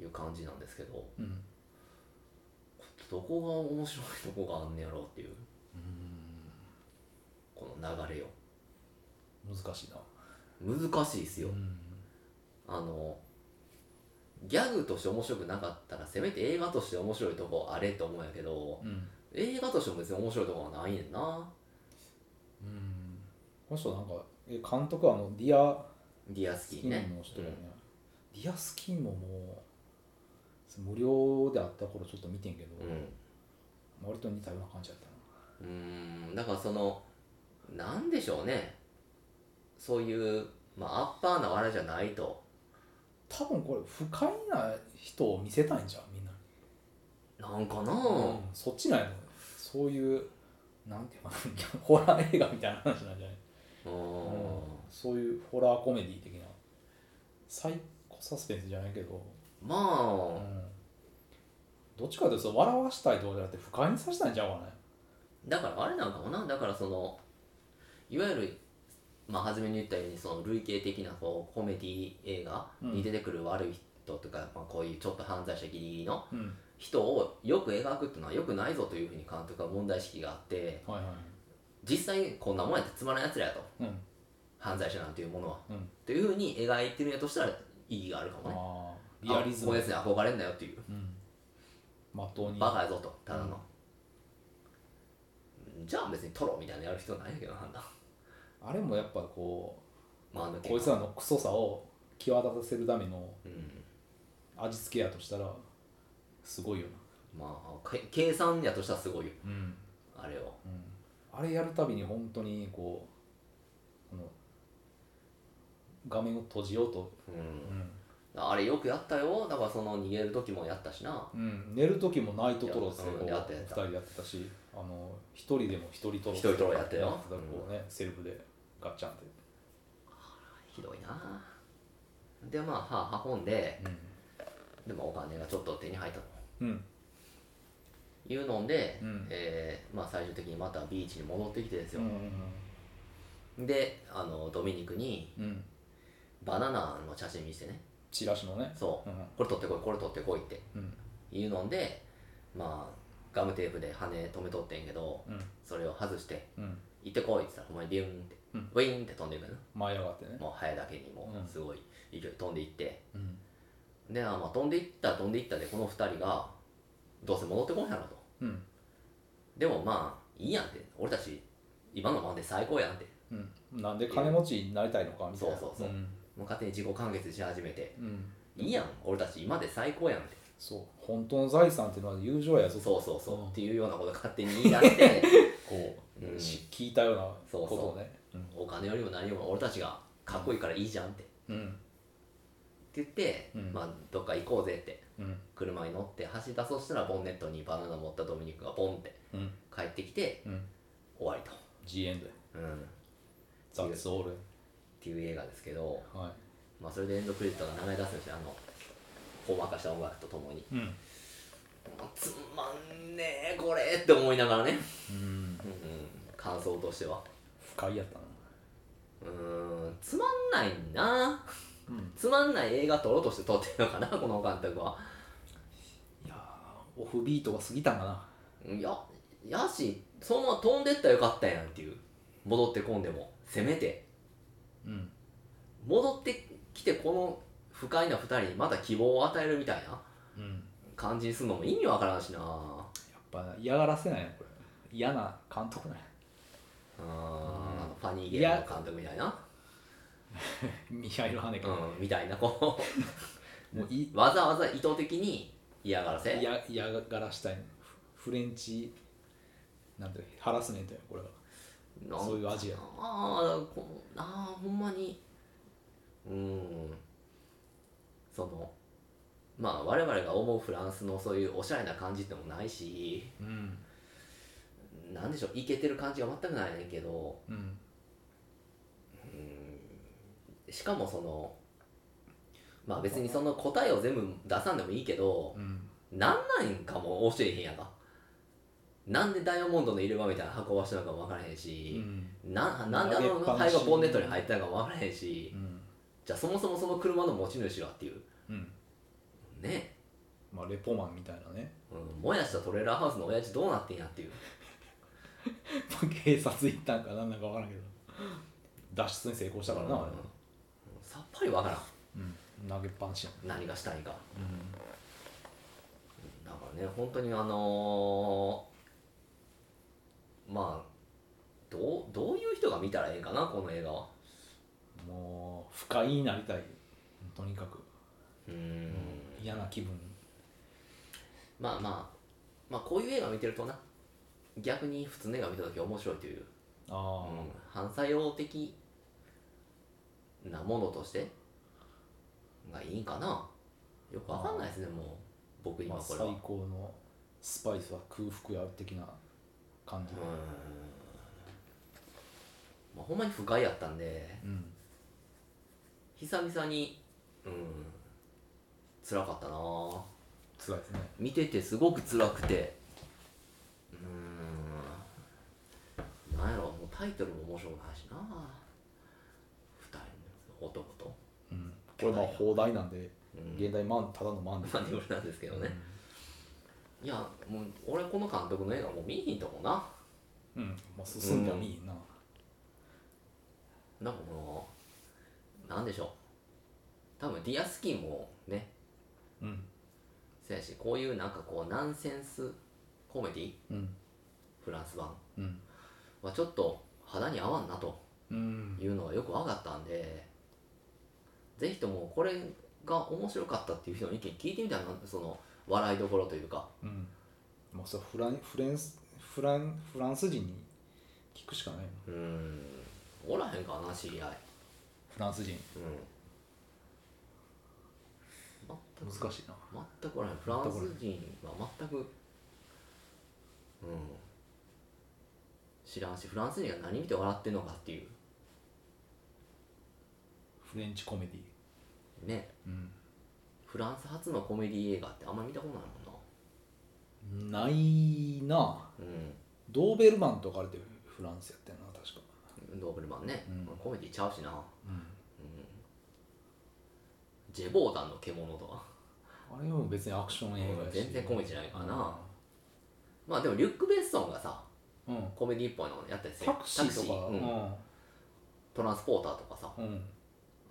[SPEAKER 1] いう感じなんですけど
[SPEAKER 2] うん
[SPEAKER 1] どこが面白い とこがあんねやろうっていうこの流れよ
[SPEAKER 2] 難しいな
[SPEAKER 1] 難しいっすよ、
[SPEAKER 2] うん
[SPEAKER 1] あのギャグとして面白くなかったらせめて映画として面白いとこあれと思うんやけど
[SPEAKER 2] うん
[SPEAKER 1] 映画としても別に面白いとこはないねんな
[SPEAKER 2] うんこの人なんかえ監督はあのディア・
[SPEAKER 1] ディアス
[SPEAKER 2] ス
[SPEAKER 1] キ
[SPEAKER 2] キ
[SPEAKER 1] ー
[SPEAKER 2] ン
[SPEAKER 1] ね
[SPEAKER 2] の人だよね、ディア・スキンももう無料であった頃ちょっと見てんけど、
[SPEAKER 1] うん、うん
[SPEAKER 2] 割と似たような感じだったな
[SPEAKER 1] うーんだからそのなんでしょうねそういう、まあ、アッパーな笑いじゃないと
[SPEAKER 2] 多分これ不快な人を見せたいんじゃんみんなに、
[SPEAKER 1] なんかな、
[SPEAKER 2] うんそっちなんやろそういうなんていうかな ホラー映画みたいな話なんじゃない、
[SPEAKER 1] うん
[SPEAKER 2] そういうホラーコメディ的なサイコサスペンスじゃないけど、
[SPEAKER 1] ま
[SPEAKER 2] う
[SPEAKER 1] あ
[SPEAKER 2] んどっちかというと笑わしたいとかじゃなくて不快にさせたいんちゃうかね
[SPEAKER 1] だからあれなんかもなだからそのいわゆるまあ初めに言ったようにその類型的なこうコメディ映画に出てくる悪い人とか、まあ、こういうちょっと犯罪者ギリギリの
[SPEAKER 2] うん
[SPEAKER 1] 人をよく描くっていうのはよくないぞというふうに監督は問題意識があって
[SPEAKER 2] はいはい
[SPEAKER 1] 実際にこんなもんやってつまらんやつらやと
[SPEAKER 2] うん
[SPEAKER 1] 犯罪者なんていうものは
[SPEAKER 2] うん
[SPEAKER 1] というふうに描いてるんやとしたら意義があるかもね
[SPEAKER 2] あーリアリズ
[SPEAKER 1] あこう
[SPEAKER 2] ム
[SPEAKER 1] いうやつに憧れんなよっていう
[SPEAKER 2] うんまっとうに
[SPEAKER 1] バカやぞとただの、じゃあ別にトロみたいなのやる必要ないんやけどなんだ
[SPEAKER 2] あれもやっぱこ
[SPEAKER 1] まああの
[SPEAKER 2] うこいつらのクソさを際立たせるための
[SPEAKER 1] うん
[SPEAKER 2] 味付けやとしたらすごいよ
[SPEAKER 1] まあけ計算やとしたらすごいよ
[SPEAKER 2] なうん、
[SPEAKER 1] あれを
[SPEAKER 2] あれやるたびに本当にこうあの画面を閉じようと、
[SPEAKER 1] うんあれよくやったよだからその逃げる時もやったしな
[SPEAKER 2] うん、寝る時もナイトトロスでこう
[SPEAKER 1] うんやったやっ
[SPEAKER 2] 2
[SPEAKER 1] た
[SPEAKER 2] 人でやってたしあの1人でも1人トロ
[SPEAKER 1] 一
[SPEAKER 2] ス
[SPEAKER 1] 人トロやったよ
[SPEAKER 2] やてこうねセルフでガッチャンって、
[SPEAKER 1] ひどいなでまあはあはほんででもお金がちょっと手に入ったと
[SPEAKER 2] うんうん、
[SPEAKER 1] いうので、
[SPEAKER 2] うん
[SPEAKER 1] えーまあ、最終的にまたビーチに戻ってきてです
[SPEAKER 2] う
[SPEAKER 1] よ
[SPEAKER 2] ん、
[SPEAKER 1] であのドミニクに
[SPEAKER 2] うんうん
[SPEAKER 1] バナナの写真見せてね
[SPEAKER 2] チラシのね
[SPEAKER 1] そう
[SPEAKER 2] うん
[SPEAKER 1] これ取ってこいこれ取ってこいって
[SPEAKER 2] うん
[SPEAKER 1] いうのでまあガムテープで羽留めとってんけど
[SPEAKER 2] うん
[SPEAKER 1] それを外して
[SPEAKER 2] うん
[SPEAKER 1] 行ってこいって言ったらほんまにビューンって、
[SPEAKER 2] うん
[SPEAKER 1] ウィーンって飛んでいくのよ
[SPEAKER 2] 舞い上がってね
[SPEAKER 1] もう早だけにも
[SPEAKER 2] うん
[SPEAKER 1] うすごい勢いで飛んでいって、
[SPEAKER 2] うん
[SPEAKER 1] であまあ飛んでいった飛んでいったでこの2人がどうせ戻ってこんやろと
[SPEAKER 2] うん
[SPEAKER 1] でもまあいいやんって俺たち今のままで最高やんって
[SPEAKER 2] うんなんで金持ちになりたいのかみたいな
[SPEAKER 1] そうそうそ
[SPEAKER 2] ん
[SPEAKER 1] もう勝手に自己完結し始めて
[SPEAKER 2] うん
[SPEAKER 1] いいやん俺たち今で最高やんって
[SPEAKER 2] そう本当の財産っていうのは友情やぞ
[SPEAKER 1] そうそうそう、
[SPEAKER 2] うん
[SPEAKER 1] っていうようなこと勝手に言い出 して、
[SPEAKER 2] こう、
[SPEAKER 1] うん
[SPEAKER 2] し聞いたようなことをね
[SPEAKER 1] お金よりも何よりも俺たちがかっこいいからいいじゃんって
[SPEAKER 2] うんうん
[SPEAKER 1] って言って、
[SPEAKER 2] うん
[SPEAKER 1] まあどっか行こうぜって
[SPEAKER 2] うん
[SPEAKER 1] 車に乗って走ったそしたらボンネットにバナナ持ったドミニクがポンって
[SPEAKER 2] うん
[SPEAKER 1] 帰ってきて
[SPEAKER 2] うん
[SPEAKER 1] 終わり
[SPEAKER 2] G エンド
[SPEAKER 1] と、うん、っ
[SPEAKER 2] That's all
[SPEAKER 1] ていう映画ですけど、
[SPEAKER 2] は
[SPEAKER 1] まあ、それでエンドクレジットが流れ出すんですよあのほんわかした音楽とともに
[SPEAKER 2] いうん
[SPEAKER 1] つまんねえこれって思いながらね、
[SPEAKER 2] うん
[SPEAKER 1] うんうん、感想としては
[SPEAKER 2] 不快やったな
[SPEAKER 1] うーんつまんないな
[SPEAKER 2] うん
[SPEAKER 1] つまんない映画撮ろうとして撮ってるのかな この監督はい
[SPEAKER 2] やーオフビートが過ぎたんかない
[SPEAKER 1] ややしそのまま飛んでったらよかったやんっていう戻ってこんでもせめて
[SPEAKER 2] うん
[SPEAKER 1] 戻ってきてこの不快な2人にまた希望を与えるみたいな
[SPEAKER 2] うん
[SPEAKER 1] 感じにするのも意味わからんしな
[SPEAKER 2] やっぱ嫌がらせないこれ嫌な監督なんや
[SPEAKER 1] うんファニーゲームの監督みたいな
[SPEAKER 2] ミハイル・ハネケン
[SPEAKER 1] うんみたいなこ
[SPEAKER 2] もうい
[SPEAKER 1] の わざわざ意図的に嫌がらせ
[SPEAKER 2] や嫌がらしたいフフレンチなんていうのハラスメントやこれは
[SPEAKER 1] なんか
[SPEAKER 2] そういう味や
[SPEAKER 1] ああこのあーほんまにうんそのまあ我々が思うフランスのそういうおしゃれな感じってのもないし
[SPEAKER 2] うん
[SPEAKER 1] なんでしょうイケてる感じが全くないねんけど
[SPEAKER 2] うん
[SPEAKER 1] しかもそのまあ別にその答えを全部出さんでもいいけど
[SPEAKER 2] うん
[SPEAKER 1] なんなんかも教えへんやんかなんでダイヤモンドの入れ歯みたいな箱をしてたのかも分からへん
[SPEAKER 2] う
[SPEAKER 1] し、
[SPEAKER 2] ん
[SPEAKER 1] ななんであ
[SPEAKER 2] 投げっぱ
[SPEAKER 1] の
[SPEAKER 2] な
[SPEAKER 1] 灰
[SPEAKER 2] し
[SPEAKER 1] がボンネットに入ってたのかも分からへんし、
[SPEAKER 2] うん
[SPEAKER 1] じゃあそもそもその車の持ち主はっていう
[SPEAKER 2] うん
[SPEAKER 1] ね
[SPEAKER 2] まあレポマンみたいなね
[SPEAKER 1] うん、燃やしたトレーラーハウスの親父どうなってんやっていう
[SPEAKER 2] 警察行ったんかなんなんかわからんけど脱出に成功したからな、あれは
[SPEAKER 1] うんさっぱりわからん
[SPEAKER 2] うん、投げっぱなしや
[SPEAKER 1] 何がしたいか
[SPEAKER 2] ん、
[SPEAKER 1] だからね本当にあのーまあどうどういう人が見たらええんかなこの映画は
[SPEAKER 2] もう不快になりたいとにかく
[SPEAKER 1] うん
[SPEAKER 2] 嫌な気分
[SPEAKER 1] まあまあまあこういう映画見てるとな逆に普通の映画見た時面白いという、
[SPEAKER 2] あ
[SPEAKER 1] う
[SPEAKER 2] あ、
[SPEAKER 1] ん、反作用的なものとしてがいいんかなよくわかんないですねもう僕
[SPEAKER 2] ま
[SPEAKER 1] 今
[SPEAKER 2] あ、
[SPEAKER 1] こ
[SPEAKER 2] 最
[SPEAKER 1] れは、
[SPEAKER 2] 高のスパイスは空腹や的な感じ
[SPEAKER 1] うーんまあ、ほんまに不快やったんで
[SPEAKER 2] うん
[SPEAKER 1] 久々にうん辛かったなぁ
[SPEAKER 2] 辛いですね
[SPEAKER 1] 見ててすごく辛くてうーんなんやろもうタイトルも面白くないしな二人の男と
[SPEAKER 2] うんこれまあ放題なんで、
[SPEAKER 1] うん
[SPEAKER 2] 現代マンただのマンで
[SPEAKER 1] マニュールなんですけどね、いやもう俺この監督の映画もう見えへんと思うな
[SPEAKER 2] うん、まあ、進んでもいいな、
[SPEAKER 1] なんかこのなんでしょう多分ディアスキンもね
[SPEAKER 2] うん
[SPEAKER 1] そうやしこういうなんかこうナンセンスコメディ
[SPEAKER 2] うん
[SPEAKER 1] フランス版
[SPEAKER 2] うん
[SPEAKER 1] はちょっと肌に合わんなと
[SPEAKER 2] うん
[SPEAKER 1] いうのがよく分かったんでぜひともこれが面白かったっていう人の意見聞いてみたいなその笑いどころというか
[SPEAKER 2] うんまあそれフランフレンスフランフランス人に聞くしかないな
[SPEAKER 1] うーんおらへんかな知り合い
[SPEAKER 2] フランス人
[SPEAKER 1] うん全く
[SPEAKER 2] 難しいな
[SPEAKER 1] 全くこれフランス人は全く、うん、知らんしフランス人が何見て笑ってんのかってい
[SPEAKER 2] フレンチコメディ
[SPEAKER 1] うねフランス初のコメディ映画ってあんまり見たことない
[SPEAKER 2] うんないな
[SPEAKER 1] もんな
[SPEAKER 2] ドーベルマンとかあれでフランスやってんな確か
[SPEAKER 1] うんドーベルマンね、
[SPEAKER 2] うん
[SPEAKER 1] まあコメディちゃうしな、
[SPEAKER 2] うん
[SPEAKER 1] うん、ジェボーダンの獣とか
[SPEAKER 2] あれは別にアクション映画やし
[SPEAKER 1] 全然コメディじゃないからなまあでもリュック・ベッソンがさ
[SPEAKER 2] うん、うん
[SPEAKER 1] コメディっぽいのやったりする
[SPEAKER 2] タクシーとか
[SPEAKER 1] タクシーうんトランスポーターとかさ
[SPEAKER 2] うん、うん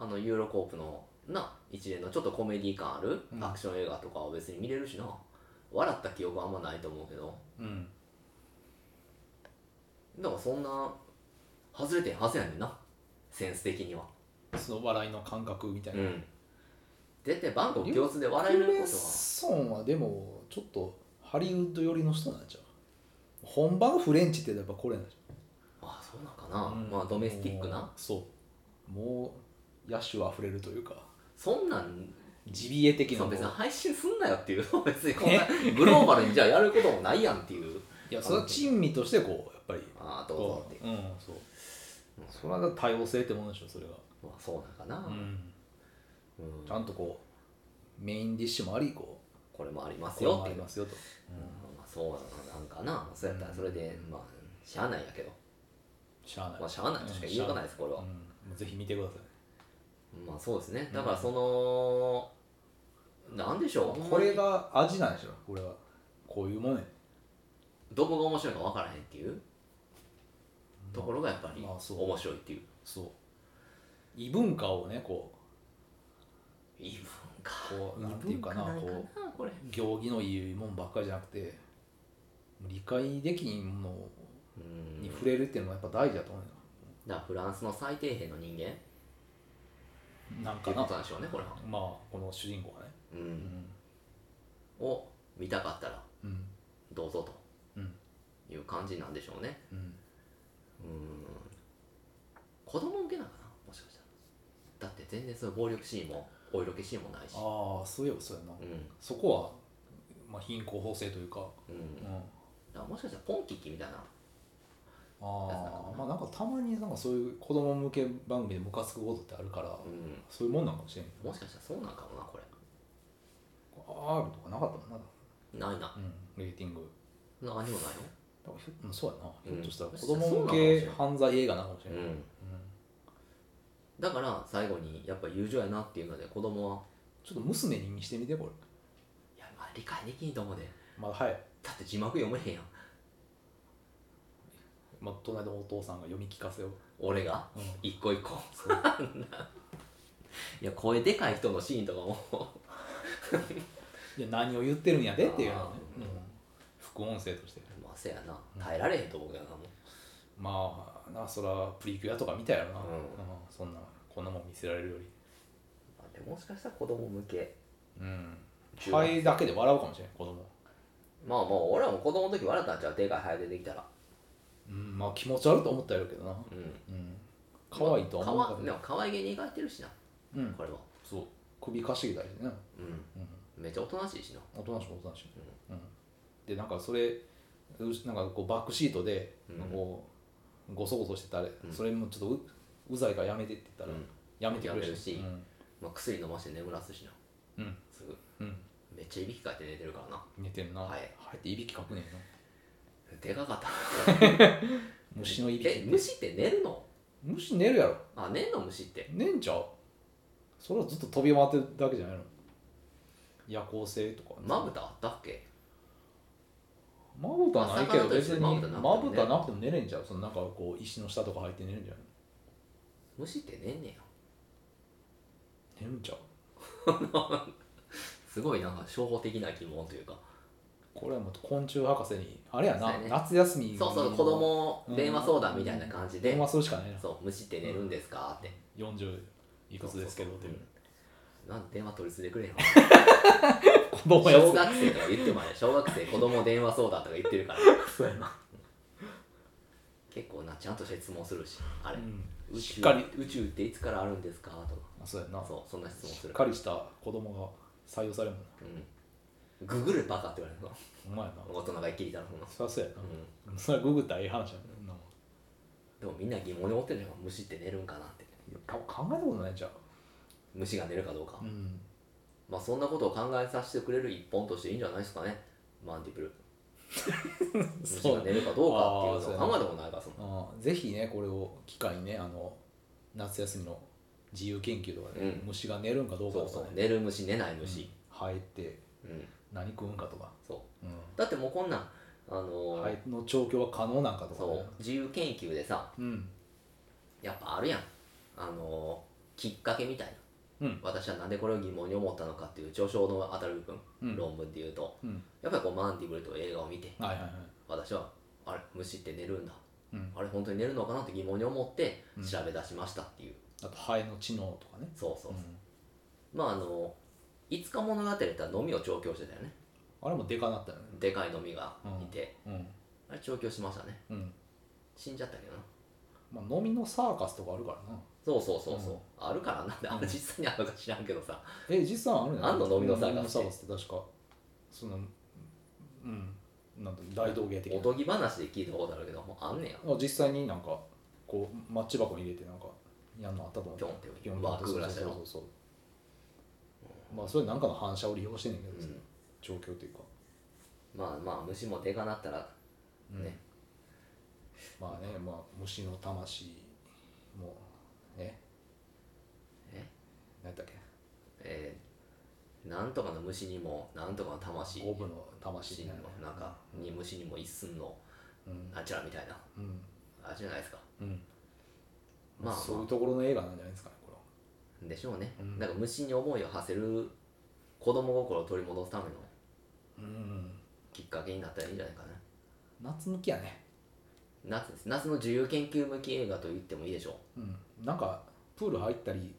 [SPEAKER 1] あのユーロコープのな一連のちょっとコメディ感ある
[SPEAKER 2] うん
[SPEAKER 1] アクション映画とかは別に見れるしな、笑った記憶はあんまないと思うけど
[SPEAKER 2] うん
[SPEAKER 1] だからそんな外れてんはずやねんなセンス的には
[SPEAKER 2] その笑いの感覚みたいうな、
[SPEAKER 1] ん絶対バンコク共通で笑える
[SPEAKER 2] ル
[SPEAKER 1] こ
[SPEAKER 2] ベ
[SPEAKER 1] と
[SPEAKER 2] ッ
[SPEAKER 1] は
[SPEAKER 2] ソンはでもちょっとハリウッド寄りの人なんちゃう本場のフレンチってやっぱこれなんち
[SPEAKER 1] ああそうなんかな、
[SPEAKER 2] ゃう、うん
[SPEAKER 1] まあドメスティックな
[SPEAKER 2] そうもう野手あふれるというか
[SPEAKER 1] そんなん
[SPEAKER 2] ジビエ的な
[SPEAKER 1] そう
[SPEAKER 2] もう
[SPEAKER 1] 別に配信すんなよっていう 別にこんなグローバルにじゃあやることもないやんって いう
[SPEAKER 2] いやそれは珍味としてこうやっぱり
[SPEAKER 1] ああどうぞ
[SPEAKER 2] こ
[SPEAKER 1] っ
[SPEAKER 2] う
[SPEAKER 1] て、
[SPEAKER 2] うんそうそれは多様性ってものでしょそれは、
[SPEAKER 1] まあそうなんかな、
[SPEAKER 2] うん、
[SPEAKER 1] うん
[SPEAKER 2] ちゃんとこうメインディッシュもありこう
[SPEAKER 1] これもあります
[SPEAKER 2] これ
[SPEAKER 1] よ
[SPEAKER 2] も
[SPEAKER 1] っ
[SPEAKER 2] あ
[SPEAKER 1] てい
[SPEAKER 2] り
[SPEAKER 1] う
[SPEAKER 2] ますよと、
[SPEAKER 1] まあ、そうなんかな、まあそうやったらそれで、
[SPEAKER 2] うん
[SPEAKER 1] まあ、しゃあないやけど、
[SPEAKER 2] しゃあない、
[SPEAKER 1] まあ、しゃあないとしか言いようがないです、これは
[SPEAKER 2] うん。もうぜひ見てくださ
[SPEAKER 1] まあ、そうですね、だからその、なんでしょう、
[SPEAKER 2] いこれ、が味なんでしょこれはこういうもんや
[SPEAKER 1] どこが面白いか分からへんっていうところがやっぱり
[SPEAKER 2] まあそう
[SPEAKER 1] 面白いっていう。
[SPEAKER 2] そう異文化をねこ
[SPEAKER 1] 異文化。
[SPEAKER 2] うこうなんていうかな
[SPEAKER 1] 異文化なん
[SPEAKER 2] こ
[SPEAKER 1] かなこれ。
[SPEAKER 2] う行儀のいいもんばっかりじゃなくて理解できんもの
[SPEAKER 1] うん。
[SPEAKER 2] に触れるっていうのはやっぱ大事だと思うよ、
[SPEAKER 1] だからフランスの最底辺の人間って
[SPEAKER 2] なん
[SPEAKER 1] い
[SPEAKER 2] か
[SPEAKER 1] う
[SPEAKER 2] な
[SPEAKER 1] ことなんでしょうね、これは。
[SPEAKER 2] まあこの主人公がね
[SPEAKER 1] う。
[SPEAKER 2] うんん
[SPEAKER 1] を見たかったら、
[SPEAKER 2] うん
[SPEAKER 1] どうぞ
[SPEAKER 2] うん
[SPEAKER 1] という感じなんでしょうね。
[SPEAKER 2] うん
[SPEAKER 1] うん子供向けなのかなもしかしたらだって全然その暴力シーンもお色気シーンもないし
[SPEAKER 2] ああそういえばそうやな、
[SPEAKER 1] うん
[SPEAKER 2] そこは、まあ、貧困法制というか、
[SPEAKER 1] うん
[SPEAKER 2] う
[SPEAKER 1] だ
[SPEAKER 2] ん、
[SPEAKER 1] か
[SPEAKER 2] あ
[SPEAKER 1] らもしかしたらポンキッキみたいな
[SPEAKER 2] あーまあなんかたまになんかそういう子供向け番組でムカつくことってあるから、
[SPEAKER 1] うん
[SPEAKER 2] そういうもんなんかもしれんけど
[SPEAKER 1] もしかしたらそうなんかもなこ
[SPEAKER 2] あるとかなかったもんな、
[SPEAKER 1] れないな
[SPEAKER 2] うん、レーティング
[SPEAKER 1] 何にもない
[SPEAKER 2] だからひょうんそうやな、
[SPEAKER 1] うん
[SPEAKER 2] ひょっとしたら子供向け犯罪映画なのかもしれ
[SPEAKER 1] の
[SPEAKER 2] ない、
[SPEAKER 1] うんだから最後にやっぱ友情やなっていうので子供は
[SPEAKER 2] ちょっと娘に見してみてこれ
[SPEAKER 1] いやまあ理解できんと思うで
[SPEAKER 2] まだ早い、
[SPEAKER 1] だって字幕読めへんやん
[SPEAKER 2] まあ、隣のお父さんが読み聞かせを、
[SPEAKER 1] 俺が
[SPEAKER 2] うん、
[SPEAKER 1] 一個一個
[SPEAKER 2] そう
[SPEAKER 1] いや声でかい人のシーンとかも
[SPEAKER 2] いや何を言ってるんやでっていうのね
[SPEAKER 1] あー、
[SPEAKER 2] うん副音声として
[SPEAKER 1] まあせやな耐えられへんと思うけどなもう
[SPEAKER 2] まあなそらプリキュアとか見たやろな、
[SPEAKER 1] うん
[SPEAKER 2] そんなこんなもん見せられるより
[SPEAKER 1] まあでももしかしたら子供向け
[SPEAKER 2] うん
[SPEAKER 1] 中
[SPEAKER 2] ハエだけで笑うかもしれない子供
[SPEAKER 1] まあもう俺らも子供の時笑ったんちゃうでかいハエ出てきたら
[SPEAKER 2] うんまあ気持ち悪いと思ったやろうけどな
[SPEAKER 1] うん
[SPEAKER 2] うん可愛いとは思う
[SPEAKER 1] か
[SPEAKER 2] け
[SPEAKER 1] わで
[SPEAKER 2] ど
[SPEAKER 1] も可愛げに描いてるしな
[SPEAKER 2] うん
[SPEAKER 1] これは
[SPEAKER 2] そう首かしげたりしてね
[SPEAKER 1] うん
[SPEAKER 2] うん
[SPEAKER 1] めっちゃおとなしいしな
[SPEAKER 2] おとなしくおとなしくうんでなんかそれうしなんかこうバックシートで
[SPEAKER 1] うん
[SPEAKER 2] こうごそごそしてたら、
[SPEAKER 1] うん
[SPEAKER 2] それもちょっとううざいからやめてって言ったら、
[SPEAKER 1] うん
[SPEAKER 2] やめてくれ
[SPEAKER 1] やめ
[SPEAKER 2] る
[SPEAKER 1] るし
[SPEAKER 2] うん
[SPEAKER 1] まあ、薬飲まして眠らすしな
[SPEAKER 2] うん
[SPEAKER 1] すぐ
[SPEAKER 2] うん、
[SPEAKER 1] めっちゃいびきかいて寝てるからな
[SPEAKER 2] 寝てんな、
[SPEAKER 1] は
[SPEAKER 2] はいい、っていびきかくねんな
[SPEAKER 1] でかかった
[SPEAKER 2] 虫のいびき
[SPEAKER 1] え虫って寝るの
[SPEAKER 2] 虫寝るやろ
[SPEAKER 1] あ寝んの虫って
[SPEAKER 2] 寝んちゃうそれはずっと飛び回ってるだけじゃないの夜行性とか
[SPEAKER 1] まぶたあったっけ
[SPEAKER 2] まぶたないけど
[SPEAKER 1] 魚と一
[SPEAKER 2] 別
[SPEAKER 1] 緒
[SPEAKER 2] に
[SPEAKER 1] に
[SPEAKER 2] ま
[SPEAKER 1] ま
[SPEAKER 2] ぶ
[SPEAKER 1] ぶ
[SPEAKER 2] た
[SPEAKER 1] た
[SPEAKER 2] な
[SPEAKER 1] なくてもね
[SPEAKER 2] くても寝れんちゃうそのなんかこう石の下とか入って寝れんじゃない
[SPEAKER 1] 虫って寝んねや
[SPEAKER 2] 寝るんちゃう
[SPEAKER 1] すごいなんか初歩的な疑問というか
[SPEAKER 2] これはもっと昆虫博士にあれや
[SPEAKER 1] そう
[SPEAKER 2] な、
[SPEAKER 1] やね
[SPEAKER 2] 夏休み
[SPEAKER 1] そうそう子供電話相談みたいな感じで
[SPEAKER 2] 電話するしかないな
[SPEAKER 1] そう虫って寝るんですかって
[SPEAKER 2] 40いくつですけどっていう
[SPEAKER 1] なんで電話取りすぎてくれへんわ
[SPEAKER 2] 子供や
[SPEAKER 1] 小
[SPEAKER 2] つ
[SPEAKER 1] 学生とか言ってもあれ小学生子供電話相談とか言ってるから
[SPEAKER 2] そうやな、
[SPEAKER 1] 結構なちゃんとした質問するしあ
[SPEAKER 2] う
[SPEAKER 1] れ、
[SPEAKER 2] ん、
[SPEAKER 1] 宇宙
[SPEAKER 2] しっかり
[SPEAKER 1] 宇宙っていつからあるんですかとか
[SPEAKER 2] あそうやな
[SPEAKER 1] そうそんな質問す
[SPEAKER 2] しっ
[SPEAKER 1] る
[SPEAKER 2] かりした子供が採用されるもん
[SPEAKER 1] うんググるバカって言われるの
[SPEAKER 2] なお前やな
[SPEAKER 1] 大人が一気にいたらそんな
[SPEAKER 2] そりゃそうやな、
[SPEAKER 1] うん
[SPEAKER 2] それはググったらええ話やな、
[SPEAKER 1] でもみんな疑問に思ってるのよ虫って寝るんかなって
[SPEAKER 2] いやか考えたことないじゃん、
[SPEAKER 1] 虫が寝るかどうか、
[SPEAKER 2] ん、
[SPEAKER 1] まあそんなことを考えさせてくれる一本としていいんじゃないですかねマンティプル虫が寝るかどうかっていうのを考えたことないからその
[SPEAKER 2] あーぜひねこれを機会にねあの夏休みの自由研究とかで、
[SPEAKER 1] うん
[SPEAKER 2] 虫が寝るんかどうか
[SPEAKER 1] そ
[SPEAKER 2] と
[SPEAKER 1] う
[SPEAKER 2] か、ね、
[SPEAKER 1] そう寝る虫寝ない虫
[SPEAKER 2] 生えて
[SPEAKER 1] うん、
[SPEAKER 2] 何食うんかとか、
[SPEAKER 1] そう
[SPEAKER 2] う
[SPEAKER 1] だってもうこんなんあの
[SPEAKER 2] ん、
[SPEAKER 1] ー
[SPEAKER 2] 生えの調教は可能なんかとか、
[SPEAKER 1] そ
[SPEAKER 2] ね、
[SPEAKER 1] う自由研究でさ
[SPEAKER 2] うん
[SPEAKER 1] やっぱあるやんあのーきっかけみたいな
[SPEAKER 2] うん
[SPEAKER 1] 私はなんでこれを疑問に思ったのかっていう序章の当たる部分、
[SPEAKER 2] うん
[SPEAKER 1] 論文で言うと
[SPEAKER 2] うん
[SPEAKER 1] やっぱりこうマンティブルと映画を見て
[SPEAKER 2] はいはいはい
[SPEAKER 1] 私はあれ虫って寝るんだ
[SPEAKER 2] うん、
[SPEAKER 1] あれ本当に寝るのかなって疑問に思って
[SPEAKER 2] うん
[SPEAKER 1] 調べ出しましたっていう、
[SPEAKER 2] あとハエの知能とかね
[SPEAKER 1] そうそうそう、
[SPEAKER 2] うん
[SPEAKER 1] まああのいつか物語って言ったら飲みを調教してたよね
[SPEAKER 2] あれもでかなったよね
[SPEAKER 1] でかい飲みがいて、
[SPEAKER 2] うん
[SPEAKER 1] あれ調教しましたね
[SPEAKER 2] うん
[SPEAKER 1] 死んじゃったけどな
[SPEAKER 2] まあ飲みのサーカスとかあるからな
[SPEAKER 1] そうそうそうそう、
[SPEAKER 2] うん
[SPEAKER 1] あるからなんであれ 実際にあるのか知らんけどさ、
[SPEAKER 2] え実際あるんじゃない
[SPEAKER 1] あんの飲みのサーカスって
[SPEAKER 2] 飲みのって確かそのうんなんて大道芸的
[SPEAKER 1] お
[SPEAKER 2] な
[SPEAKER 1] とぎ話で聞いたことあるけどもうあんねや
[SPEAKER 2] あ実際になんかこうマッチ箱に入れてなんかやんのあったと思う
[SPEAKER 1] ピョンって
[SPEAKER 2] ピョン
[SPEAKER 1] バークぐらいした
[SPEAKER 2] そう
[SPEAKER 1] よ
[SPEAKER 2] そうそうそうまあそれなんかの反射を利用してんねんけど、
[SPEAKER 1] うん
[SPEAKER 2] 状況というか、
[SPEAKER 1] まあまあ虫もでかなったら
[SPEAKER 2] うん
[SPEAKER 1] ね、
[SPEAKER 2] まあねまあ虫の魂もね
[SPEAKER 1] え
[SPEAKER 2] 何だっけ
[SPEAKER 1] えーなんとかの虫にもなんとかの魂
[SPEAKER 2] オブの
[SPEAKER 1] に
[SPEAKER 2] 魂み
[SPEAKER 1] も
[SPEAKER 2] たいな
[SPEAKER 1] なんかに虫にも一寸の
[SPEAKER 2] うん
[SPEAKER 1] あちらみたいな
[SPEAKER 2] うん
[SPEAKER 1] あれじゃないですか
[SPEAKER 2] うん
[SPEAKER 1] まあ、ま
[SPEAKER 2] そういうところの映画なんじゃないですかねこれは
[SPEAKER 1] あ、でしょうね、
[SPEAKER 2] うん
[SPEAKER 1] なんか虫に思いを馳せる子供心を取り戻すための
[SPEAKER 2] うん
[SPEAKER 1] きっかけになったらいいんじゃないかな
[SPEAKER 2] 夏向きやね
[SPEAKER 1] 夏です夏の自由研究向き映画と言ってもいいでしょう
[SPEAKER 2] うんなんかプール入ったり、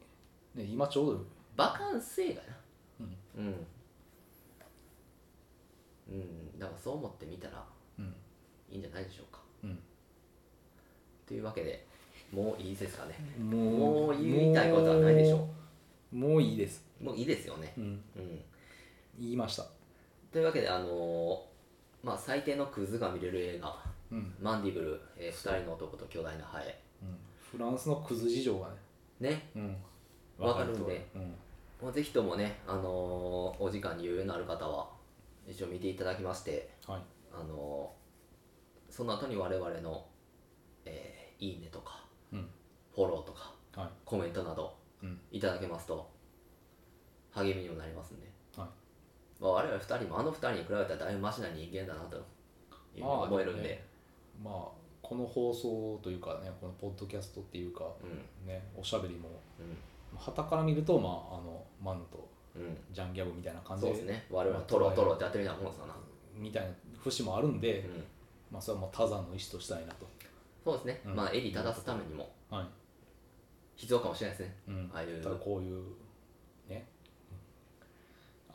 [SPEAKER 2] ね、今ちょうど
[SPEAKER 1] バカンス映画やなうんうん、だからそう思ってみたら
[SPEAKER 2] うん
[SPEAKER 1] いいんじゃないでしょうか
[SPEAKER 2] うん
[SPEAKER 1] というわけでもういいですかねも
[SPEAKER 2] も
[SPEAKER 1] う言いたいことはないでしょ
[SPEAKER 2] うもういいです、
[SPEAKER 1] うもういいですよね
[SPEAKER 2] うん、
[SPEAKER 1] うん
[SPEAKER 2] 言いました、
[SPEAKER 1] というわけであのーまあ最低のクズが見れる映画
[SPEAKER 2] うん
[SPEAKER 1] 「マンディブル、えー二人の男と巨大なハエ
[SPEAKER 2] うん、フランスのクズ事情がね、」
[SPEAKER 1] ね
[SPEAKER 2] うん、
[SPEAKER 1] わかるんで
[SPEAKER 2] と思ううん、
[SPEAKER 1] もうぜひともね、あのーお時間に余裕のある方は一応見ていただきまして
[SPEAKER 2] はい
[SPEAKER 1] あのーその後に我々の、えーいいねとか
[SPEAKER 2] うん
[SPEAKER 1] フォローとか
[SPEAKER 2] はい
[SPEAKER 1] コメントなど
[SPEAKER 2] うん
[SPEAKER 1] いただけますと励みにもなりますんで、
[SPEAKER 2] はい
[SPEAKER 1] まあ、我々2人もあの2人に比べたらだいぶマシな人間だなというふうに
[SPEAKER 2] まあ
[SPEAKER 1] 思えるんで,、
[SPEAKER 2] ねまあこの放送というかねこのポッドキャストっていうかねおしゃべりもはたから見るとまああのマンと
[SPEAKER 1] うんうんうん
[SPEAKER 2] ジャンギャブみたいな感じ
[SPEAKER 1] そうですね我々はトロトロってやってるようなもんですかな、
[SPEAKER 2] みたいな節もあるんで、
[SPEAKER 1] うん、
[SPEAKER 2] まあそれはもう他山の意思としたいなと
[SPEAKER 1] そうですね、
[SPEAKER 2] うん
[SPEAKER 1] まあ襟正すためにも
[SPEAKER 2] はい、
[SPEAKER 1] 必要かもしれないですね
[SPEAKER 2] うん、
[SPEAKER 1] ああいう
[SPEAKER 2] ただこういうね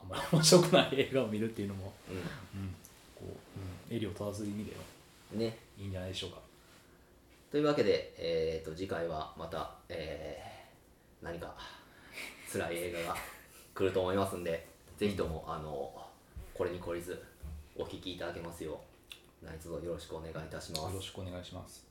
[SPEAKER 2] あんまり面白くない映画を見るっていうのも、うんこううん、襟を問わずに見れば
[SPEAKER 1] うんね
[SPEAKER 2] いいんじゃないでしょうか
[SPEAKER 1] というわけで、えー、と次回はまた、えー何か辛い映画が来ると思いますんでぜひともあのこれに懲りずお聞きいただけますよう何卒よろしくお願いいたしま
[SPEAKER 2] よ
[SPEAKER 1] す
[SPEAKER 2] ろしくお願いします